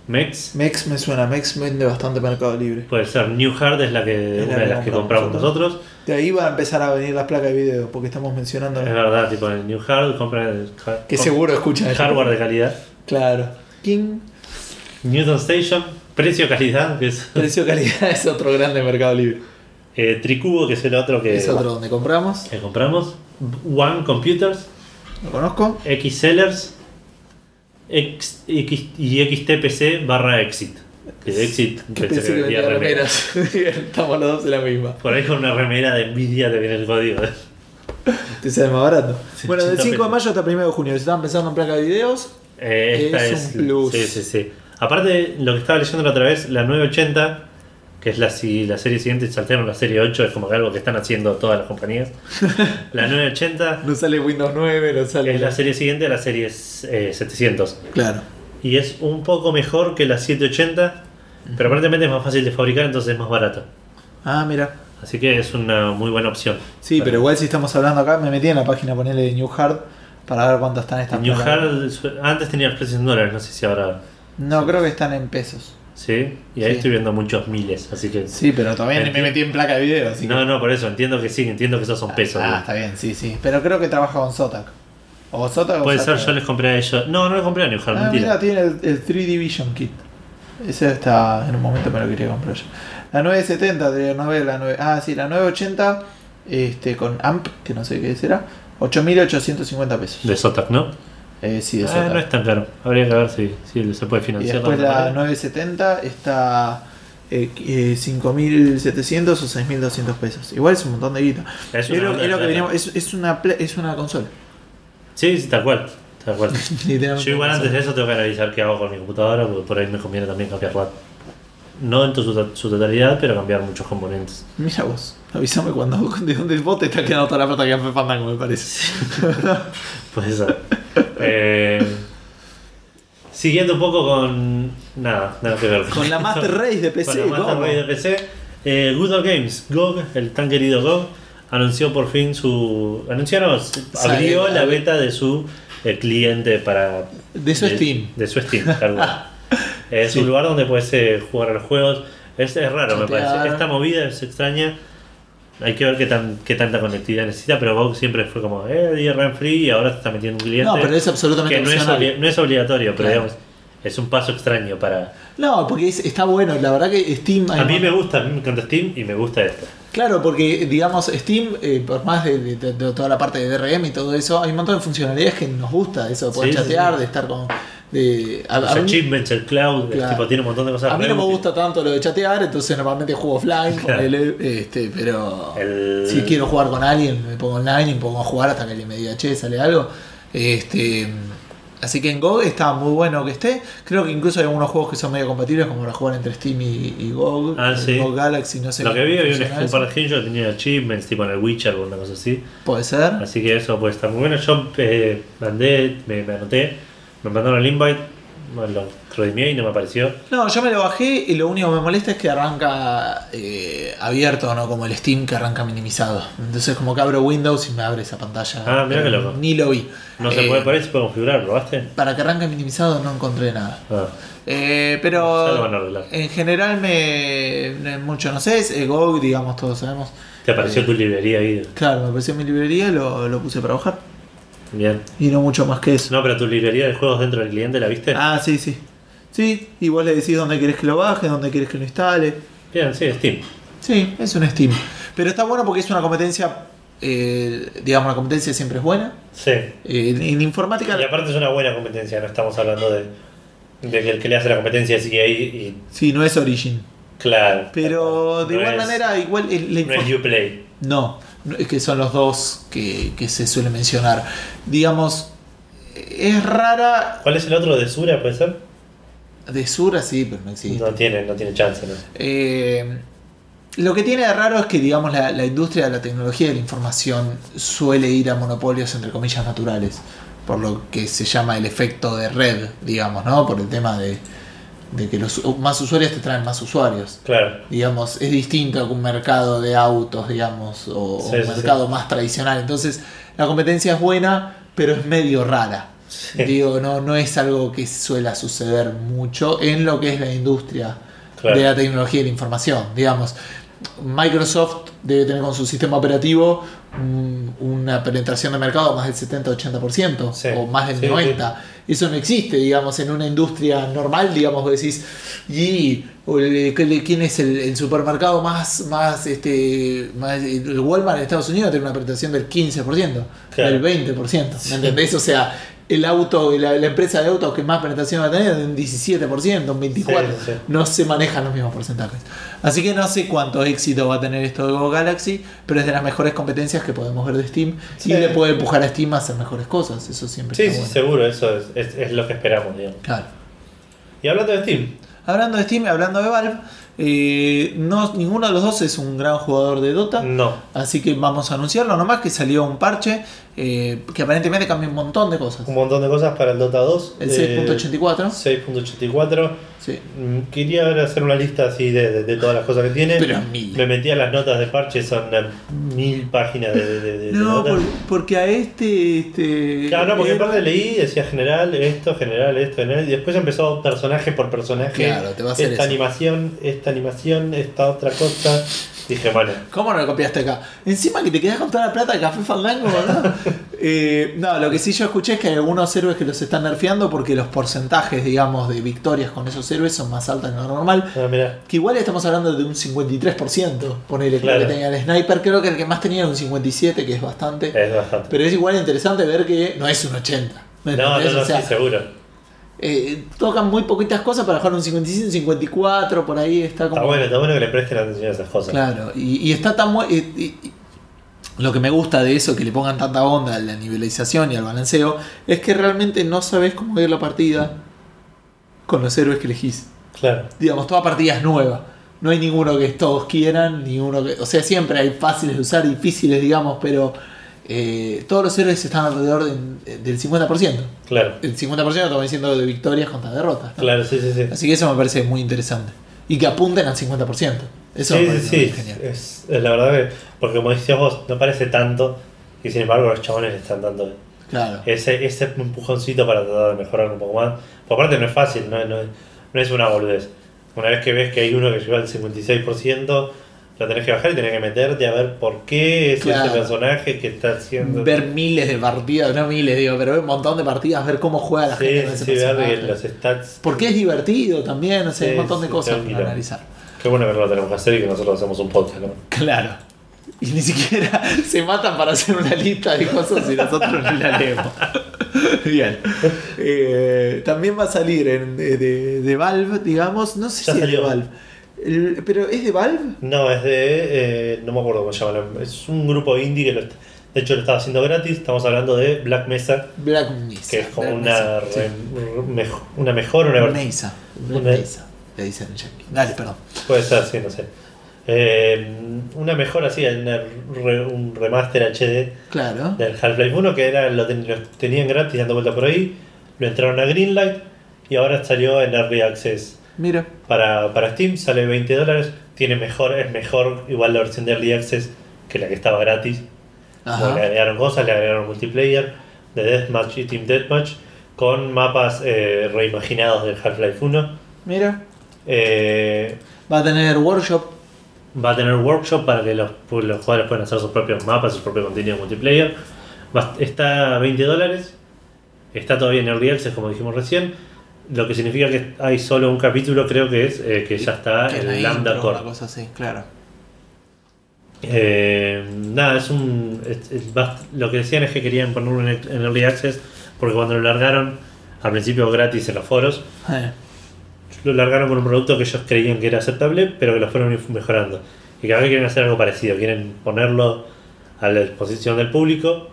B: Mex,
A: Mex me suena, Mex vende bastante Mercado Libre.
B: puede ser New Hard, es la que,
A: Es la
B: una
A: que
B: de las que
A: compramos
B: compramos
A: nosotros.
B: nosotros.
A: De ahí va a empezar a venir las placas de video, porque estamos mencionando
B: Es verdad, tipo en el New Hard compran el ha-
A: que
B: com-
A: seguro escuchan esto.
B: hardware de calidad.
A: Claro.
B: [laughs]
A: King,
B: Newton Station, precio calidad, que es [laughs]
A: precio calidad es otro grande Mercado Libre.
B: eh, Tricubo, que es el otro que,
A: Es otro donde compramos.
B: que compramos. One Computers,
A: Lo conozco.
B: X Sellers X, X- y XTPC barra Exit. Que Exit
A: Que pensé que vendía remeras. [laughs] estamos los dos en la misma.
B: Por ahí con una remera de Nvidia te viene el código.
A: Te sale más barato. Bueno, del
B: 80
A: 5 de
B: pesos.
A: mayo hasta 1 de junio. Si estaban pensando en placa de videos,
B: Eh, esta
A: Es
B: es,
A: un plus.
B: Sí, sí, sí. Aparte, lo que estaba leyendo la otra vez, la 980, que es la, si- la serie siguiente, y saltaron la serie 8, es como que algo que están haciendo todas
A: [laughs]
B: las compañías. la 980
A: no sale Windows 9, no sale.
B: es la serie siguiente a la serie eh, 700.
A: Claro.
B: Y es un poco mejor que la 780, pero aparentemente es más fácil de fabricar, entonces es más barata.
A: Ah, mira.
B: Así que es una muy buena opción.
A: Sí, pero igual si estamos hablando acá, me metí en la página ponerle de New Hard para ver cuánto están estas
B: New
A: placas.
B: Hard, su- antes tenía los precios en dólares, no sé si ahora.
A: No, creo que están en pesos.
B: Sí, y ahí
A: Sí.
B: estoy viendo muchos miles, así que.
A: Sí, pero todavía ni me metí en placa de video, así que-
B: No, no, por eso, entiendo que sí, entiendo que esos son pesos.
A: Ah,
B: digo.
A: está bien, sí, sí. Pero creo que trabaja con Zotac. O Zotac o
B: Puede ser,
A: Zotac.
B: yo les compré a ellos. No, no les compré a New Hard,
A: Ah,
B: mentira.
A: mira, tiene el, el 3D Vision Kit. Ese está en un momento me lo quería comprar yo. La 970, de la 9, la 9, ah, sí, la 980 este, con AMP, que no sé qué será, 8.850 pesos.
B: De Sotac, ¿no?
A: Eh, sí, de
B: Ah,
A: Zotac.
B: no es tan caro. Habría que ver si, si se puede
A: Y
B: financiar.
A: después
B: de alguna
A: la
B: manera.
A: 970 está eh, eh, 5.700 o 6.200 pesos. Igual es un montón de guita.
B: Es
A: Es,
B: una
A: lo-
B: banda
A: es lo
B: de
A: que
B: plata.
A: veníamos- es- es una, pla- es una consola.
B: Sí, sí, tal cual. Tal
A: [laughs]
B: cual.
A: Literalmente
B: Yo igual
A: una consola.
B: antes de eso tengo que analizar qué hago con mi computadora, porque por ahí me conviene también cambiarla. No en tu- su, su totalidad, pero cambiar muchos componentes. [laughs]
A: Mira vos, avísame cuando [laughs] de dónde vos te está quedando toda la plata que hace Fandango, me parece.
B: Pues eso. Eh, siguiendo un poco con... Nada, nada que ver.
A: Con la
B: [laughs]
A: Master Race de PC,
B: Con la Master
A: ¿cómo?
B: Race de PC. Eh, Good Old Games, GOG, el tan querido GOG, anunció por fin su... Anunciaron, abrió
A: Sale-
B: la beta de su eh, cliente para...
A: De su Steam.
B: De su Steam, tal
A: [laughs]
B: cual. Es un lugar donde puedes eh, jugar a los juegos. Es, es raro, me
A: Chatear.
B: parece. Esta movida es extraña. Hay que ver qué, tan, qué tanta conectividad necesita, pero GOG siempre fue como, eh, DRM free y ahora se está metiendo un cliente.
A: No, pero es absolutamente
B: que no es,
A: opcional.
B: obli- no es obligatorio, pero
A: Claro.
B: digamos, es un paso extraño para.
A: No, porque es- está bueno, la verdad que Steam...
B: A mí me gusta, a mí me encanta Steam y me gusta esto.
A: Claro, porque digamos Steam, eh, por más de, de- de- de toda la parte de DRM y todo eso, hay un montón de funcionalidades que nos gusta, eso de poder
B: Sí, sí,
A: chatear,
B: sí.
A: de estar con... De, a,
B: Los
A: a mí,
B: achievements, el cloud, el
A: Claro.
B: tipo, tiene un montón de cosas.
A: a mí
B: re
A: no me
B: útiles.
A: gusta tanto lo de chatear, entonces normalmente juego offline,
B: Claro.
A: ponele, este, pero
B: El-
A: si quiero jugar con alguien, me pongo online y me pongo a jugar hasta que alguien me diga, che, sale algo. Este, así que en GOG está muy bueno que esté. Creo que incluso hay algunos juegos que son medio compatibles, como para jugar entre Steam y, y GOG,
B: Ah,
A: el
B: sí.
A: GOG Galaxy, no sé.
B: Lo que vi, había
A: funciona
B: un, un
A: eso.
B: par de gente que tenía achievements, tipo en el Witcher o una cosa así.
A: Puede ser.
B: Así que eso puede estar muy bueno. Yo eh, mandé, me, me anoté, me mandaron el invite, me lo redimié y no me apareció.
A: No, yo me lo bajé y lo único que me molesta es que arranca eh, abierto, no como el Steam que arranca minimizado. Entonces como que abro Windows y me abre esa pantalla.
B: Ah,
A: Pero
B: mirá qué loco.
A: Ni lo vi.
B: No se
A: Eh,
B: puede, por ahí se puede configurar, ¿probaste?
A: Para que arranque minimizado no encontré nada.
B: Ah.
A: Eh,
B: Ya lo van a
A: pero
B: arreglar.
A: en general me, me- mucho no sé, es eh, GOG, digamos, todos sabemos.
B: Te
A: Eh.
B: apareció tu librería ahí.
A: Claro, me apareció en mi librería, lo, lo puse para bajar.
B: Bien.
A: Y no mucho más que eso.
B: No, pero tu librería de juegos dentro del cliente, ¿la viste?
A: Ah, sí, sí. Sí, y vos le decís dónde querés que lo baje, dónde querés que lo instale.
B: Bien, sí, Steam.
A: Sí, es un Steam. Pero está bueno porque es una competencia, eh, digamos, la competencia siempre es buena.
B: Sí.
A: Eh, en, en informática...
B: Y aparte es una buena competencia, no estamos hablando de, de que el que le hace la competencia sigue ahí y.
A: Sí, no es Origin.
B: Claro.
A: Pero de
B: No
A: igual
B: es-
A: manera, igual... el- la
B: No es
A: infor-
B: Uplay.
A: No, no, es que son los dos que, que se suele mencionar. Digamos, es rara
B: ¿Cuál es el otro de Sura, puede ser?
A: de sur así, pero no existe.
B: No tiene, no tiene chance, ¿no?
A: Eh, lo que tiene de raro es que, digamos, la, la industria de la tecnología y de la información suele ir a monopolios, entre comillas, naturales. Por lo que se llama el efecto de red, digamos, ¿no? Por el tema de, de que los u- más usuarios te traen más usuarios.
B: Claro.
A: Digamos, es distinto que un mercado de autos, digamos, o
B: Sí,
A: un
B: sí,
A: mercado más tradicional. Entonces, la competencia es buena, pero es medio rara. Digo, no, no es algo que suele suceder mucho en lo que es la industria
B: Claro.
A: de la tecnología y la información. Digamos, Microsoft debe tener con su sistema operativo mm, una penetración de mercado más del 70-80%
B: Sí.
A: o más del
B: Sí,
A: 90%. Eso no existe, digamos, en una industria normal, digamos, vos decís, y o el- el- quién es el, el supermercado más, más, este, más, el Walmart en Estados Unidos tiene una penetración del 15%,
B: Claro.
A: del 20%, ¿me entendés? O sea, el auto, la, la empresa de autos que más penetración va a tener es de un 17%, un 24%.
B: Sí, sí.
A: No se manejan los mismos porcentajes. Así que no sé cuánto éxito va a tener esto de Go Galaxy, pero es de las mejores competencias que podemos ver de Steam
B: Sí.
A: y le puede empujar a Steam a hacer mejores cosas. Eso siempre
B: Sí,
A: está
B: sí,
A: bueno.
B: seguro, eso es, es- es lo que esperamos, digamos.
A: Claro.
B: Y hablando de Steam,
A: Hablando de Steam, hablando de Valve, eh, no, ninguno de los dos es un gran jugador de Dota.
B: Mm.
D: No.
A: Así que vamos a anunciarlo nomás que salió un parche eh, que aparentemente cambia un montón de cosas.
B: Un montón de cosas para el Dota 2.
A: El
B: eh,
A: 6.84.
B: 6.84.
A: Sí.
B: Mm, Quería ver- hacer una lista así de, de- de todas las cosas que tiene.
E: Pero mil.
B: Me metí a las notas de parche, son eh, mil páginas de, de, de- de
A: No,
B: notas.
A: por- porque a este. este
B: Claro, no, porque
A: eh,
B: aparte leí, decía general, esto, general, esto, general, y después empezó personaje por personaje.
E: Claro, te va a hacer
B: Esta
E: eso.
B: animación, esta animación, esta otra cosa. Dije, bueno,
A: ¿Cómo no lo copiaste acá? Encima que te quedas con toda la plata de Café Fandango,
B: [laughs]
A: ¿verdad? Eh, no, lo que sí yo escuché es que hay algunos héroes que los están nerfeando porque los porcentajes, digamos, de victorias con esos héroes son más altos que lo normal.
B: ah, mirá,
A: Que igual estamos hablando de un 53%, ponele
B: Claro.
A: que tenía el sniper. Creo que el que más tenía era un 57, que es bastante.
B: es bastante.
A: Pero es igual interesante ver que no es un 80. ¿me
B: No, no,
A: entendés?
B: no,
A: O sea,
B: sí, seguro.
A: eh, tocan muy poquitas cosas para jugar un 55, un 54, por ahí está como...
B: Está bueno, está bueno que le presten atención a esas cosas.
A: Claro, y, y está tan bueno. Lo que me gusta de eso, que le pongan tanta onda a la nivelización y al balanceo, es que realmente no sabes cómo va a ir la partida con los héroes que elegís.
B: Claro.
A: Digamos, toda partida es nueva. No hay ninguno que todos quieran, ninguno que. O sea, siempre hay fáciles de usar, difíciles, digamos, pero eh, todos los héroes están alrededor de- eh, del 50%.
B: Claro,
A: El 50% estamos diciendo de victorias contra derrotas. ¿no?
B: claro, sí, sí, sí.
A: Así que eso me parece muy interesante. Y que apunten al 50%. Eso me
B: sí, sí, Eh,
A: parece muy
B: sí.
A: genial.
B: Es, es la verdad que, porque como decías vos, no parece tanto, y sin embargo los chabones le están dando
A: Claro.
B: ese, ese empujoncito para tratar de mejorar un poco más. Por aparte no es fácil, no, no- no es una boludez. Una vez que ves que hay uno que lleva el 56%, lo tenés que bajar y tenés que meterte a ver por qué es
A: Claro.
B: ese personaje que está haciendo...
A: ver miles de partidas, no miles, digo, pero ver un montón de partidas, ver cómo juega la
B: sí,
A: gente con ese
B: sí, ver
A: personaje.
B: que los stats...
A: Porque es divertido también, o sea, hay un
B: Sí,
A: montón de
B: sí,
A: cosas
B: tranquilo.
A: para analizar.
B: Qué bueno que no lo tenemos que hacer y que nosotros hacemos un podcast, ¿no?
A: Claro. Y ni siquiera [laughs] se matan para hacer una lista de cosas y nosotros ni la leemos. [laughs] Bien. Eh, también va a salir en- de, de- de Valve, digamos. No sé
B: Ya
A: si es
B: salió.
A: de Valve. El- pero ¿es de Valve?
B: No, es de. eh, no me acuerdo cómo se llama. Es un grupo indie que lo est- de hecho lo estaba haciendo gratis. Estamos hablando de Black Mesa,
A: Black Mesa.
B: que es como
A: Black
B: una,
A: Mesa, sí.
B: re- mejo- una mejor, una
A: Black
B: versión.
A: Mesa.
B: Una-
A: Black Mesa. Le dicen en Yankee. Dale, perdón.
B: Puede ser, sí, no sé. Eh, una mejor así, una re- un remaster HD
A: Claro.
B: del Half-Life 1 que era, lo, ten- lo tenían gratis dando vuelta por ahí. Lo entraron a Greenlight y ahora salió en Early Access
A: Mira.
B: para, para Steam. Sale 20 dólares. Tiene mejor, es mejor igual la versión de Early Access que la que estaba gratis.
A: Ajá.
B: Le agregaron cosas, le agregaron multiplayer de Deathmatch y Team Deathmatch con mapas eh, reimaginados del Half-Life 1.
A: Mira.
B: Eh,
A: Va a tener workshop.
B: va a tener workshop para que los, pues, los jugadores puedan hacer sus propios mapas, su propio contenido multiplayer. Va- está a 20 dólares. Está todavía en Early Access, como dijimos recién. Lo que significa que hay solo un capítulo, creo que es, eh, que ya está
A: que
B: en
A: la
B: el Lambda
A: intro,
B: Core.
A: Una cosa así, claro.
B: Eh, nada, es un. es- es bast- lo que decían es que querían ponerlo en, en Early Access porque cuando lo largaron, al principio gratis en los foros,
A: Eh,
B: lo largaron con un producto que ellos creían que era aceptable, pero que lo fueron inf- mejorando. Y cada vez quieren hacer algo parecido, quieren ponerlo a la disposición del público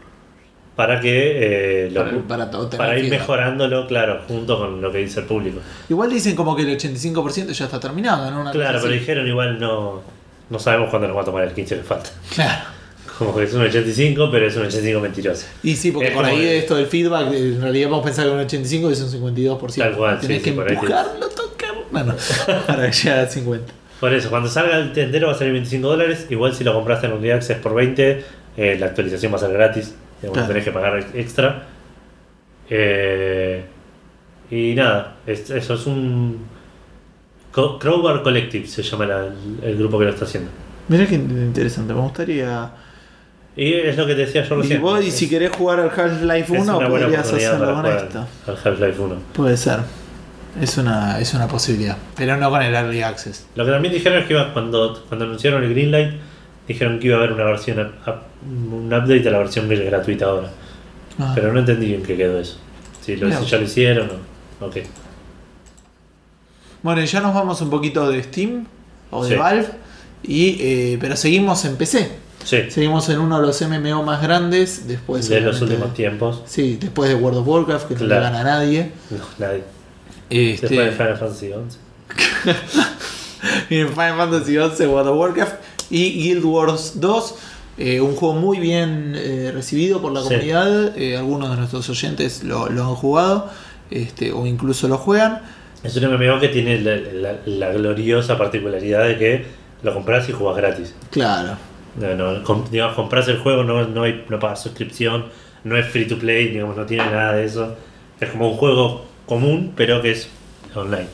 B: para que eh, lo-
A: para, para todo tener
B: para ir
A: feedback.
B: mejorándolo, claro, junto con lo que dice el público.
A: Igual dicen como que el 85% ya está terminado, ¿no? Una
B: Claro,
A: cosa
B: pero
A: así.
B: dijeron igual no, no sabemos cuándo nos va a tomar el 15 que falta. [laughs]
A: Claro.
B: Como que es un 85, pero es un 85 mentiroso.
A: Y sí, porque
B: Es
A: por
B: como
A: ahí
B: que-
A: esto del feedback, eh, en realidad vamos a pensar que un 85 es un 52%.
B: Tal cual,
A: Tenés
B: sí,
A: que
B: sí, por ahí tienes.
A: empujarlo, tocarlo. No, [laughs] no, para que llegue al 50.
B: Por eso, cuando salga el tendero va a salir 25 dólares. Igual si lo compraste en un día Access por 20, eh, la actualización va a ser gratis. Digamos,
A: Claro.
B: No tenés que pagar ex- extra. Eh, y nada, es- eso es un. Co- Crowbar Collective se llama la- el, el grupo que lo está haciendo.
A: Mirá que interesante, me gustaría.
B: Y es lo que te decía yo
A: Y
B: recién.
A: vos, y
B: Es-
A: si querés jugar al Half-Life 1,
B: es una buena
A: podrías
B: oportunidad para
A: hacerlo con
B: jugar
A: esto.
B: Al Half-Life 1.
A: Puede ser. Es una, es una posibilidad. Pero no con el Early Access.
B: Lo que también dijeron es que iba- cuando, cuando anunciaron el Greenlight, dijeron que iba a haber una versión, up- up- un update a la versión gr- gratuita ahora.
A: Ah.
B: Pero no entendí en qué quedó eso. Si, lo,
A: Mirá
B: si
A: vos.
B: ya lo hicieron o. Ok.
A: Bueno, y ya nos vamos un poquito de Steam o de
B: Sí.
A: Valve, y, eh, pero seguimos en PC.
B: Sí,
A: Seguimos en uno de los MMO más grandes después
B: de los
A: obviamente,
B: últimos tiempos.
A: Sí, después de World of Warcraft, que no le
B: Claro.
A: gana a nadie.
B: No, nadie.
A: Este,
B: Después de Final Fantasy XI.
A: Miren, [laughs] Final Fantasy XI, World of Warcraft y Guild Wars 2. eh, un juego muy bien eh, recibido por la
B: Sí.
A: comunidad. eh, algunos de nuestros oyentes lo, lo han jugado este, o incluso lo juegan.
B: Es un MMO que tiene la, la- la gloriosa particularidad de que lo compras y jugás gratis.
A: Claro.
B: No, no, com- digamos, compras el juego, no, no, hay, no pagas suscripción, no es free to play, digamos, no tiene nada de eso. Es como un juego común, pero que es online.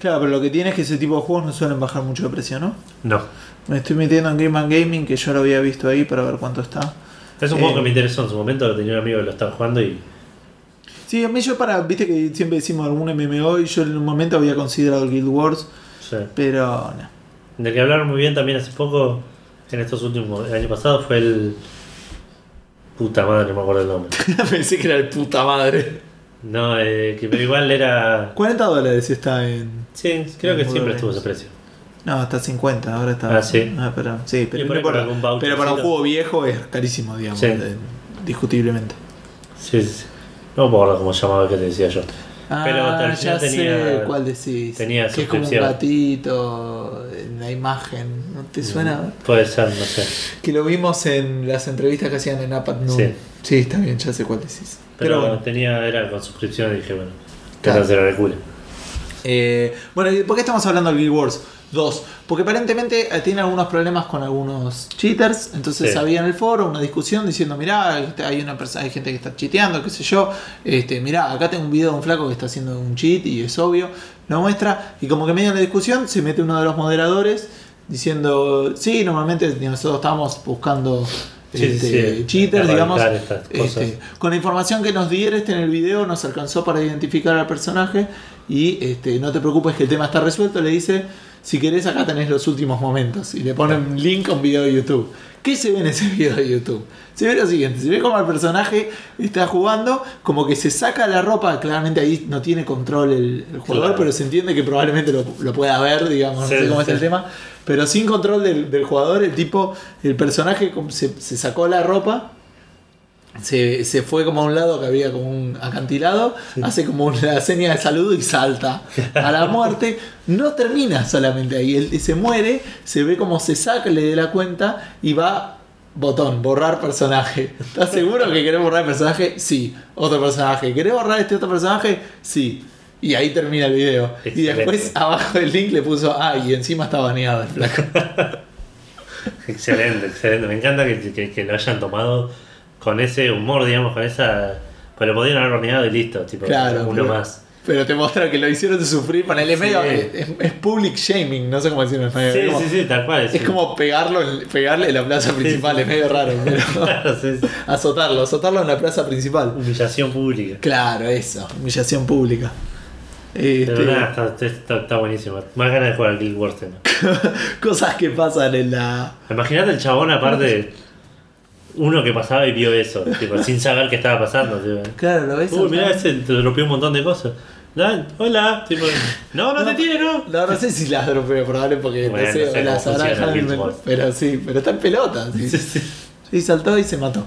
A: Claro, pero lo que tiene es que ese tipo de juegos no suelen bajar mucho de precio, ¿no?
B: No.
A: Me estoy metiendo en Game and Gaming, que yo lo había visto ahí para ver cuánto está.
B: Es un
A: Eh.
B: juego que me interesó en su momento, lo tenía un amigo que lo estaba jugando y
A: Sí, a mí yo para, viste que siempre decimos algún MMO y yo en un momento había considerado el Guild Wars,
B: sí.
A: pero no.
B: Del que hablaron muy bien también hace poco, en estos últimos, el año pasado, fue el. Puta madre, no me acuerdo el nombre.
C: Pensé que era el puta madre.
B: No, eh, que, pero igual era.
A: 40 dólares está en...
B: Sí, creo que
A: Muy
B: siempre
A: bien.
B: estuvo ese precio.
A: No, está 50, ahora está...
B: Ah, sí.
A: pero, sí, pero,
B: Y por
A: no
B: ahí
A: importa.
B: con algún vouchercito.
A: Pero para un juego viejo es carísimo, digamos,
B: Sí.
A: eh, discutiblemente.
B: Sí, sí, sí. No me acuerdo cómo se llamaba que te decía yo. Pero hasta el
A: Ah, ya
B: final tenía-
A: sé cuál decís.
B: tenía
A: que es como un
B: suscripción.
A: gatito en la imagen. ¿No te suena?
B: Puede ser, no sé.
A: Que lo vimos en las entrevistas que hacían en Apat Noon.
B: Sí.
A: Sí. está bien, ya sé cuál decís.
B: Pero,
A: Pero,
B: bueno,
A: bueno.
B: tenía, era con suscripción y dije, bueno,
A: Claro.
B: claro. se la recula.
A: Eh, bueno, ¿y ¿por qué estamos hablando del Guild Wars 2? Porque aparentemente eh, tiene algunos problemas con algunos cheaters. Entonces
B: Sí.
A: había en el foro una discusión diciendo, mirá, este, hay una persona, hay gente que está cheateando, qué sé yo. Este, mirá, acá tengo un video de un flaco que está haciendo un cheat y es obvio, lo muestra. Y como que en medio de la discusión se mete uno de los moderadores diciendo, sí, normalmente nosotros estamos buscando
B: Sí, sí,
A: este,
B: sí,
A: cheaters, digamos.
B: erradicar estas cosas.
A: este, con la información que nos dieron en el video nos alcanzó para identificar al personaje y este, no te preocupes que el tema está resuelto, le dice, si querés acá tenés los últimos momentos y le ponen un link a un video de YouTube. ¿Qué se ve en ese [laughs] video de YouTube? Se ve lo siguiente, se ve como el personaje está jugando, como que se saca la ropa, claramente ahí no tiene control el, el jugador,
B: Claro.
A: pero se entiende que probablemente lo, lo pueda ver, digamos, no
B: Sí,
A: sé cómo es
B: sí.
A: el tema, pero sin control del, del jugador, el tipo, el personaje como se- se sacó la ropa se, se fue como a un lado que había como un acantilado, hace como una seña de saludo y salta a la muerte. No termina solamente ahí, él se muere, se ve como se saca le de la cuenta y va botón, borrar personaje. ¿Estás seguro que querés borrar el personaje? Sí. Otro personaje. ¿Querés borrar este otro personaje? Sí. Y ahí termina el video. Y
B: Excelente.
A: después abajo del link le puso, ah, y encima está baneado el flaco.
B: Excelente, excelente. Me encanta que, que- que lo hayan tomado con ese humor, digamos, con esa. Pues lo podían haber horneado y listo, tipo,
A: Claro,
B: uno
A: pero-
B: más.
A: Pero te muestra que lo hicieron sufrir para el medio. Es, es public shaming, no sé cómo decirlo en español.
B: Sí,
A: Es como-
B: sí, sí, tal cual.
A: Eh, Es como pegarlo, en- pegarle en la plaza principal, es medio raro, pero [laughs]
B: Claro, sí, sí.
A: azotarlo, azotarlo en la plaza principal.
B: Humillación pública.
A: Claro, eso, humillación pública.
B: Pero
A: Este,
B: nada, está, está, está buenísimo. Más ganas de jugar al Guild Wars tengo.
A: cosas que pasan en la.
B: Imaginate el chabón aparte, uno que pasaba y vio eso, tipo, sin saber qué estaba pasando. Tipo.
A: Claro, lo ves.
B: Uy, mirá,
A: saltando?
B: ese te dropeó un montón de cosas. La- hola, tipo, no, no, te tiene, no.
A: No, no sé si las dropeo, probable porque
B: Bueno,
A: no sé,
B: no sé
A: o las
B: cómo funciona
A: arajas,
B: el Guild
A: pero sí, pero está en pelota. Sí,
B: Sí, sí.
A: Sí, saltó y se mató.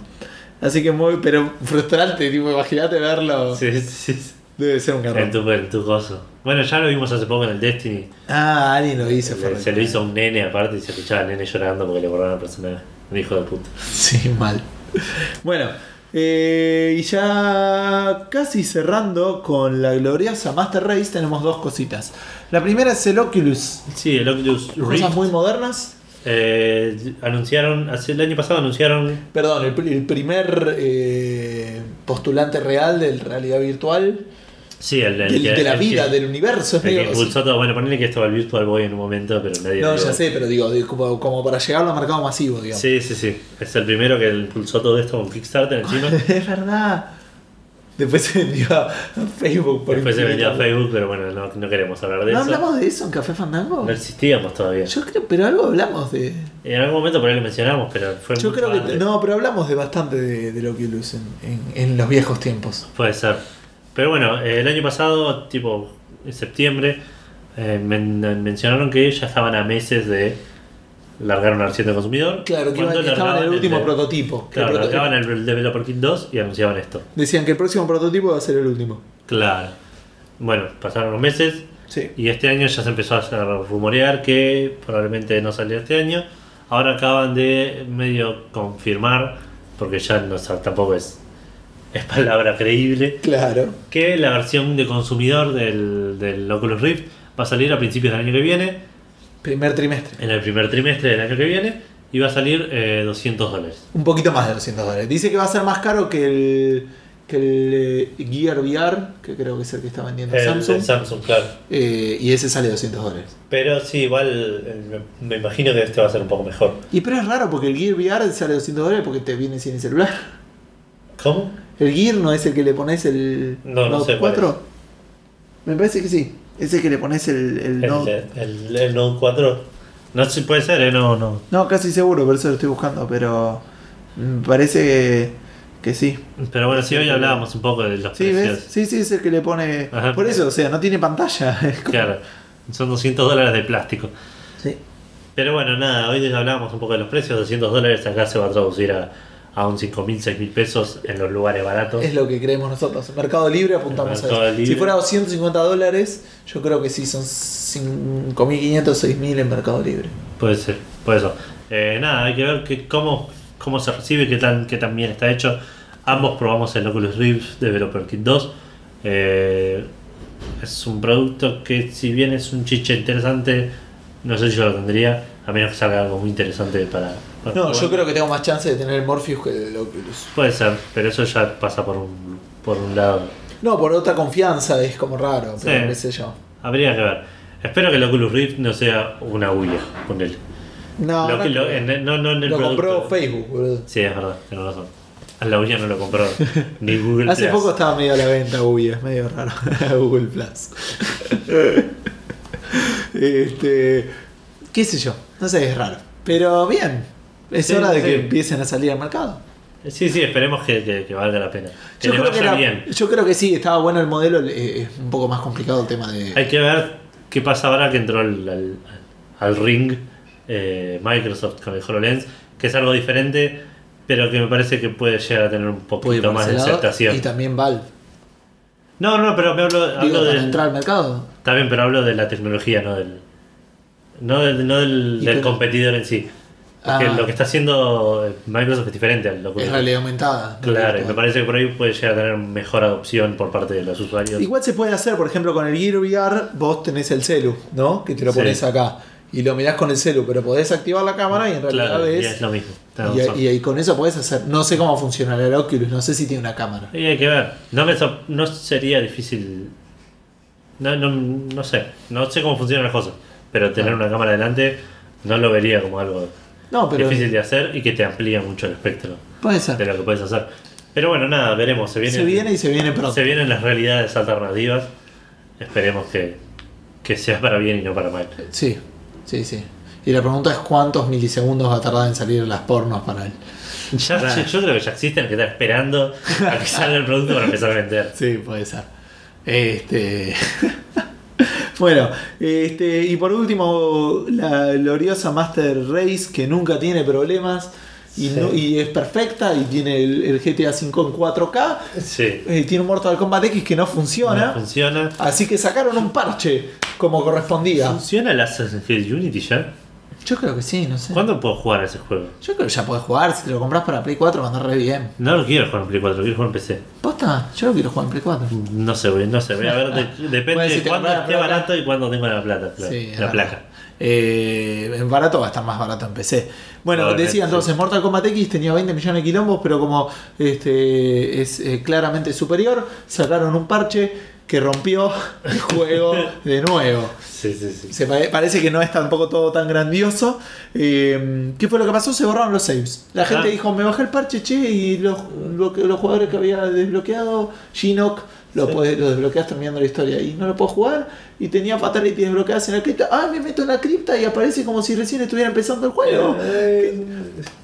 A: Así que muy, pero frustrante, tipo, imagínate verlo.
B: Sí, sí, sí.
A: Debe ser un
B: En
A: garrón.
B: tu, en tu coso. Bueno, ya lo vimos hace poco en el Destiny.
A: Ah, alguien lo hizo,
B: Se,
A: Fernet.
B: se lo hizo a un nene aparte y se escuchaba al nene llorando porque le borraron la persona. Un hijo de puta.
A: Sí, mal. Bueno, eh, y ya casi cerrando con la gloriosa Master Race, tenemos dos cositas. La primera es el Oculus.
B: Sí, el Oculus Rift.
A: Cosas muy modernas.
B: eh, anunciaron, hace el año pasado anunciaron.
A: Perdón, el, pr- el primer eh, postulante real de realidad virtual,
B: Sí, el, el
A: del-
B: que-
A: de la
B: el que-
A: vida, del universo. es
B: el que
A: medio-
B: impulsó todo. Bueno, ponle que estaba el Virtual Boy en un momento, pero nadie.
A: no,
B: lo-
A: ya sé, pero digo, de- como, como para llegarlo al mercado masivo, digamos.
B: Sí, sí, sí. Es el primero que impulsó todo esto con
A: [laughs]
B: Kickstarter encima.
A: [laughs] es verdad. Después se vendió a Facebook por
B: Después se vendió a
A: infinito.
B: Facebook, pero bueno, no, no queremos hablar de
A: ¿No
B: eso.
A: hablamos de eso en Café Fandango?
B: No existíamos todavía.
A: Yo creo, pero algo hablamos de.
B: En algún momento por ahí lo mencionamos, pero fue
A: Yo
B: mucho
A: creo que.
B: antes.
A: No, pero hablamos de bastante de, de Oculus en, en, en los viejos tiempos.
B: Puede ser. Pero bueno, eh, el año pasado, tipo en septiembre, eh, men- mencionaron que ya estaban a meses de largar una versión de consumidor.
A: Claro, que, iban-
B: Cuando
A: que estaban en el
B: largaban
A: último
B: de-
A: prototipo. Que el
B: Claro,
A: proto-
B: largaban el Developer Kit 2 y anunciaban esto.
A: Decían que el próximo prototipo va a ser el último.
B: Claro. Bueno, pasaron los meses.
A: Sí.
B: Y este año ya se empezó a rumorear que probablemente no salió este año. Ahora acaban de medio confirmar, porque ya no sa- tampoco es, es palabra creíble,
A: Claro.
B: que la versión de consumidor del, del Oculus Rift va a salir a principios del año que viene,
A: Primer trimestre.
B: en el primer trimestre del año que viene, y va a salir eh, 200 dólares.
A: Un poquito más de 200 dólares. Dice que va a ser más caro que el, que el eh, Gear VR, que creo que es el que está vendiendo
B: El
A: Samsung.
B: del Samsung, claro.
A: Eh, y ese sale 200 dólares.
B: Pero sí, igual eh, me me imagino que este va a ser un poco mejor.
A: Y pero es raro porque el Gear VR sale 200 dólares porque te viene sin el celular. [laughs]
B: ¿Cómo?
A: ¿El Gear no es el que le pones el
B: No, no
A: Note
B: sé cuál
A: Me parece que sí. Es el que le pones el, el
B: El,
A: Note.
B: el, el Note 4. No sé, puede ser, ¿eh? No, no.
A: No, casi seguro, por eso lo estoy buscando, pero me parece que, que sí.
B: Pero bueno, sí, hoy hablábamos un poco de los
A: Sí,
B: precios.
A: ¿ves? Sí, sí, es el que le pone...
B: Ajá.
A: Por eso, o sea, no tiene pantalla. [laughs] Es como-
B: Claro, son 200 dólares de plástico.
A: Sí.
B: Pero bueno, nada, hoy hablábamos un poco de los precios. 200 dólares acá se va a traducir a, a un 5.000, 6.000 pesos en los lugares baratos.
A: Es lo que creemos nosotros. Mercado Libre apuntamos
B: Mercado
A: a eso.
B: Libre.
A: Si fuera 250 dólares, yo creo que sí, son 5.500, 6.000 en Mercado Libre.
B: Puede ser, por eso. Eh, nada, hay que ver que, cómo, cómo se recibe, qué tan, qué tan bien está hecho. Ambos probamos el Oculus Rift Developer Kit 2. Eh, es un producto que, si bien es un chiche interesante, no sé si yo lo tendría, a menos que salga algo muy interesante para. para
A: No,
B: jugar.
A: yo creo que tengo más chance de tener el Morpheus que el Oculus.
B: Puede ser, pero eso ya pasa por un, por un lado.
A: No, por otra confianza es como raro, pero
B: Sí.
A: qué sé yo.
B: Habría que ver. Espero que el Oculus Rift no sea una huya con él.
A: No,
B: Lo
A: no,
B: que- lo- en- no, no en el
A: lo compró
B: producto.
A: Facebook, boludo.
B: Sí, es verdad, tenés razón. A la uña no lo compró
A: [laughs]
B: ni Google.
A: Hace
B: Plus.
A: poco estaba medio a la venta Uy, es medio raro. [laughs] Google Plus. [laughs] este, qué sé yo, no sé, es raro. Pero bien, es
B: Sí,
A: hora de
B: sí.
A: que empiecen a salir al mercado.
B: Sí, sí, esperemos que, que- que valga la pena. Que le vaya
A: era-
B: bien.
A: yo creo que sí, estaba bueno el modelo, eh, es un poco más complicado el tema de...
B: Hay que ver qué pasa ahora que entró al, al- al ring eh, Microsoft con el HoloLens, que es algo diferente, pero que me parece que puede llegar a tener un
A: puede ir
B: poquito
A: por
B: más
A: ese
B: de
A: lado,
B: aceptación.
A: Y también Valve,
B: No, no, pero me hablo,
A: digo,
B: hablo
A: para
B: del-
A: entrar al mercado.
B: Está bien, pero hablo de la tecnología, no del. No del, no del,
A: Y
B: del
A: pero-
B: competidor en sí. Porque
A: Ah.
B: lo que está haciendo Microsoft es diferente al Oculus
A: Es realidad aumentada.
B: Claro, y
A: Virtual.
B: me parece que por ahí puede llegar a tener mejor adopción por parte de los usuarios.
A: Igual se puede hacer, por ejemplo, con el Gear VR, vos tenés el celu, ¿no? Que te lo
B: Sí.
A: pones acá y lo mirás con el celu, pero podés activar la cámara y en realidad
B: Claro, y
A: ves.
B: es lo mismo. tenés
A: Y,
B: razón.
A: y- y con eso podés hacer. No sé cómo funcionará el Oculus, no sé si tiene una cámara.
B: Y hay que ver. No, me sor- no sería difícil. No, no, no sé. No sé cómo funcionan las cosas. Pero
A: Ah.
B: tener una cámara delante no lo vería como algo
A: No, pero
B: difícil de hacer y que te amplía mucho el espectro
A: puede
B: de
A: ser.
B: lo que puedes hacer. Pero bueno, nada, veremos. Se viene,
A: se viene y se viene pronto.
B: Se vienen las realidades alternativas. Esperemos que, que sea para bien y no para mal.
A: Sí, sí, sí. Y la pregunta es cuántos milisegundos va a tardar en salir las pornos para él.
B: Ya, yo, yo creo que ya existen que están esperando a que salga el producto para empezar a vender.
A: Sí, puede ser. Este. [laughs] bueno, este. Y por último, la gloriosa Master Race que nunca tiene problemas. Y,
B: Sí.
A: no- y es perfecta y tiene el, el GTA V en 4K.
B: Sí.
A: eh, tiene un Mortal Kombat X que no funciona.
B: No funciona.
A: Así que sacaron un parche como correspondía.
B: ¿Funciona el Assassin's Creed Unity ya?
A: Yo creo que sí, no sé.
B: ¿Cuándo puedo jugar a ese juego?
A: Yo creo que ya podés jugar. Si te lo compras para Play 4, va a andar re bien.
B: No lo quiero jugar en Play 4, quiero jugar en PC.
A: ¿Posta? Yo lo quiero jugar en Play 4.
B: No sé, voy- no sé. Voy a ver,
A: [laughs]
B: de- depende
A: Bueno, si
B: de
A: te
B: cuándo
A: compras la
B: esté
A: placa.
B: barato y cuándo tengo la plata. La,
A: Sí, es
B: la
A: verdad.
B: placa.
A: Eh, en barato va a estar más barato en PC. Bueno,
B: Probablemente,
A: decía entonces,
B: sí.
A: Mortal Kombat X tenía 20 millones de quilombos, pero como este es eh, claramente superior, sacaron un parche que rompió [laughs] el juego de nuevo.
B: Sí, sí, sí.
A: Se pare- parece que no es tampoco todo tan grandioso. Eh, ¿Qué fue lo que pasó? Se borraron los saves. La gente
B: Ah.
A: dijo, me bajé el parche, che, y los, lo que- los jugadores que había desbloqueado, Shinnok, lo,
B: Sí.
A: podés- lo desbloqueas terminando la historia. Y no lo puedo jugar. Y tenía Fatality desbloqueadas en la cripta. Ah, me meto en la cripta y aparece como si recién estuviera empezando el juego.
B: Eh,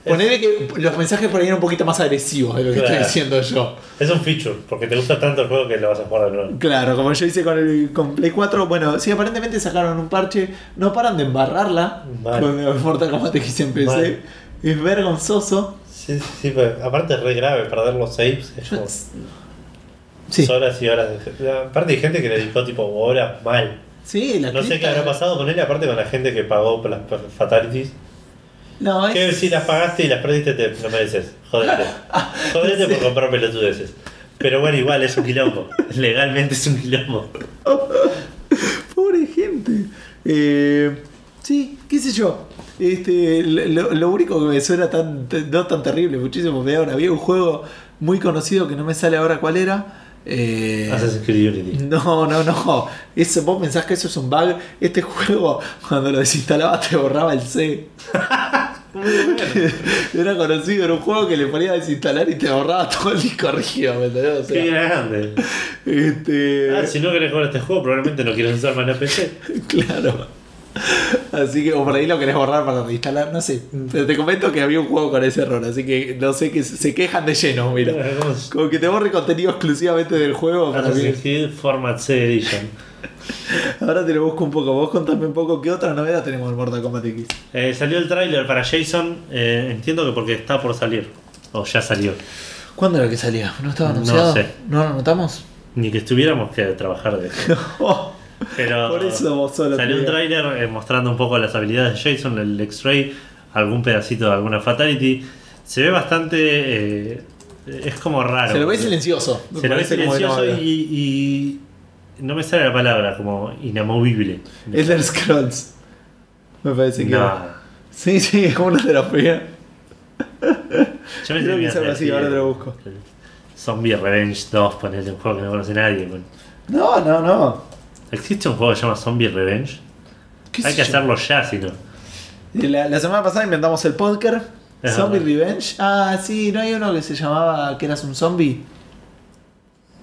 A: Ponele que los mensajes por ahí eran un poquito más agresivos de lo que
B: Claro.
A: estoy diciendo yo.
B: Es un feature, porque te gusta tanto el juego que lo vas a jugar de nuevo.
A: Claro, como yo hice con el con Play 4, bueno, sí, aparentemente sacaron un parche, no paran de embarrarla
B: Mal.
A: con el Mortal Kombat X en PC.
B: Mal.
A: Es vergonzoso.
B: Sí, sí, sí, pero aparte es re grave perder los saves. Es
A: Yo- [laughs]
B: como
A: sí.
B: horas y horas. de- Aparte hay gente que le dedicó tipo horas mal.
A: Sí, la
B: No sé qué
A: cripta-
B: habrá pasado con él, aparte con la gente que pagó por las fatalities.
A: No,
B: Que
A: es...
B: si las pagaste y las perdiste, te lo mereces.
A: [laughs]
B: Jodete. Jodete por comprar pelotudeces. Pero bueno, igual es un
A: [laughs]
B: quilombo. Legalmente es un quilombo.
A: Pobre gente. Eh, sí, qué sé yo. Este, lo, lo único que me suena tan, no tan terrible, muchísimo peor. Había un juego muy conocido que no me sale ahora cuál era. Eh,
B: Assassin's Creed Unity.
A: no, no, no. Eso, vos pensás que eso es un bug. Este juego, cuando lo desinstalabas, te borraba el C. era conocido, era un juego que le ponías a desinstalar y te borraba todo el disco rígido, ¿me entendés? O
B: Qué
A: sea,
B: grande.
A: este,
B: Ah, si no querés jugar este juego, probablemente no quieres usar más la PC.
A: Claro. Así que, o por ahí lo querés borrar para reinstalar, no sé. Pero te comento que había un juego con ese error, así que no sé que se quejan de lleno, mira.
B: ¿Cómo se-
A: Como que te borre contenido exclusivamente del juego para mí.
B: Assassin's Creed Format C Edition.
A: Ahora te lo busco un poco. Vos contame un poco qué otra novedad tenemos en Mortal Kombat X.
B: Eh, salió el tráiler para Jason, eh, entiendo que porque está por salir. O ya salió.
A: ¿Cuándo era que salía? ¿No estaba
B: No
A: anunciado?
B: sé.
A: ¿No lo
B: [laughs]
A: anotamos?
B: Ni que estuviéramos que trabajar de [laughs] esto. Pero
A: Por eso vos solo
B: salió
A: te
B: un
A: digo.
B: tráiler eh, mostrando un poco las habilidades de Jason, el X-Ray, algún pedacito de alguna Fatality. Se ve bastante... eh, es como raro.
A: se lo ve
B: porque-
A: silencioso. Me
B: Se lo ve
A: parece como que no
B: silencioso
A: habla.
B: y, y no me sale la palabra, como inamovible.
A: Elder Scrolls. Me parece que.
B: No.
A: Sí, sí, es como una terapia.
B: Yo me
A: Creo que
B: tenía
A: es algo así, ahora te lo busco.
B: el Zombie Revenge 2, ponete un juego que no conoce nadie. con-
A: No, no, no.
B: ¿Existe un juego que se llama Zombie Revenge?
A: ¿Qué
B: Hay
A: sé yo?
B: que hacerlo ya, si no.
A: Y La, la semana pasada inventamos el póker.
B: Es
A: Zombie
B: verdad.
A: Revenge. Ah, sí, ¿no hay uno que se llamaba que eras un zombie?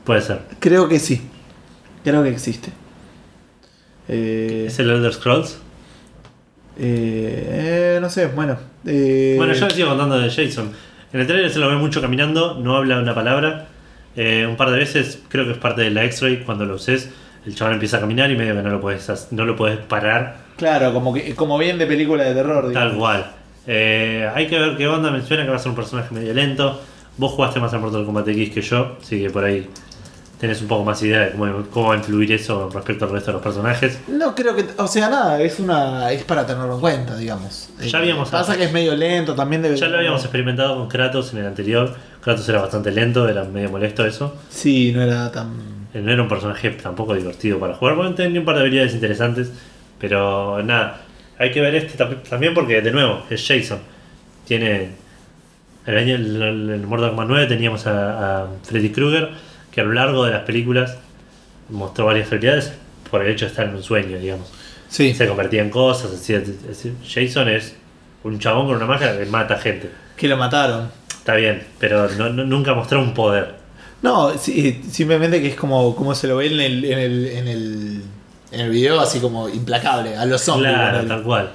B: Puede ser.
A: Creo que sí. Creo que existe. Eh,
B: ¿Es el Elder Scrolls?
A: eh, eh, no sé, bueno. eh,
B: Bueno, yo les sigo contando de Jason. En el trailer se lo ve mucho caminando, no habla una palabra. Eh, un par de veces, creo que es parte de la X-Ray, cuando lo uses, el chaval empieza a caminar y medio que no lo puedes, hac- no lo puedes parar.
A: Claro, como, que, como bien de película de terror.
B: Tal
A: digamos.
B: cual. Eh, hay que ver qué onda. Me suena que va a ser un personaje medio lento. Vos jugaste más a Mortal Kombat X que yo, así que por ahí tenés un poco más idea de cómo, cómo va a influir eso respecto al resto de los personajes.
A: No creo que, o sea, nada, es una es para tenerlo en cuenta, digamos.
B: Ya habíamos-
A: Pasa que es medio lento, también debe
B: Ya lo habíamos experimentado con Kratos en el anterior. Kratos era bastante lento, era medio molesto eso.
A: Sí, no era tan
B: Eh, No era un personaje tampoco divertido para jugar. Bueno, tenía un par de habilidades interesantes, pero nada. Hay que ver este tam- también porque, de nuevo, es Jason. Tiene. El año el, el Mortal Kombat 9 teníamos a, a Freddy Krueger, que a lo largo de las películas mostró varias habilidades por el hecho de estar en un sueño, digamos.
A: Sí.
B: Se convertía en cosas, así, así. Jason es un chabón con una máscara que mata gente.
A: que lo mataron.
B: Está bien, pero no- no- nunca mostró un poder.
A: No, sí, eh, simplemente que es como, como se lo ve en el, en el, en el, en el video, así como implacable, a los zombies.
B: Claro,
A: ponele.
B: tal cual.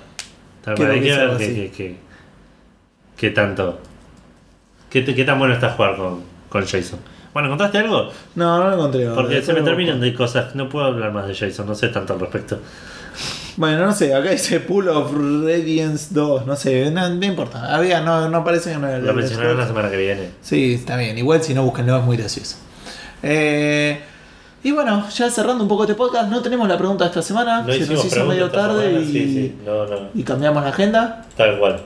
B: Tal
A: Creo
B: cual. Hay
A: que
B: que
A: es
B: ver
A: algo
B: qué
A: así.
B: qué- qué- qué tanto. Qué, te- qué tan bueno está jugar con, con Jason. Bueno, ¿contaste algo?
A: No, no lo encontré. ahora,
B: Porque se
A: después
B: me
A: lo
B: terminan
A: busco.
B: de cosas. No puedo hablar más de Jason, no sé tanto al respecto.
A: Bueno, no sé, acá dice Pool of Radiance 2, no sé, no, no importa. Había, no, no parece que no era
B: Lo
A: el-
B: mencionarán la semana que viene.
A: Sí, está bien, igual si no búsquenlo, es muy gracioso. Eh, y bueno, ya cerrando un poco este podcast, no tenemos la pregunta de esta semana,
B: No
A: Ah, se
B: hicimos
A: nos hizo
B: preguntas
A: medio
B: esta
A: tarde
B: semana,
A: y,
B: Sí, sí, no, no.
A: y cambiamos la agenda.
B: Tal cual.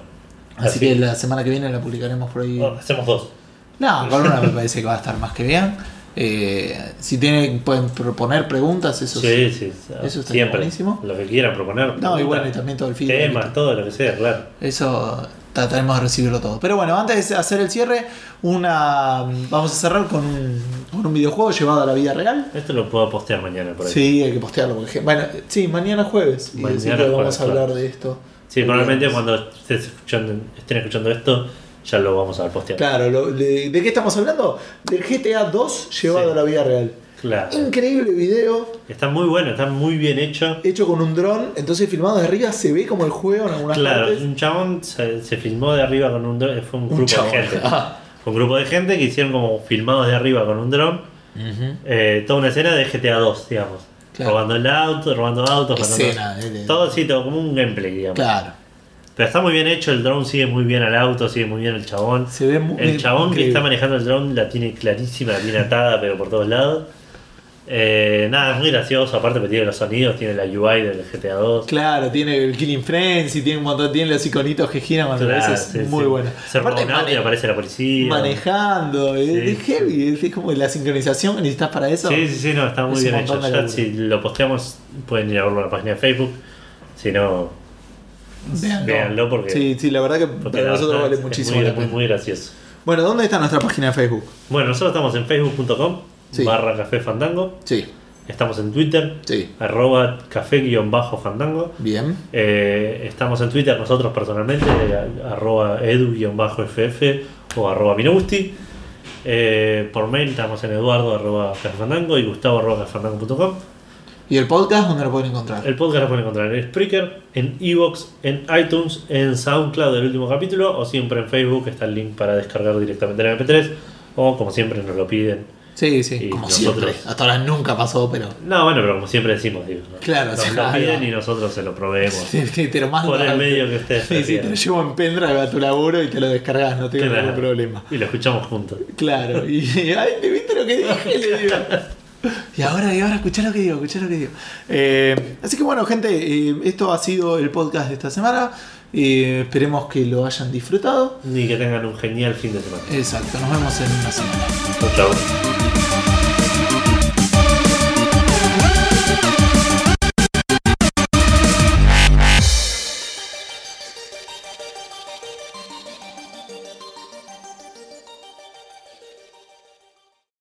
A: Así,
B: Así.
A: que la semana que viene la publicaremos por ahí.
B: Oh, hacemos dos.
A: No, con una me parece que va a estar más que bien. Eh, si tienen, pueden proponer preguntas, eso sí.
B: Sí, sí.
A: eso está
B: siempre.
A: buenísimo.
B: Lo que quieran proponer.
A: No, y bueno, y
B: preguntas,
A: también todo el feedback.
B: Temas, todo lo que sea, claro.
A: Eso trataremos de recibirlo todo. Pero bueno, antes de hacer el cierre, una vamos a cerrar con un, con un videojuego llevado a la vida real.
B: Esto lo puedo postear mañana por ahí.
A: Sí, hay que postearlo. Porque, bueno, sí, mañana jueves. Y
B: Mañana
A: así que vamos
B: jueves,
A: a hablar
B: claro.
A: de esto.
B: Sí,
A: El
B: probablemente
A: viernes.
B: cuando estés escuchando- estén escuchando esto, ya lo vamos a postear.
A: Claro, lo- de, ¿de qué estamos hablando? Del GTA 2 llevado
B: Sí.
A: a la vida real.
B: Claro.
A: Increíble video.
B: Está muy bueno, está muy bien hecho.
A: hecho con un dron, entonces filmado de arriba se ve como el juego en algunas
B: Claro,
A: partes.
B: un chabón se, se filmó de arriba con un dron, fue un
A: Un
B: grupo
A: chabón. Ah.
B: de gente. Fue un grupo de gente que hicieron como filmados de arriba con un dron, eh, toda una escena de GTA 2, digamos.
A: Claro.
B: Robando el auto, robando autos,
A: Escena,
B: matando-
A: eh, de-
B: todo así, todo como un gameplay, digamos.
A: Claro.
B: Pero está muy bien hecho, el dron sigue muy bien al auto, sigue muy bien el chabón.
A: Se ve muy-
B: el chabón
A: increíble.
B: que está manejando el dron la tiene clarísima, la tiene atada, pero por todos lados. Eh, nada, es muy gracioso. Aparte, porque tiene los sonidos, tiene la UI del GTA 2.
A: Claro, tiene el Killing Frenzy, tiene un montón, tiene los iconitos que giran cuando
B: Claro,
A: veces,
B: sí,
A: muy
B: sí.
A: bueno.
B: Se
A: Aparte,
B: remonta y
A: mane-
B: aparece la policía.
A: manejando, es,
B: Sí,
A: es heavy, es, es como la sincronización que necesitas para eso.
B: Sí, sí, sí, no, está muy
A: Es un
B: bien hecho.
A: montón de
B: Ya,
A: laburo.
B: si lo posteamos, pueden ir a verlo en la página de Facebook. Si no,
A: Véanlo.
B: véanlo porque-
A: Sí, sí, la verdad que
B: porque
A: para
B: la
A: nosotros
B: verdad
A: vale
B: es
A: muchísimo
B: muy,
A: la
B: muy,
A: pena.
B: muy gracioso.
A: Bueno, ¿dónde está nuestra página de Facebook?
B: Bueno, nosotros estamos en facebook.com
A: Sí.
B: barra café fandango.
A: Sí,
B: Estamos en Twitter,
A: sí,
B: arroba café-fandango.
A: bien.
B: Eh, estamos en Twitter nosotros personalmente, eh, arroba edu-ff o arroba minugusti. Eh, por mail estamos en eduardo arroba cafefandango y gustavo arroba cafefandango.com.
A: ¿Y el podcast dónde lo pueden encontrar?
B: El podcast lo pueden encontrar en Spreaker, en Evox, en iTunes, en SoundCloud del último capítulo o siempre en Facebook está el link para descargar directamente el MP3 o como siempre nos lo piden.
A: Sí, sí.
B: Y
F: Como
B: nosotros-
F: siempre. Hasta ahora nunca pasó, pero.
B: No, bueno, pero como siempre decimos, digo, ¿no?
A: Claro,
B: nos
A: sí,
B: lo
A: ahí
B: piden
A: va.
B: y nosotros se lo proveemos
A: [laughs] Sí, sí, te lo mando
B: por el
A: al-
B: medio que
A: [laughs]
B: ustedes
A: Sí, sí, te
B: prefieran.
A: lo llevo en pendrive a tu laburo y te lo descargas, no tengo
B: Claro.
A: ningún problema.
B: Y lo escuchamos juntos.
A: Claro, y ay, ¿te viste lo que dije? Le digo. Y ahora, y ahora, escuchá lo que digo, escuchá lo que digo. Eh, así que bueno, gente, eh, esto ha sido el podcast de esta semana. Eh, esperemos que lo hayan disfrutado.
B: Ni que tengan un genial fin de semana.
A: Exacto, nos vemos en una semana.
B: Chau, chau.